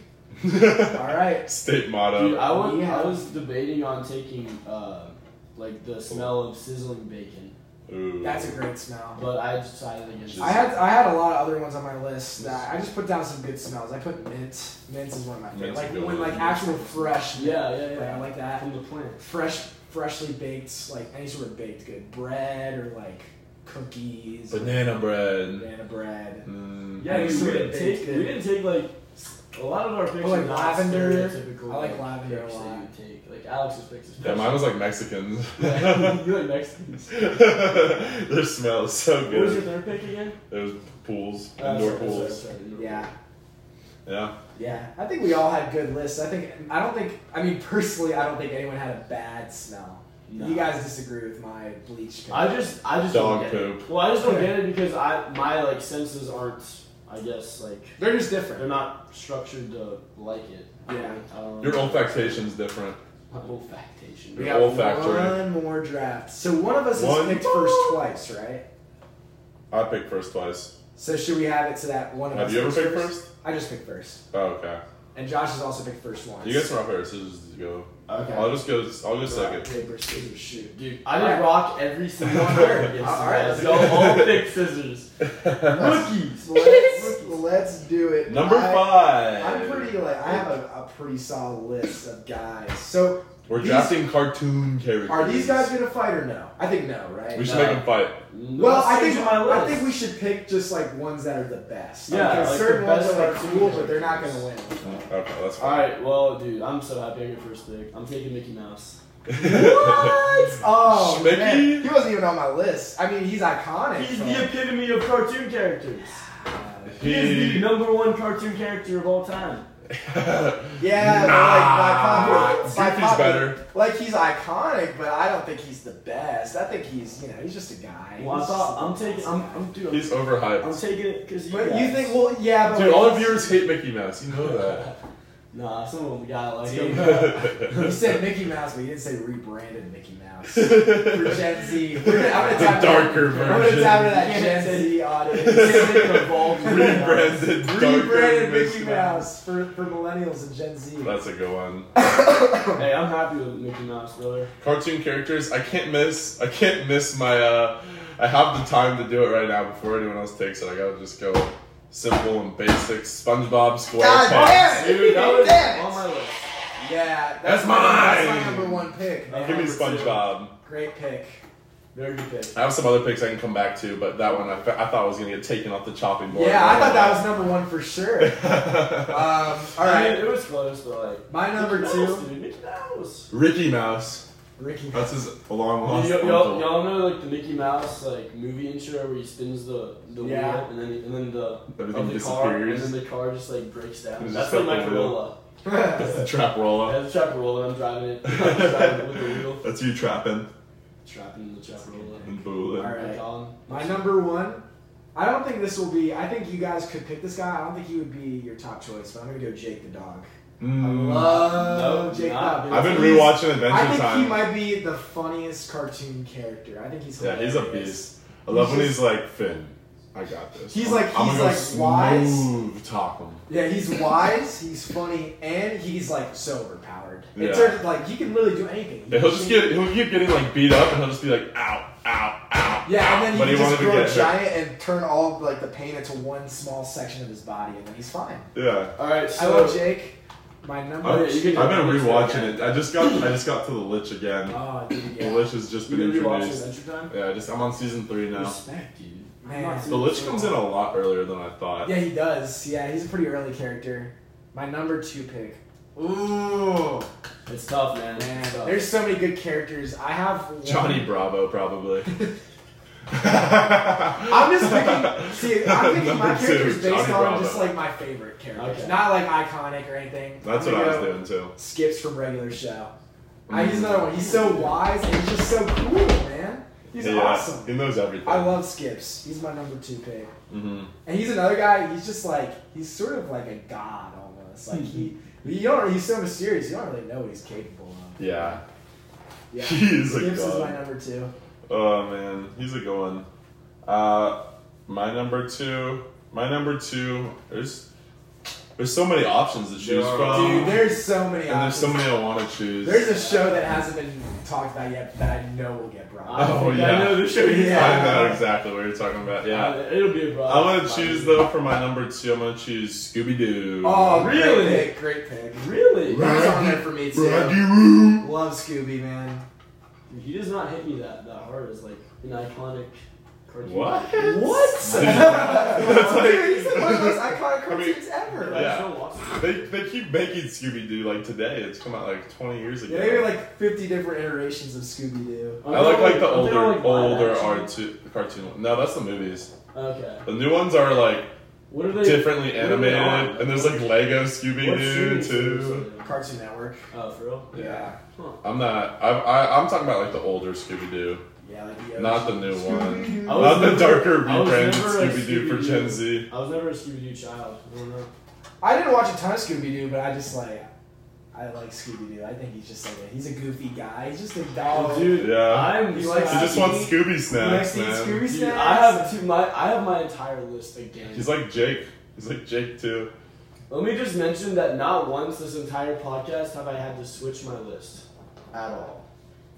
[SPEAKER 2] all right.
[SPEAKER 1] State
[SPEAKER 3] Dude,
[SPEAKER 1] motto.
[SPEAKER 3] I was,
[SPEAKER 2] Yeah.
[SPEAKER 3] I was debating on taking uh, like the smell of sizzling bacon.
[SPEAKER 1] Ooh.
[SPEAKER 2] That's a great smell.
[SPEAKER 3] But I decided against
[SPEAKER 2] I had I had a lot of other ones on my list that I just put down some good smells. I put mint. Mint is one of my favorites.
[SPEAKER 1] Mint's a
[SPEAKER 2] Like
[SPEAKER 1] good
[SPEAKER 2] when
[SPEAKER 1] one.
[SPEAKER 2] like actual fresh. mint.
[SPEAKER 3] Yeah, yeah,
[SPEAKER 2] Like,
[SPEAKER 3] yeah.
[SPEAKER 2] I like that.
[SPEAKER 3] from the plant.
[SPEAKER 2] Fresh, freshly baked, like any sort of baked good bread or like cookies.
[SPEAKER 1] Banana bread.
[SPEAKER 2] Banana bread.
[SPEAKER 1] Mm.
[SPEAKER 3] Yeah,
[SPEAKER 2] Yeah,
[SPEAKER 3] we
[SPEAKER 2] you
[SPEAKER 3] didn't
[SPEAKER 2] would
[SPEAKER 3] take
[SPEAKER 2] take
[SPEAKER 3] we
[SPEAKER 2] it.
[SPEAKER 3] didn't take like a lot of our pictures.
[SPEAKER 2] like
[SPEAKER 3] not
[SPEAKER 2] lavender.
[SPEAKER 3] stereotypical,
[SPEAKER 2] I like lavender a
[SPEAKER 3] pictures that
[SPEAKER 2] lot.
[SPEAKER 3] you would take like Alex's pictures.
[SPEAKER 1] Yeah, mine was like Mexicans.
[SPEAKER 3] Yeah, you like Mexicans.
[SPEAKER 1] Their smell is so
[SPEAKER 3] What was your
[SPEAKER 1] good.
[SPEAKER 3] third pick again?
[SPEAKER 1] There was pools,
[SPEAKER 3] Uh,
[SPEAKER 1] indoor
[SPEAKER 3] sorry,
[SPEAKER 1] pools.
[SPEAKER 3] sorry, sorry, indoor
[SPEAKER 2] Yeah.
[SPEAKER 1] Yeah.
[SPEAKER 2] Yeah, I think we all had good lists. I think I don't think I mean personally, I don't think anyone had a bad smell.
[SPEAKER 3] pool. No.
[SPEAKER 2] You guys disagree with my bleach. pick.
[SPEAKER 3] I just I just
[SPEAKER 1] Dog
[SPEAKER 3] don't get
[SPEAKER 1] poop.
[SPEAKER 3] It. Well, I just don't get it because I my like senses aren't I guess like
[SPEAKER 2] They're just
[SPEAKER 3] they're
[SPEAKER 2] different.
[SPEAKER 3] not structured to like it.
[SPEAKER 2] Yeah.
[SPEAKER 3] I don't know.
[SPEAKER 1] Your olfactation's different.
[SPEAKER 3] My olfactation.
[SPEAKER 2] We
[SPEAKER 1] They're
[SPEAKER 2] got
[SPEAKER 1] olfactory.
[SPEAKER 2] one more draft. So one of us
[SPEAKER 1] One
[SPEAKER 2] has picked first twice, right?
[SPEAKER 1] I picked first twice.
[SPEAKER 2] So should we have it to that one of
[SPEAKER 1] Have
[SPEAKER 2] us?
[SPEAKER 1] you ever
[SPEAKER 2] picks
[SPEAKER 1] picked first?
[SPEAKER 2] I just picked first,
[SPEAKER 1] Oh, okay.
[SPEAKER 2] and Josh has also picked first once.
[SPEAKER 1] You guys are fair scissors to go.
[SPEAKER 2] Okay.
[SPEAKER 1] I'll just go. I'll go
[SPEAKER 2] Rock,
[SPEAKER 1] second.
[SPEAKER 2] paper, scissors, shoot.
[SPEAKER 3] Dude, I did
[SPEAKER 2] Alright.
[SPEAKER 3] rock every single one.
[SPEAKER 2] Alright,
[SPEAKER 3] Yes,
[SPEAKER 2] alright, let's
[SPEAKER 3] guys. Y'all
[SPEAKER 1] go.
[SPEAKER 3] all pick scissors. Rookies.
[SPEAKER 2] Let's, let's do it.
[SPEAKER 1] Number
[SPEAKER 2] I-
[SPEAKER 1] five.
[SPEAKER 2] I'm pretty like I have a, a pretty solid list of guys. So
[SPEAKER 1] We're
[SPEAKER 2] These-
[SPEAKER 1] drafting cartoon characters.
[SPEAKER 2] are these guys gonna fight or no? I think no, right?
[SPEAKER 1] We should
[SPEAKER 3] No.
[SPEAKER 1] make them fight.
[SPEAKER 2] Well, I think
[SPEAKER 3] my list.
[SPEAKER 2] I think we should pick just like ones that are the best.
[SPEAKER 3] Yeah,
[SPEAKER 2] Because
[SPEAKER 3] like
[SPEAKER 2] certain
[SPEAKER 3] the
[SPEAKER 2] ones
[SPEAKER 3] best
[SPEAKER 2] are like
[SPEAKER 3] cartoon
[SPEAKER 2] cool, but they're not
[SPEAKER 3] characters.
[SPEAKER 2] gonna win.
[SPEAKER 1] Okay, that's
[SPEAKER 3] All
[SPEAKER 1] fine.
[SPEAKER 3] right, well, dude, I'm so happy I got first pick. I'm taking Mickey Mouse.
[SPEAKER 2] What? Oh,
[SPEAKER 1] Schmicky?
[SPEAKER 2] man. he wasn't even on my list. I mean, he's iconic.
[SPEAKER 3] He's
[SPEAKER 2] but-
[SPEAKER 3] the epitome of cartoon characters. He is the
[SPEAKER 1] He,
[SPEAKER 3] number one cartoon character of all time.
[SPEAKER 2] yeah, but, like by popular, by
[SPEAKER 1] Goofy's
[SPEAKER 2] popular-
[SPEAKER 1] better.
[SPEAKER 2] Like he's iconic, but I don't think he's the best. I think he's you know he's just a guy.
[SPEAKER 3] Well, I
[SPEAKER 2] He's
[SPEAKER 3] thought I'm
[SPEAKER 2] just a-
[SPEAKER 3] taking, I'm, I'm dude, I'm,
[SPEAKER 1] he's overhyped.
[SPEAKER 3] I'm taking it because you.
[SPEAKER 2] But
[SPEAKER 3] guys.
[SPEAKER 2] you think well yeah, but
[SPEAKER 1] Dude,
[SPEAKER 2] like,
[SPEAKER 1] all of viewers hate Mickey Mouse. You know that.
[SPEAKER 3] Nah, some of them got like.
[SPEAKER 2] You said Mickey Mouse, but you didn't say rebranded Mickey Mouse. For Gen Z. I'm gonna tap into-
[SPEAKER 1] darker
[SPEAKER 2] I'm gonna
[SPEAKER 1] version.
[SPEAKER 2] tap into that
[SPEAKER 3] You
[SPEAKER 2] Gen
[SPEAKER 3] can't
[SPEAKER 2] Z audience.
[SPEAKER 3] Rebranded.
[SPEAKER 1] Rebranded, darker
[SPEAKER 2] Rebranded Mickey Mouse for, for millennials and Gen Z.
[SPEAKER 1] That's a good one.
[SPEAKER 3] Hey, I'm happy with Mickey Mouse, brother.
[SPEAKER 1] Cartoon characters. I can't miss. I can't miss my. uh I have the time to do it right now before anyone else takes it. I gotta just go simple and basic. SpongeBob SquarePants.
[SPEAKER 2] damn it!
[SPEAKER 3] Dude, that was
[SPEAKER 2] Damn it.
[SPEAKER 3] on my list.
[SPEAKER 2] Yeah,
[SPEAKER 1] That's
[SPEAKER 2] my,
[SPEAKER 1] mine!
[SPEAKER 2] That's my number one pick. man.
[SPEAKER 1] Give me SpongeBob.
[SPEAKER 2] Great pick.
[SPEAKER 3] Very good pick.
[SPEAKER 1] I have some other picks I can come back to, but that one I, fe- I thought was gonna get taken off the chopping board.
[SPEAKER 2] Yeah, I thought that was number one for sure. Um, all
[SPEAKER 3] I mean,
[SPEAKER 2] right,
[SPEAKER 3] it was close, but like.
[SPEAKER 2] my number
[SPEAKER 3] Mickey Mouse,
[SPEAKER 2] two,
[SPEAKER 3] dude, Mickey Mouse.
[SPEAKER 1] Ricky Mouse.
[SPEAKER 2] Ricky.
[SPEAKER 1] That's his long
[SPEAKER 3] Y'all,
[SPEAKER 1] lost
[SPEAKER 3] y'all,
[SPEAKER 1] uncle.
[SPEAKER 3] y'all know like the Mickey Mouse like movie intro where he spins the, the
[SPEAKER 2] Yeah.
[SPEAKER 3] wheel and then and then the
[SPEAKER 1] Everything
[SPEAKER 3] of the car and
[SPEAKER 1] disappears.
[SPEAKER 3] then the car just like breaks down.
[SPEAKER 1] It's
[SPEAKER 3] That's
[SPEAKER 1] just
[SPEAKER 3] like
[SPEAKER 1] like
[SPEAKER 3] my
[SPEAKER 1] the wheel.
[SPEAKER 3] Corolla.
[SPEAKER 1] That's the trap roll up.
[SPEAKER 3] That's a trap roll and I'm driving it. I'm driving it with the wheel.
[SPEAKER 1] That's you trapping
[SPEAKER 3] Trapping the trap roll.
[SPEAKER 1] and booing.
[SPEAKER 2] All right.
[SPEAKER 3] Like, um,
[SPEAKER 2] My number one. I don't think this will be. I think you guys could pick this guy. I don't think he would be your top choice, but I'm gonna go Jake the dog.
[SPEAKER 1] Mm.
[SPEAKER 2] Love
[SPEAKER 3] No,
[SPEAKER 2] Jake the
[SPEAKER 3] not
[SPEAKER 2] dog.
[SPEAKER 1] I've been
[SPEAKER 2] He's-
[SPEAKER 1] rewatching Adventure
[SPEAKER 2] I think
[SPEAKER 1] Time.
[SPEAKER 2] he might be the funniest cartoon character. I think he's
[SPEAKER 1] yeah,
[SPEAKER 2] hilarious.
[SPEAKER 1] he's a beast. I love when he's like Finn. I got this.
[SPEAKER 2] He's
[SPEAKER 1] I'm-
[SPEAKER 2] like-
[SPEAKER 1] I'm
[SPEAKER 2] he's
[SPEAKER 1] gonna go
[SPEAKER 2] like wise.
[SPEAKER 1] smooth talk him.
[SPEAKER 2] Yeah, he's wise. He's funny, and he's like so overpowered.
[SPEAKER 1] Yeah.
[SPEAKER 2] In terms of like, he can literally do anything.
[SPEAKER 1] Yeah, he'll just get he'll keep getting like beat up, and he'll just be like, ow, ow, ow.
[SPEAKER 2] Yeah, and then
[SPEAKER 1] ow.
[SPEAKER 2] he can
[SPEAKER 1] but he
[SPEAKER 2] just
[SPEAKER 1] wanted to
[SPEAKER 2] grow
[SPEAKER 1] get hit.
[SPEAKER 2] giant and turn all of, like the pain into one small section of his body, and then he's fine.
[SPEAKER 1] Yeah.
[SPEAKER 3] all right, so
[SPEAKER 2] I love Jake. My number.
[SPEAKER 3] Oh, yeah, you can-
[SPEAKER 1] I've been rewatching it. I just got I just got to the Lich again.
[SPEAKER 2] Oh, dude,
[SPEAKER 1] The
[SPEAKER 2] yeah.
[SPEAKER 1] Lich has just
[SPEAKER 3] you
[SPEAKER 1] been
[SPEAKER 3] gonna rewatch
[SPEAKER 1] introduced.
[SPEAKER 3] Adventure Time?
[SPEAKER 1] Yeah, I just I'm on season three now.
[SPEAKER 3] Respect, dude.
[SPEAKER 2] Man.
[SPEAKER 3] Not
[SPEAKER 1] The Lich comes in a lot earlier than I thought.
[SPEAKER 2] Yeah, he does. Yeah, he's a pretty early character. My number two pick. Ooh,
[SPEAKER 3] It's tough, man.
[SPEAKER 2] man,
[SPEAKER 3] It's tough.
[SPEAKER 2] there's so many good characters. I have one-
[SPEAKER 1] Johnny Bravo probably.
[SPEAKER 2] I'm
[SPEAKER 1] I'm
[SPEAKER 2] just picking. See, I'm picking my
[SPEAKER 1] Number two,
[SPEAKER 2] characters based
[SPEAKER 1] Johnny
[SPEAKER 2] on
[SPEAKER 1] Bravo.
[SPEAKER 2] just like my favorite characters,
[SPEAKER 3] Okay.
[SPEAKER 2] not like iconic or anything.
[SPEAKER 1] That's
[SPEAKER 2] I'm
[SPEAKER 1] what I
[SPEAKER 2] gonna
[SPEAKER 1] was
[SPEAKER 2] go
[SPEAKER 1] doing Mm. too.
[SPEAKER 2] Skips from regular show. I, he's another one. He's so wise and he's just so cool, man. He's
[SPEAKER 1] Yeah,
[SPEAKER 2] awesome.
[SPEAKER 1] He knows everything.
[SPEAKER 2] I love Skips. He's my number two pick.
[SPEAKER 1] hmm
[SPEAKER 2] And he's another guy. He's just like he's sort of like a god almost. Like he, you don't. He's so mysterious. You don't really know what he's capable of.
[SPEAKER 1] Yeah.
[SPEAKER 2] Yeah.
[SPEAKER 1] He is a
[SPEAKER 2] Gibbs is my
[SPEAKER 1] god.
[SPEAKER 2] number two.
[SPEAKER 1] Oh man, he's a good one. Uh, my number two. My number two. There's. There's so many options to choose
[SPEAKER 7] are.
[SPEAKER 1] from.
[SPEAKER 2] Dude, there's so many
[SPEAKER 1] Um, and there's
[SPEAKER 2] options.
[SPEAKER 1] so many I want to choose.
[SPEAKER 2] There's a show that hasn't been talked about yet that I know will get brought up.
[SPEAKER 1] oh, yeah.
[SPEAKER 3] I know the show you
[SPEAKER 2] Yeah.
[SPEAKER 1] I know exactly what you're talking about. Yeah.
[SPEAKER 3] It'll be a problem.
[SPEAKER 1] I'm gonna choose though for my number two. I'm gonna choose Scooby Doo.
[SPEAKER 2] Oh,
[SPEAKER 3] Really?
[SPEAKER 2] Great pick. Great pick.
[SPEAKER 3] Really?
[SPEAKER 2] That's on there for me too.
[SPEAKER 1] Roo.
[SPEAKER 2] Love Scooby, man.
[SPEAKER 3] He does not hit me that, that hard as like an iconic cartoon.
[SPEAKER 1] What?
[SPEAKER 2] What?
[SPEAKER 1] That's
[SPEAKER 2] He's
[SPEAKER 1] like
[SPEAKER 2] one of the most iconic
[SPEAKER 1] I mean-
[SPEAKER 2] cartoons ever.
[SPEAKER 3] I
[SPEAKER 1] Yeah.
[SPEAKER 3] still watch it.
[SPEAKER 1] they, they keep making Scooby Doo like today. It's come out like 20 years ago.
[SPEAKER 2] Yeah, they were like 50 different iterations of Scooby Doo.
[SPEAKER 1] I like like the
[SPEAKER 3] Aren't they
[SPEAKER 1] older
[SPEAKER 3] all, like, live
[SPEAKER 1] older
[SPEAKER 3] action?
[SPEAKER 1] art cartoon. one. No, that's the movies.
[SPEAKER 3] Okay.
[SPEAKER 1] The new ones are like
[SPEAKER 3] What are they?
[SPEAKER 1] differently
[SPEAKER 3] are they
[SPEAKER 1] animated,
[SPEAKER 3] on?
[SPEAKER 1] and there's like Lego
[SPEAKER 3] what
[SPEAKER 1] Scooby Doo
[SPEAKER 3] series is
[SPEAKER 1] too.
[SPEAKER 3] it in?
[SPEAKER 2] Cartoon Network.
[SPEAKER 3] Oh, for real?
[SPEAKER 2] Yeah.
[SPEAKER 1] I'm not. I, I I'm talking about like the older Scooby Doo,
[SPEAKER 2] Yeah, like the
[SPEAKER 1] not the new one.
[SPEAKER 3] I
[SPEAKER 1] Not the
[SPEAKER 3] never-
[SPEAKER 1] darker
[SPEAKER 3] I was
[SPEAKER 1] rebranded
[SPEAKER 3] never a
[SPEAKER 1] Scooby Doo for Gen Z.
[SPEAKER 3] I was never a Scooby Doo child. I don't know.
[SPEAKER 2] I didn't watch a ton of Scooby Doo, but I just like. I like Scooby Doo. I think he's just like a, he's a goofy guy. He's just a dog.
[SPEAKER 3] Oh, dude,
[SPEAKER 1] Yeah.
[SPEAKER 3] I'm
[SPEAKER 2] He
[SPEAKER 3] so
[SPEAKER 2] likes-
[SPEAKER 1] He just
[SPEAKER 3] happy.
[SPEAKER 1] wants Scooby
[SPEAKER 2] You like
[SPEAKER 1] snacks,
[SPEAKER 2] seeing
[SPEAKER 1] man.
[SPEAKER 2] Scooby
[SPEAKER 3] Dude,
[SPEAKER 2] snacks?
[SPEAKER 3] I have two, my I have my entire list again.
[SPEAKER 1] He's like Jake. He's like Jake too.
[SPEAKER 3] Let me just mention that not once this entire podcast have I had to switch my list at all.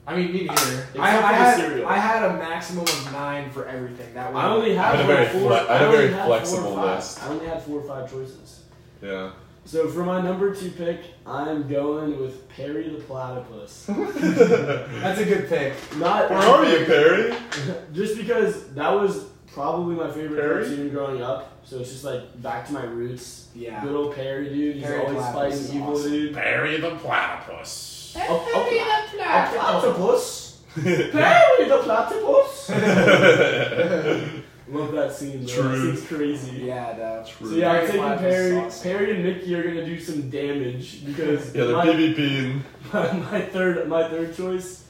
[SPEAKER 2] I mean, me neither.
[SPEAKER 3] Except
[SPEAKER 2] I, I,
[SPEAKER 3] for the
[SPEAKER 2] had,
[SPEAKER 3] cereal.
[SPEAKER 2] I had a maximum of nine for everything. That
[SPEAKER 3] I only
[SPEAKER 1] I
[SPEAKER 3] had,
[SPEAKER 1] had a
[SPEAKER 3] like
[SPEAKER 1] very
[SPEAKER 3] four.
[SPEAKER 1] fle- I had a
[SPEAKER 3] only
[SPEAKER 1] very
[SPEAKER 3] four or
[SPEAKER 1] flexible
[SPEAKER 3] five.
[SPEAKER 1] list.
[SPEAKER 3] I only had four or five choices.
[SPEAKER 1] Yeah.
[SPEAKER 3] So for my number two pick, I'm going with Perry the Platypus.
[SPEAKER 2] That's a good pick.
[SPEAKER 3] Not
[SPEAKER 1] Where are you, Perry?
[SPEAKER 3] Just because that was probably my favorite
[SPEAKER 1] Perry?
[SPEAKER 3] cartoon growing up, so it's just like back to my roots.
[SPEAKER 2] Yeah.
[SPEAKER 3] Good old Perry dude, he's
[SPEAKER 2] Perry
[SPEAKER 3] always
[SPEAKER 2] Platypus is
[SPEAKER 3] fighting evil
[SPEAKER 2] awesome.
[SPEAKER 3] dude.
[SPEAKER 1] Perry the platypus.
[SPEAKER 3] A, a, pla- a platypus?
[SPEAKER 1] True.
[SPEAKER 3] Perry the platypus? Love that scene. Bro. That
[SPEAKER 1] True.
[SPEAKER 3] scene's crazy.
[SPEAKER 2] Yeah, though.
[SPEAKER 3] So yeah, I'm
[SPEAKER 2] Perry
[SPEAKER 3] taking
[SPEAKER 2] Platypus is
[SPEAKER 3] Perry.
[SPEAKER 2] awesome.
[SPEAKER 3] Perry and Mickey are gonna do some damage because
[SPEAKER 1] Yeah, the
[SPEAKER 3] my,
[SPEAKER 1] PvP. and-
[SPEAKER 3] my, my third my third choice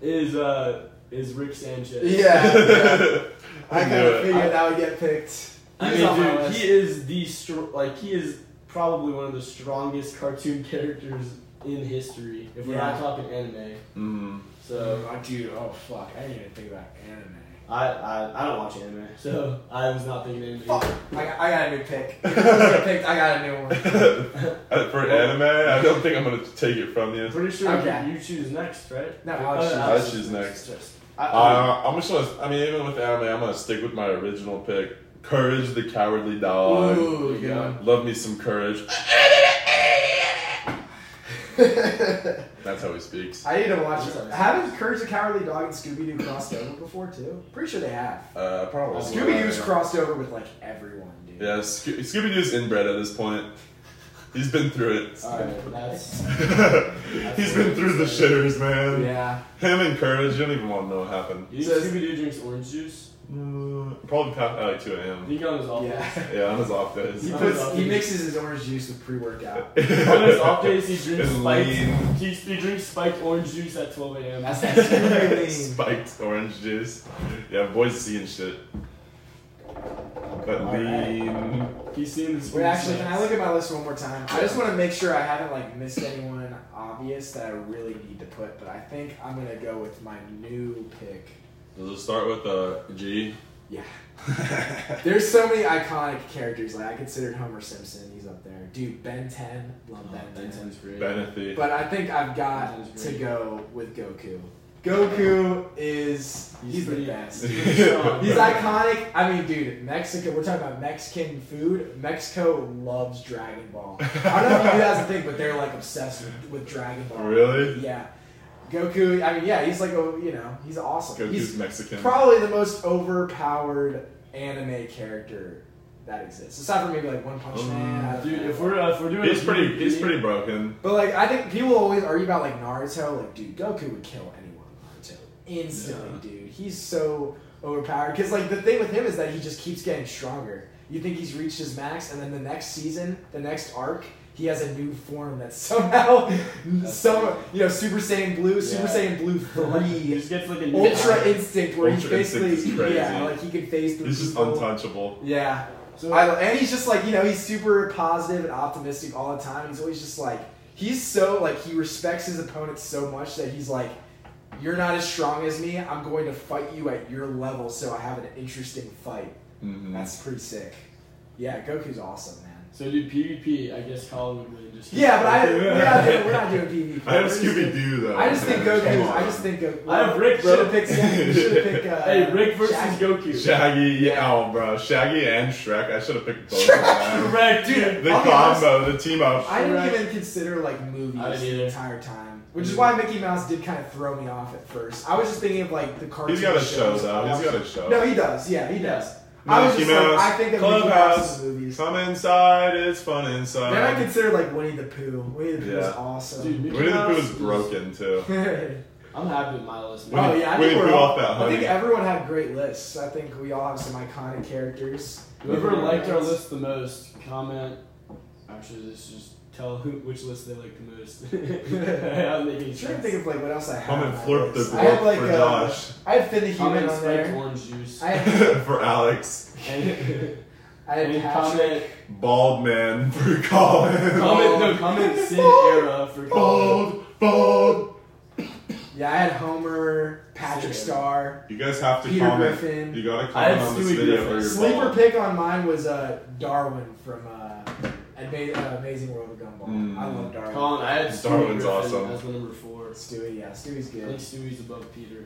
[SPEAKER 3] is uh is Rick Sanchez.
[SPEAKER 2] Yeah. I
[SPEAKER 1] knew
[SPEAKER 2] kind of
[SPEAKER 1] it.
[SPEAKER 2] figured that would get picked.
[SPEAKER 3] I
[SPEAKER 2] He's
[SPEAKER 3] mean,
[SPEAKER 2] on my
[SPEAKER 3] dude,
[SPEAKER 2] list.
[SPEAKER 3] he is the str- like he is probably one of the strongest cartoon characters in history. If we're
[SPEAKER 2] Yeah.
[SPEAKER 3] not talking anime,
[SPEAKER 1] Mm.
[SPEAKER 3] so
[SPEAKER 2] oh, dude, oh fuck, I didn't even think about anime.
[SPEAKER 3] I, I I don't watch anime, so I was not thinking anime.
[SPEAKER 2] Fuck, I got, I got a new pick. If it was gonna get picked, I got a new one.
[SPEAKER 1] Uh, For anime, I don't think I'm gonna take it from you.
[SPEAKER 3] I'm pretty sure
[SPEAKER 2] Okay.
[SPEAKER 3] you, you choose next, right?
[SPEAKER 2] No,
[SPEAKER 3] Uh,
[SPEAKER 2] I'll choose-
[SPEAKER 1] I choose next.
[SPEAKER 3] I, I-
[SPEAKER 1] Uh, I'm just gonna. I mean, even with anime, I'm gonna stick with my original pick. Courage the Cowardly
[SPEAKER 3] Oh,
[SPEAKER 1] Dog.
[SPEAKER 2] Ooh, good one.
[SPEAKER 1] Love me some courage. That's how he speaks.
[SPEAKER 2] I need to watch it. Haven't Courage the Cowardly Dog and Scooby Doo crossed over before too? Pretty sure they have.
[SPEAKER 1] Uh, probably.
[SPEAKER 2] Scooby Doo's crossed over with like everyone, dude.
[SPEAKER 1] Yeah, Sco- Scooby Doo's inbred at this point. He's been through it.
[SPEAKER 3] Alright, that's
[SPEAKER 1] He's been through the shitters, man.
[SPEAKER 2] Yeah.
[SPEAKER 1] Him and Courage, you don't even want to know what happened.
[SPEAKER 3] you
[SPEAKER 2] So-
[SPEAKER 3] think Scooby Doo drinks orange juice?
[SPEAKER 1] Mm, Probably past at like 2
[SPEAKER 3] I
[SPEAKER 1] a.m.
[SPEAKER 3] think on his off days.
[SPEAKER 2] Yeah.
[SPEAKER 1] Yeah, on his off days.
[SPEAKER 2] He puts he mixes his orange juice with pre workout.
[SPEAKER 3] On his off days, he drinks
[SPEAKER 1] It's
[SPEAKER 3] spiked.
[SPEAKER 1] lean.
[SPEAKER 3] He, he drinks spiked orange juice at 12 a.m.
[SPEAKER 2] That's that Scooby lean.
[SPEAKER 1] Spiked orange juice. Yeah, boys seeing shit. But lean.
[SPEAKER 3] He's seeing this.
[SPEAKER 2] Wait,
[SPEAKER 3] weird
[SPEAKER 2] actually, can I
[SPEAKER 3] snacks.
[SPEAKER 2] look at my list one more time? I just want to make sure I haven't like missed anyone obvious that I really need to put, but I think I'm gonna go with my new pick.
[SPEAKER 1] Does it start with a G?
[SPEAKER 2] Yeah. There's so many iconic characters. Like I considered Homer Simpson. He's up there. Dude, Ben 10. Love
[SPEAKER 3] Oh,
[SPEAKER 2] Ben 10.
[SPEAKER 3] Ben 10's great.
[SPEAKER 1] Benethy.
[SPEAKER 2] But I think I've got
[SPEAKER 3] Ben's
[SPEAKER 2] to
[SPEAKER 3] great.
[SPEAKER 2] go with Goku. Goku is he's,
[SPEAKER 3] He's
[SPEAKER 2] the
[SPEAKER 3] pretty-
[SPEAKER 2] best.
[SPEAKER 3] strong.
[SPEAKER 2] He's iconic. I mean, dude, Mexico. We're talking about Mexican food. Mexico loves Dragon Ball. I don't know if you guys think, but they're like obsessed with, with Dragon Ball.
[SPEAKER 1] Really?
[SPEAKER 2] Yeah. Goku. I mean, yeah, he's like a you know he's awesome.
[SPEAKER 1] Goku's
[SPEAKER 2] he's
[SPEAKER 1] Mexican.
[SPEAKER 2] probably the most overpowered anime character that exists, aside from maybe like One Punch Man. I don't
[SPEAKER 3] Um, Dude,
[SPEAKER 2] know.
[SPEAKER 3] if we're uh, if we're doing
[SPEAKER 1] he's
[SPEAKER 3] a
[SPEAKER 1] pretty.
[SPEAKER 3] DVD,
[SPEAKER 1] He's pretty broken.
[SPEAKER 2] But like, I think people always argue about like Naruto. Like, dude, Goku would kill anyone. in Naruto instantly, dude. He's so overpowered. Because like the thing with him is that he just keeps getting stronger. You think he's reached his max, and then the next season, the next arc, he has a new form that somehow, some you know, Super Saiyan Blue, Super
[SPEAKER 3] Yeah.
[SPEAKER 2] Saiyan Blue
[SPEAKER 3] He
[SPEAKER 2] Three,
[SPEAKER 3] just gets like a new
[SPEAKER 2] Ultra
[SPEAKER 3] power.
[SPEAKER 2] Instinct, where
[SPEAKER 1] Ultra
[SPEAKER 2] he's
[SPEAKER 1] Instinct is
[SPEAKER 2] basically yeah,
[SPEAKER 1] crazy.
[SPEAKER 2] like he can phase through.
[SPEAKER 1] He's just
[SPEAKER 2] people.
[SPEAKER 1] untouchable.
[SPEAKER 2] Yeah.
[SPEAKER 3] So-
[SPEAKER 2] I, and he's just like, you know, he's super positive and optimistic all the time. He's always just like, he's so, like, he respects his opponents so much that he's like, you're not as strong as me. I'm going to fight you at your level so I have an interesting fight.
[SPEAKER 1] Mhm.
[SPEAKER 2] That's pretty sick. Yeah, Goku's awesome, man.
[SPEAKER 3] So do PvP. I guess Colin would win. Just
[SPEAKER 2] Yeah, but I, we're, not doing, we're not doing PvP.
[SPEAKER 1] I have
[SPEAKER 2] We're just
[SPEAKER 1] Scooby
[SPEAKER 2] doing-
[SPEAKER 1] Doo though.
[SPEAKER 2] I just think
[SPEAKER 1] Come
[SPEAKER 2] Goku.
[SPEAKER 1] on.
[SPEAKER 2] I just think Goku.
[SPEAKER 3] I have Rick, bro.
[SPEAKER 2] Should have picked. Sam- You should have picked. Uh,
[SPEAKER 3] Hey, Rick versus
[SPEAKER 2] Shaggy.
[SPEAKER 3] Goku.
[SPEAKER 1] Shaggy, yeah, oh, bro, Shaggy and Shrek. I should have picked both of them.
[SPEAKER 3] Correct, dude.
[SPEAKER 1] The
[SPEAKER 2] I'll be honest.
[SPEAKER 1] combo, the team up.
[SPEAKER 2] I didn't
[SPEAKER 3] Correct.
[SPEAKER 2] even consider like movies
[SPEAKER 3] I didn't
[SPEAKER 2] the
[SPEAKER 3] either. Mm.
[SPEAKER 2] entire time, which is why Mickey Mouse did kind of throw me off at first. I was just thinking of like the cartoon.
[SPEAKER 1] He's got a show
[SPEAKER 2] shows I
[SPEAKER 1] though. He's got
[SPEAKER 2] watched.
[SPEAKER 1] a show.
[SPEAKER 2] No, he does. Yeah, he does. I was
[SPEAKER 1] Mickey
[SPEAKER 2] just like,
[SPEAKER 1] Mouse,
[SPEAKER 2] I think of Mickey
[SPEAKER 1] Clubhouse.
[SPEAKER 2] Mouse's movies.
[SPEAKER 1] Come inside, it's fun inside.
[SPEAKER 2] Then I consider like Winnie the Pooh. Winnie the Pooh is
[SPEAKER 1] Yeah.
[SPEAKER 2] awesome.
[SPEAKER 3] Dude, Mickey
[SPEAKER 1] Winnie the Pooh
[SPEAKER 3] Mouse
[SPEAKER 1] is broken too.
[SPEAKER 2] oh
[SPEAKER 3] I'm happy with my list.
[SPEAKER 1] Winnie-
[SPEAKER 3] Man.
[SPEAKER 2] yeah, I
[SPEAKER 1] Winnie
[SPEAKER 2] think we're
[SPEAKER 1] Pooh
[SPEAKER 2] all,
[SPEAKER 1] off that,
[SPEAKER 2] I think
[SPEAKER 1] honey.
[SPEAKER 2] everyone had great lists. I think we all have some iconic characters.
[SPEAKER 3] Whoever liked our list the most, comment. Actually, just just tell who which list they like the most. I'll
[SPEAKER 2] I'm
[SPEAKER 3] make any
[SPEAKER 2] trying to
[SPEAKER 3] sense.
[SPEAKER 2] think of like what else I had. on
[SPEAKER 1] Comment
[SPEAKER 2] my
[SPEAKER 1] florp the
[SPEAKER 2] list. I
[SPEAKER 1] glorp
[SPEAKER 2] had like
[SPEAKER 1] for
[SPEAKER 2] uh,
[SPEAKER 1] Josh.
[SPEAKER 2] I had Finn the Human
[SPEAKER 3] Comment
[SPEAKER 2] on
[SPEAKER 3] spiked
[SPEAKER 2] there.
[SPEAKER 3] orange juice.
[SPEAKER 2] I had
[SPEAKER 1] for Alex.
[SPEAKER 3] and
[SPEAKER 2] I
[SPEAKER 3] and
[SPEAKER 2] had Patrick.
[SPEAKER 3] comment
[SPEAKER 1] Bald man for Colin.
[SPEAKER 3] comment no comment Sid era for Colin.
[SPEAKER 1] Bald, bald.
[SPEAKER 2] Yeah, I had Homer, Patrick
[SPEAKER 3] Same.
[SPEAKER 2] Star.
[SPEAKER 1] You guys have to
[SPEAKER 2] Peter
[SPEAKER 1] comment.
[SPEAKER 2] Griffin.
[SPEAKER 1] You gotta
[SPEAKER 3] I
[SPEAKER 1] comment
[SPEAKER 3] have
[SPEAKER 1] on this
[SPEAKER 3] Stewie
[SPEAKER 1] video
[SPEAKER 3] Griffin.
[SPEAKER 1] for your
[SPEAKER 2] Sleeper
[SPEAKER 1] bald.
[SPEAKER 2] pick on mine was uh, Darwin from uh, Adma- uh, Amazing World of Gumball.
[SPEAKER 1] Mm.
[SPEAKER 2] I love Darwin.
[SPEAKER 3] Colin, I had Stewie
[SPEAKER 1] Darwin's
[SPEAKER 3] Griffin
[SPEAKER 1] awesome.
[SPEAKER 3] as my number four.
[SPEAKER 2] Stewie, yeah, Stewie's
[SPEAKER 3] I
[SPEAKER 2] good. Mm.
[SPEAKER 3] think Stewie's above Peter.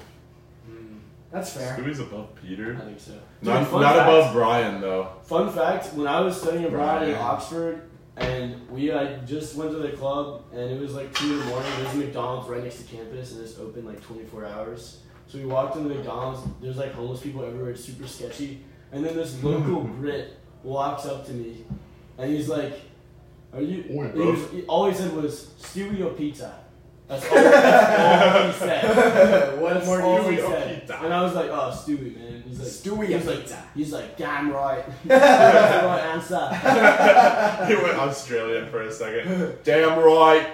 [SPEAKER 2] That's fair.
[SPEAKER 1] Stewie's above
[SPEAKER 3] I
[SPEAKER 1] Peter.
[SPEAKER 3] think so.
[SPEAKER 1] Not,
[SPEAKER 3] fun
[SPEAKER 1] not
[SPEAKER 3] fact-
[SPEAKER 1] above Brian though.
[SPEAKER 3] Fun fact: When I was studying abroad in
[SPEAKER 1] Right.
[SPEAKER 3] Oxford, and we like just went to the club, and it was like two in the morning. There's a McDonald's right next to campus, and it's open like 24 hours. So we walked into McDonald's. There's like homeless people everywhere. It's super sketchy. And then this local Brit walks up to me, and he's like, "Are you?"
[SPEAKER 1] Oi,
[SPEAKER 3] he
[SPEAKER 1] bro.
[SPEAKER 3] was- he- all he said was "Stewie or pizza." That's all, that's all he said.
[SPEAKER 2] what
[SPEAKER 3] That's
[SPEAKER 2] more
[SPEAKER 3] all
[SPEAKER 2] do
[SPEAKER 3] he
[SPEAKER 2] you want?
[SPEAKER 3] said. And I was like, "Oh, Stewie, man." He's like,
[SPEAKER 2] Stewie
[SPEAKER 3] He's
[SPEAKER 2] or
[SPEAKER 3] like,
[SPEAKER 2] pizza?
[SPEAKER 3] He's like, damn right. That's the right answer.
[SPEAKER 1] he went Australian for a second. Damn right.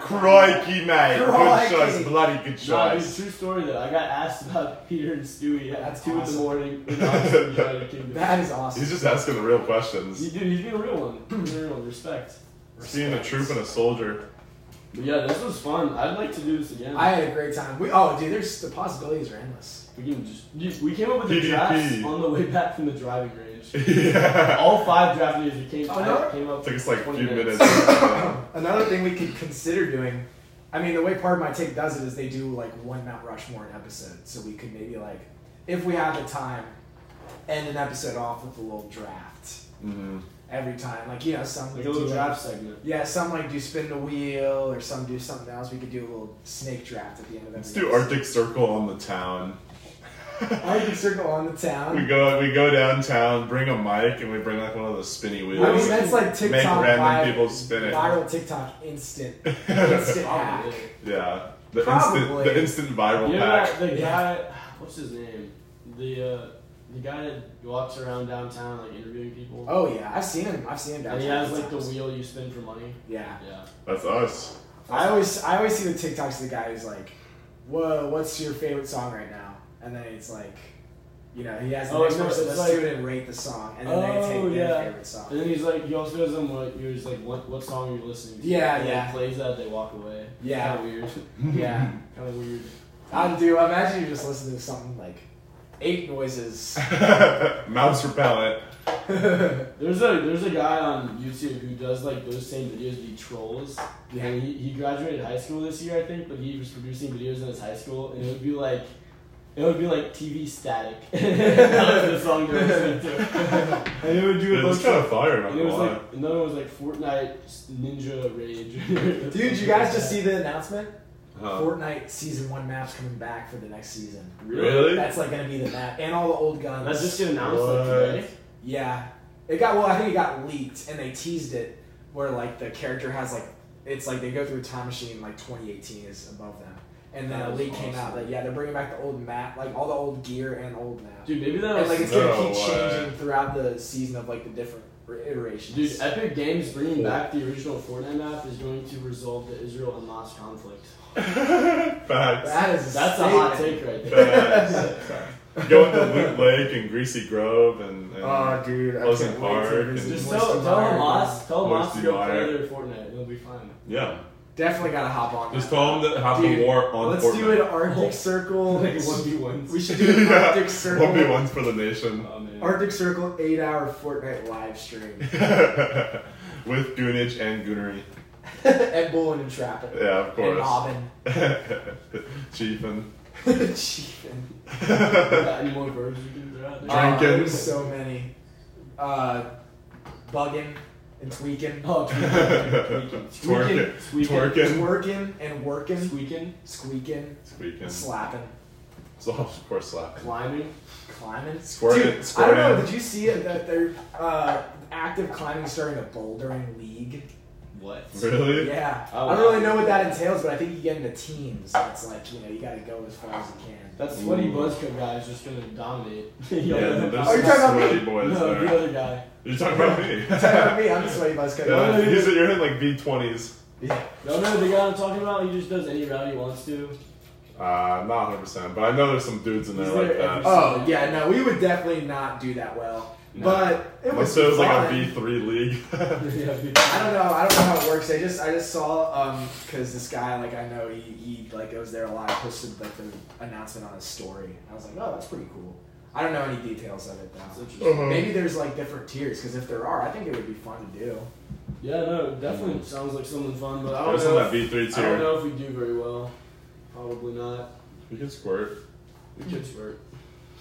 [SPEAKER 1] Crikey, mate.
[SPEAKER 2] Crikey.
[SPEAKER 1] Good choice. Bloody good
[SPEAKER 3] Nah, dude,
[SPEAKER 1] choice.
[SPEAKER 3] true story though. I got asked about Peter and Stewie at
[SPEAKER 2] That's
[SPEAKER 3] two in
[SPEAKER 2] awesome.
[SPEAKER 3] the morning in Oxford, United Kingdom.
[SPEAKER 2] That is awesome.
[SPEAKER 1] He's just asking the real
[SPEAKER 3] He-
[SPEAKER 1] questions.
[SPEAKER 3] dude, he's being a real one. He's being a real one. Respect.
[SPEAKER 1] Seeing a troop and a soldier.
[SPEAKER 3] But yeah, this was fun. I'd like to do this again.
[SPEAKER 2] I had a great time. We oh dude, there's the possibilities are endless.
[SPEAKER 3] we can just you- we came up with the
[SPEAKER 1] PvP.
[SPEAKER 3] drafts on the way back from the driving range.
[SPEAKER 1] yeah.
[SPEAKER 3] All five draft leaders we came,
[SPEAKER 2] Oh, no.
[SPEAKER 3] I came up.
[SPEAKER 1] Took us like a
[SPEAKER 3] 20
[SPEAKER 1] few
[SPEAKER 3] minutes.
[SPEAKER 1] minutes. yeah,
[SPEAKER 2] Another thing we could consider doing. I mean, the way part of my take does it is they do like one Mount Rushmore an episode, so we could maybe like, if we have the time, end an episode off with a little draft
[SPEAKER 1] Mm-hmm.
[SPEAKER 2] every time. Like you know, some
[SPEAKER 3] Like a little
[SPEAKER 2] do,
[SPEAKER 3] draft segment.
[SPEAKER 2] Yeah, some like do spin the wheel, or some do something else. We could do a little snake draft at the end of every.
[SPEAKER 1] Let's do Arctic Circle on the town.
[SPEAKER 2] Arctic Circle on the town.
[SPEAKER 1] We go we go downtown, bring a mic, and we bring like one of those spinny wheels.
[SPEAKER 2] I mean, that's like TikTok
[SPEAKER 1] Make random
[SPEAKER 2] viral,
[SPEAKER 1] people spin it.
[SPEAKER 2] viral TikTok instant, instant hack.
[SPEAKER 3] Probably.
[SPEAKER 1] yeah. The instant
[SPEAKER 2] Probably.
[SPEAKER 1] the instant viral
[SPEAKER 3] You know
[SPEAKER 1] pack.
[SPEAKER 3] that the
[SPEAKER 2] Yeah.
[SPEAKER 3] guy? What's his name? The uh, the guy that walks around downtown like interviewing people.
[SPEAKER 2] Oh yeah, I've seen him. I've seen him.
[SPEAKER 3] And he
[SPEAKER 2] downtown
[SPEAKER 3] has like the
[SPEAKER 2] sometimes.
[SPEAKER 3] wheel you spin for money.
[SPEAKER 2] Yeah,
[SPEAKER 3] Yeah.
[SPEAKER 1] That's us.
[SPEAKER 2] I always I always see the TikToks of the guy who's like, "Whoa, what's your favorite song right now?" And then it's like, you know, he has the
[SPEAKER 3] Oh,
[SPEAKER 2] next
[SPEAKER 3] no,
[SPEAKER 2] person
[SPEAKER 3] it's
[SPEAKER 2] let's
[SPEAKER 3] like-
[SPEAKER 2] do it and rate the song, and then
[SPEAKER 3] Oh,
[SPEAKER 2] they take their
[SPEAKER 3] yeah.
[SPEAKER 2] favorite song.
[SPEAKER 3] And then he's like, he also does them what you're just like, what, what song are you listening to?
[SPEAKER 2] Yeah,
[SPEAKER 3] and
[SPEAKER 2] yeah.
[SPEAKER 3] He plays that, they walk away.
[SPEAKER 2] Yeah.
[SPEAKER 3] Kind of weird.
[SPEAKER 2] yeah,
[SPEAKER 3] kind of weird.
[SPEAKER 2] I do. Imagine you just listening to something like eight noises.
[SPEAKER 1] Mouse repellent.
[SPEAKER 3] There's a there's a guy on YouTube who does like those same videos. But he trolls.
[SPEAKER 2] Yeah.
[SPEAKER 3] And he, he graduated high school this year, I think, but he was producing videos in his high school, and it would be like. It would be like TV static. that was the song they were listening to. And it would do a
[SPEAKER 1] It was
[SPEAKER 3] bunch
[SPEAKER 1] kind
[SPEAKER 3] of
[SPEAKER 1] of fire. Not
[SPEAKER 3] And it
[SPEAKER 1] gonna
[SPEAKER 3] was
[SPEAKER 1] lie.
[SPEAKER 3] like another one was like Fortnite Ninja Rage.
[SPEAKER 2] Dude, you guys just see the announcement?
[SPEAKER 3] Uh.
[SPEAKER 1] Huh.
[SPEAKER 2] Fortnite season one maps coming back for the next season.
[SPEAKER 1] Really?
[SPEAKER 2] That's like gonna be the map and all the old guns.
[SPEAKER 3] That's just an announcement
[SPEAKER 1] What?
[SPEAKER 3] today.
[SPEAKER 2] Yeah. It got well, I think it got leaked and they teased it where like the character has like it's like they go through a time machine like 2018 is above them. And then
[SPEAKER 3] That
[SPEAKER 2] a
[SPEAKER 3] was
[SPEAKER 2] leak came
[SPEAKER 3] awesome.
[SPEAKER 2] out that yeah, they're bringing back the old map, like all the old gear and old map.
[SPEAKER 3] Dude, maybe that'll
[SPEAKER 2] and like it's
[SPEAKER 1] No
[SPEAKER 2] gonna keep
[SPEAKER 1] way.
[SPEAKER 2] changing throughout the season of like the different iterations.
[SPEAKER 3] Dude, Epic Games bringing back the original Fortnite map is going to resolve the Israel Hamas conflict.
[SPEAKER 1] Facts.
[SPEAKER 2] that is
[SPEAKER 3] That's a hot
[SPEAKER 2] statement.
[SPEAKER 3] take right there.
[SPEAKER 1] Facts. Going to Loot Lake and Greasy Grove and, and
[SPEAKER 2] Uh,
[SPEAKER 8] Oh, dude, I
[SPEAKER 1] Pleasant
[SPEAKER 8] can't wait
[SPEAKER 1] Park
[SPEAKER 8] to visit
[SPEAKER 1] and-
[SPEAKER 3] Just
[SPEAKER 8] Moist
[SPEAKER 3] tell, tell
[SPEAKER 8] Environment.
[SPEAKER 3] Hamas, tell
[SPEAKER 1] Moist
[SPEAKER 3] Hamas to go play
[SPEAKER 1] environment.
[SPEAKER 3] their Fortnite. It'll be fine.
[SPEAKER 1] yeah,
[SPEAKER 2] Definitely gotta hop on.
[SPEAKER 1] Just
[SPEAKER 2] that.
[SPEAKER 1] tell them to have the
[SPEAKER 2] Dude,
[SPEAKER 1] war on
[SPEAKER 2] Let's
[SPEAKER 1] Fortnite.
[SPEAKER 2] do an Arctic Circle.
[SPEAKER 3] Like 1v1s.
[SPEAKER 2] We should do an
[SPEAKER 1] Yeah.
[SPEAKER 2] Arctic Circle.
[SPEAKER 1] One v ones for the nation.
[SPEAKER 3] Oh, man.
[SPEAKER 2] Arctic Circle eight hour Fortnite live stream.
[SPEAKER 1] With Goonage and Goonery.
[SPEAKER 2] Ed Bullen and Trappin.
[SPEAKER 1] Yeah, of
[SPEAKER 2] And
[SPEAKER 1] course.
[SPEAKER 2] Bobbin.
[SPEAKER 1] Chief and
[SPEAKER 2] Chief and-
[SPEAKER 3] Got any more verbs you can throw out there?
[SPEAKER 2] Oh,
[SPEAKER 1] Drinking.
[SPEAKER 2] there's so many. Uh, bugging and tweaking.
[SPEAKER 3] Oh, tweaking.
[SPEAKER 1] Twerking.
[SPEAKER 3] Tweaking.
[SPEAKER 1] Twerking.
[SPEAKER 2] Twerking and working.
[SPEAKER 3] Tweaking.
[SPEAKER 2] Squeaking.
[SPEAKER 1] Squeaking.
[SPEAKER 2] Slapping.
[SPEAKER 1] So of course slap.
[SPEAKER 3] Climbing.
[SPEAKER 2] Climbing.
[SPEAKER 1] Squirting.
[SPEAKER 2] Dude,
[SPEAKER 1] Squirting.
[SPEAKER 2] I don't know. Did you see it, that they're uh, active climbing starting a bouldering league?
[SPEAKER 3] What?
[SPEAKER 1] Really?
[SPEAKER 2] Yeah.
[SPEAKER 3] Oh,
[SPEAKER 2] I don't
[SPEAKER 3] wow.
[SPEAKER 2] really know what that entails, but I think you get into teams. and It's like, you know, you gotta go as far as you can.
[SPEAKER 3] That sweaty
[SPEAKER 1] Ooh.
[SPEAKER 3] buzzcut guy is just gonna dominate.
[SPEAKER 1] Yeah, there's
[SPEAKER 2] Are you talking
[SPEAKER 1] some
[SPEAKER 2] about me?
[SPEAKER 1] sweaty boys
[SPEAKER 3] no,
[SPEAKER 1] there.
[SPEAKER 3] the other guy.
[SPEAKER 1] You're talking about me.
[SPEAKER 2] Sorry, not me, I'm the sweaty buzz cut.
[SPEAKER 1] yeah, he's, you're in like V20s.
[SPEAKER 3] No, no, the guy I'm talking about, he just does any route he wants to.
[SPEAKER 1] Uh, not 100%, but I know there's some dudes in there
[SPEAKER 3] He's
[SPEAKER 1] like
[SPEAKER 3] there
[SPEAKER 1] that.
[SPEAKER 3] every-
[SPEAKER 2] Oh yeah, no, we would definitely not do that well. But it was,
[SPEAKER 1] Unless it was like a
[SPEAKER 2] fun.
[SPEAKER 1] V3 league.
[SPEAKER 3] Yeah, dude.
[SPEAKER 2] I don't know. I don't know how it works. I just I just saw um because this guy like I know he, he like goes there a lot. Posted like the announcement on his story. I was like, oh, that's pretty cool. I don't know any details of it
[SPEAKER 3] That's
[SPEAKER 2] though.
[SPEAKER 3] interesting.
[SPEAKER 2] Maybe there's like different tiers because if there are, I think it would be fun to do.
[SPEAKER 3] Yeah, no, definitely sounds like something fun, but I don't,
[SPEAKER 1] There's some
[SPEAKER 3] know
[SPEAKER 1] that
[SPEAKER 3] if,
[SPEAKER 1] V3
[SPEAKER 3] I don't
[SPEAKER 1] tier.
[SPEAKER 3] know if we do very well. Probably not.
[SPEAKER 1] We can squirt.
[SPEAKER 3] The kids work.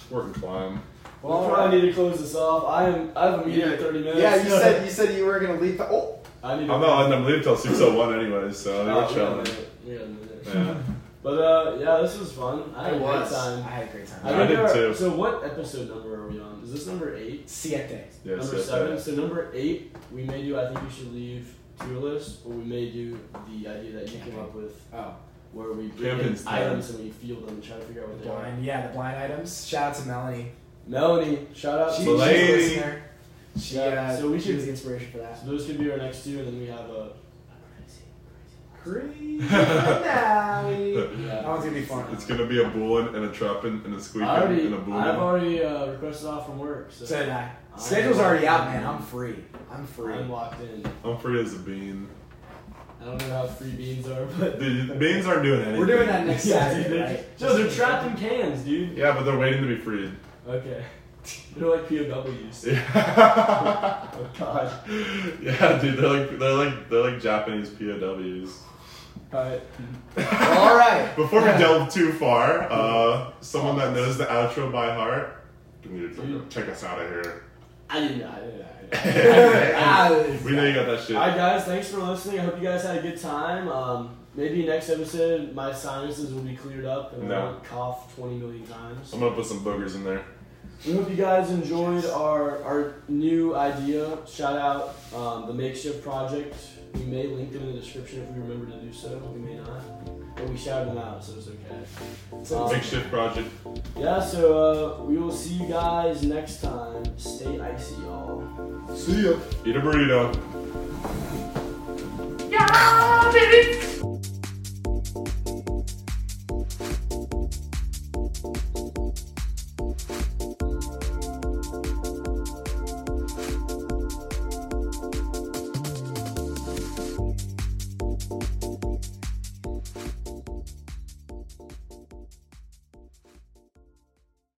[SPEAKER 1] Squirt and climb.
[SPEAKER 3] Well, we probably need to close this off. I am. I have a meeting in 30 minutes.
[SPEAKER 2] Yeah, you said you said you were gonna leave. The, oh,
[SPEAKER 3] I need to.
[SPEAKER 1] I'm not letting them leave till 601 anyway, so you're
[SPEAKER 3] Oh, we got a
[SPEAKER 1] chilling.
[SPEAKER 3] minute. We got a minute.
[SPEAKER 1] Yeah.
[SPEAKER 3] But uh, yeah, this was fun. I had
[SPEAKER 2] it
[SPEAKER 3] a
[SPEAKER 2] was.
[SPEAKER 3] great time.
[SPEAKER 2] I had a great time.
[SPEAKER 1] I did
[SPEAKER 3] our-
[SPEAKER 1] too.
[SPEAKER 3] So what episode number are we on? Is this number eight?
[SPEAKER 2] Siete.
[SPEAKER 1] Yeah,
[SPEAKER 3] number
[SPEAKER 1] so-
[SPEAKER 3] seven. So number eight, we may do. I think you should leave tier list, or we may do the idea that you came up with,
[SPEAKER 2] Oh,
[SPEAKER 3] where we bring in
[SPEAKER 1] Kevin's done.
[SPEAKER 3] items and we feel them, and try to figure out
[SPEAKER 2] the
[SPEAKER 3] what they are.
[SPEAKER 2] blind. Yeah, the blind items. Shout out to Melanie.
[SPEAKER 3] Melanie, shout out.
[SPEAKER 2] She,
[SPEAKER 3] to
[SPEAKER 2] she's
[SPEAKER 1] So
[SPEAKER 2] a
[SPEAKER 3] you.
[SPEAKER 1] like- lady.
[SPEAKER 2] listener. She,
[SPEAKER 3] Yeah,
[SPEAKER 2] uh,
[SPEAKER 3] so we
[SPEAKER 2] she was
[SPEAKER 3] should-
[SPEAKER 2] the inspiration for that.
[SPEAKER 3] So those could be our next two, and then we have a.
[SPEAKER 2] Green Valley. That
[SPEAKER 3] Yeah.
[SPEAKER 2] one's gonna be fun.
[SPEAKER 1] It's gonna be a bullin and a trappin and a
[SPEAKER 3] I
[SPEAKER 1] squeaking
[SPEAKER 3] already,
[SPEAKER 1] and a
[SPEAKER 3] I've
[SPEAKER 1] boolin.
[SPEAKER 3] already uh, requested off from work, so,
[SPEAKER 2] So did I. Schedule's already out, man. I'm free. I'm free.
[SPEAKER 3] I'm locked in.
[SPEAKER 1] I'm free as a bean.
[SPEAKER 3] I don't know how free beans are, but
[SPEAKER 1] Dude, beans aren't doing anything.
[SPEAKER 2] We're doing that next
[SPEAKER 3] Yeah, dude,
[SPEAKER 2] Saturday,
[SPEAKER 3] they're-
[SPEAKER 2] right?
[SPEAKER 3] No, they're trapped in cans, dude.
[SPEAKER 1] Yeah, but they're waiting to be freed.
[SPEAKER 3] Okay. They're like POWs.
[SPEAKER 1] Yeah.
[SPEAKER 3] Oh god.
[SPEAKER 1] yeah, dude, they're like they're like they're like Japanese POWs.
[SPEAKER 3] Alright.
[SPEAKER 2] All right.
[SPEAKER 1] Before we delve too far, uh, someone that knows the outro by heart,
[SPEAKER 3] Dude.
[SPEAKER 1] check us out of here.
[SPEAKER 3] I didn't know. I didn't know. I didn't know.
[SPEAKER 1] We know you got that shit.
[SPEAKER 3] Alright guys, thanks for listening. I hope you guys had a good time. Um, maybe next episode my sinuses will be cleared up and I
[SPEAKER 1] No.
[SPEAKER 3] won't cough 20 million times.
[SPEAKER 1] I'm gonna put some boogers in there.
[SPEAKER 3] We hope you guys enjoyed our, our new idea. Shout out um, the makeshift project. We may link them in the description if we remember to do so. We may not. But we shouted them out, so it's okay. Um,
[SPEAKER 1] Makeshift project.
[SPEAKER 3] Yeah, so uh, we will see you guys next time. Stay icy, y'all.
[SPEAKER 1] Eat a burrito.
[SPEAKER 9] Yeah, baby.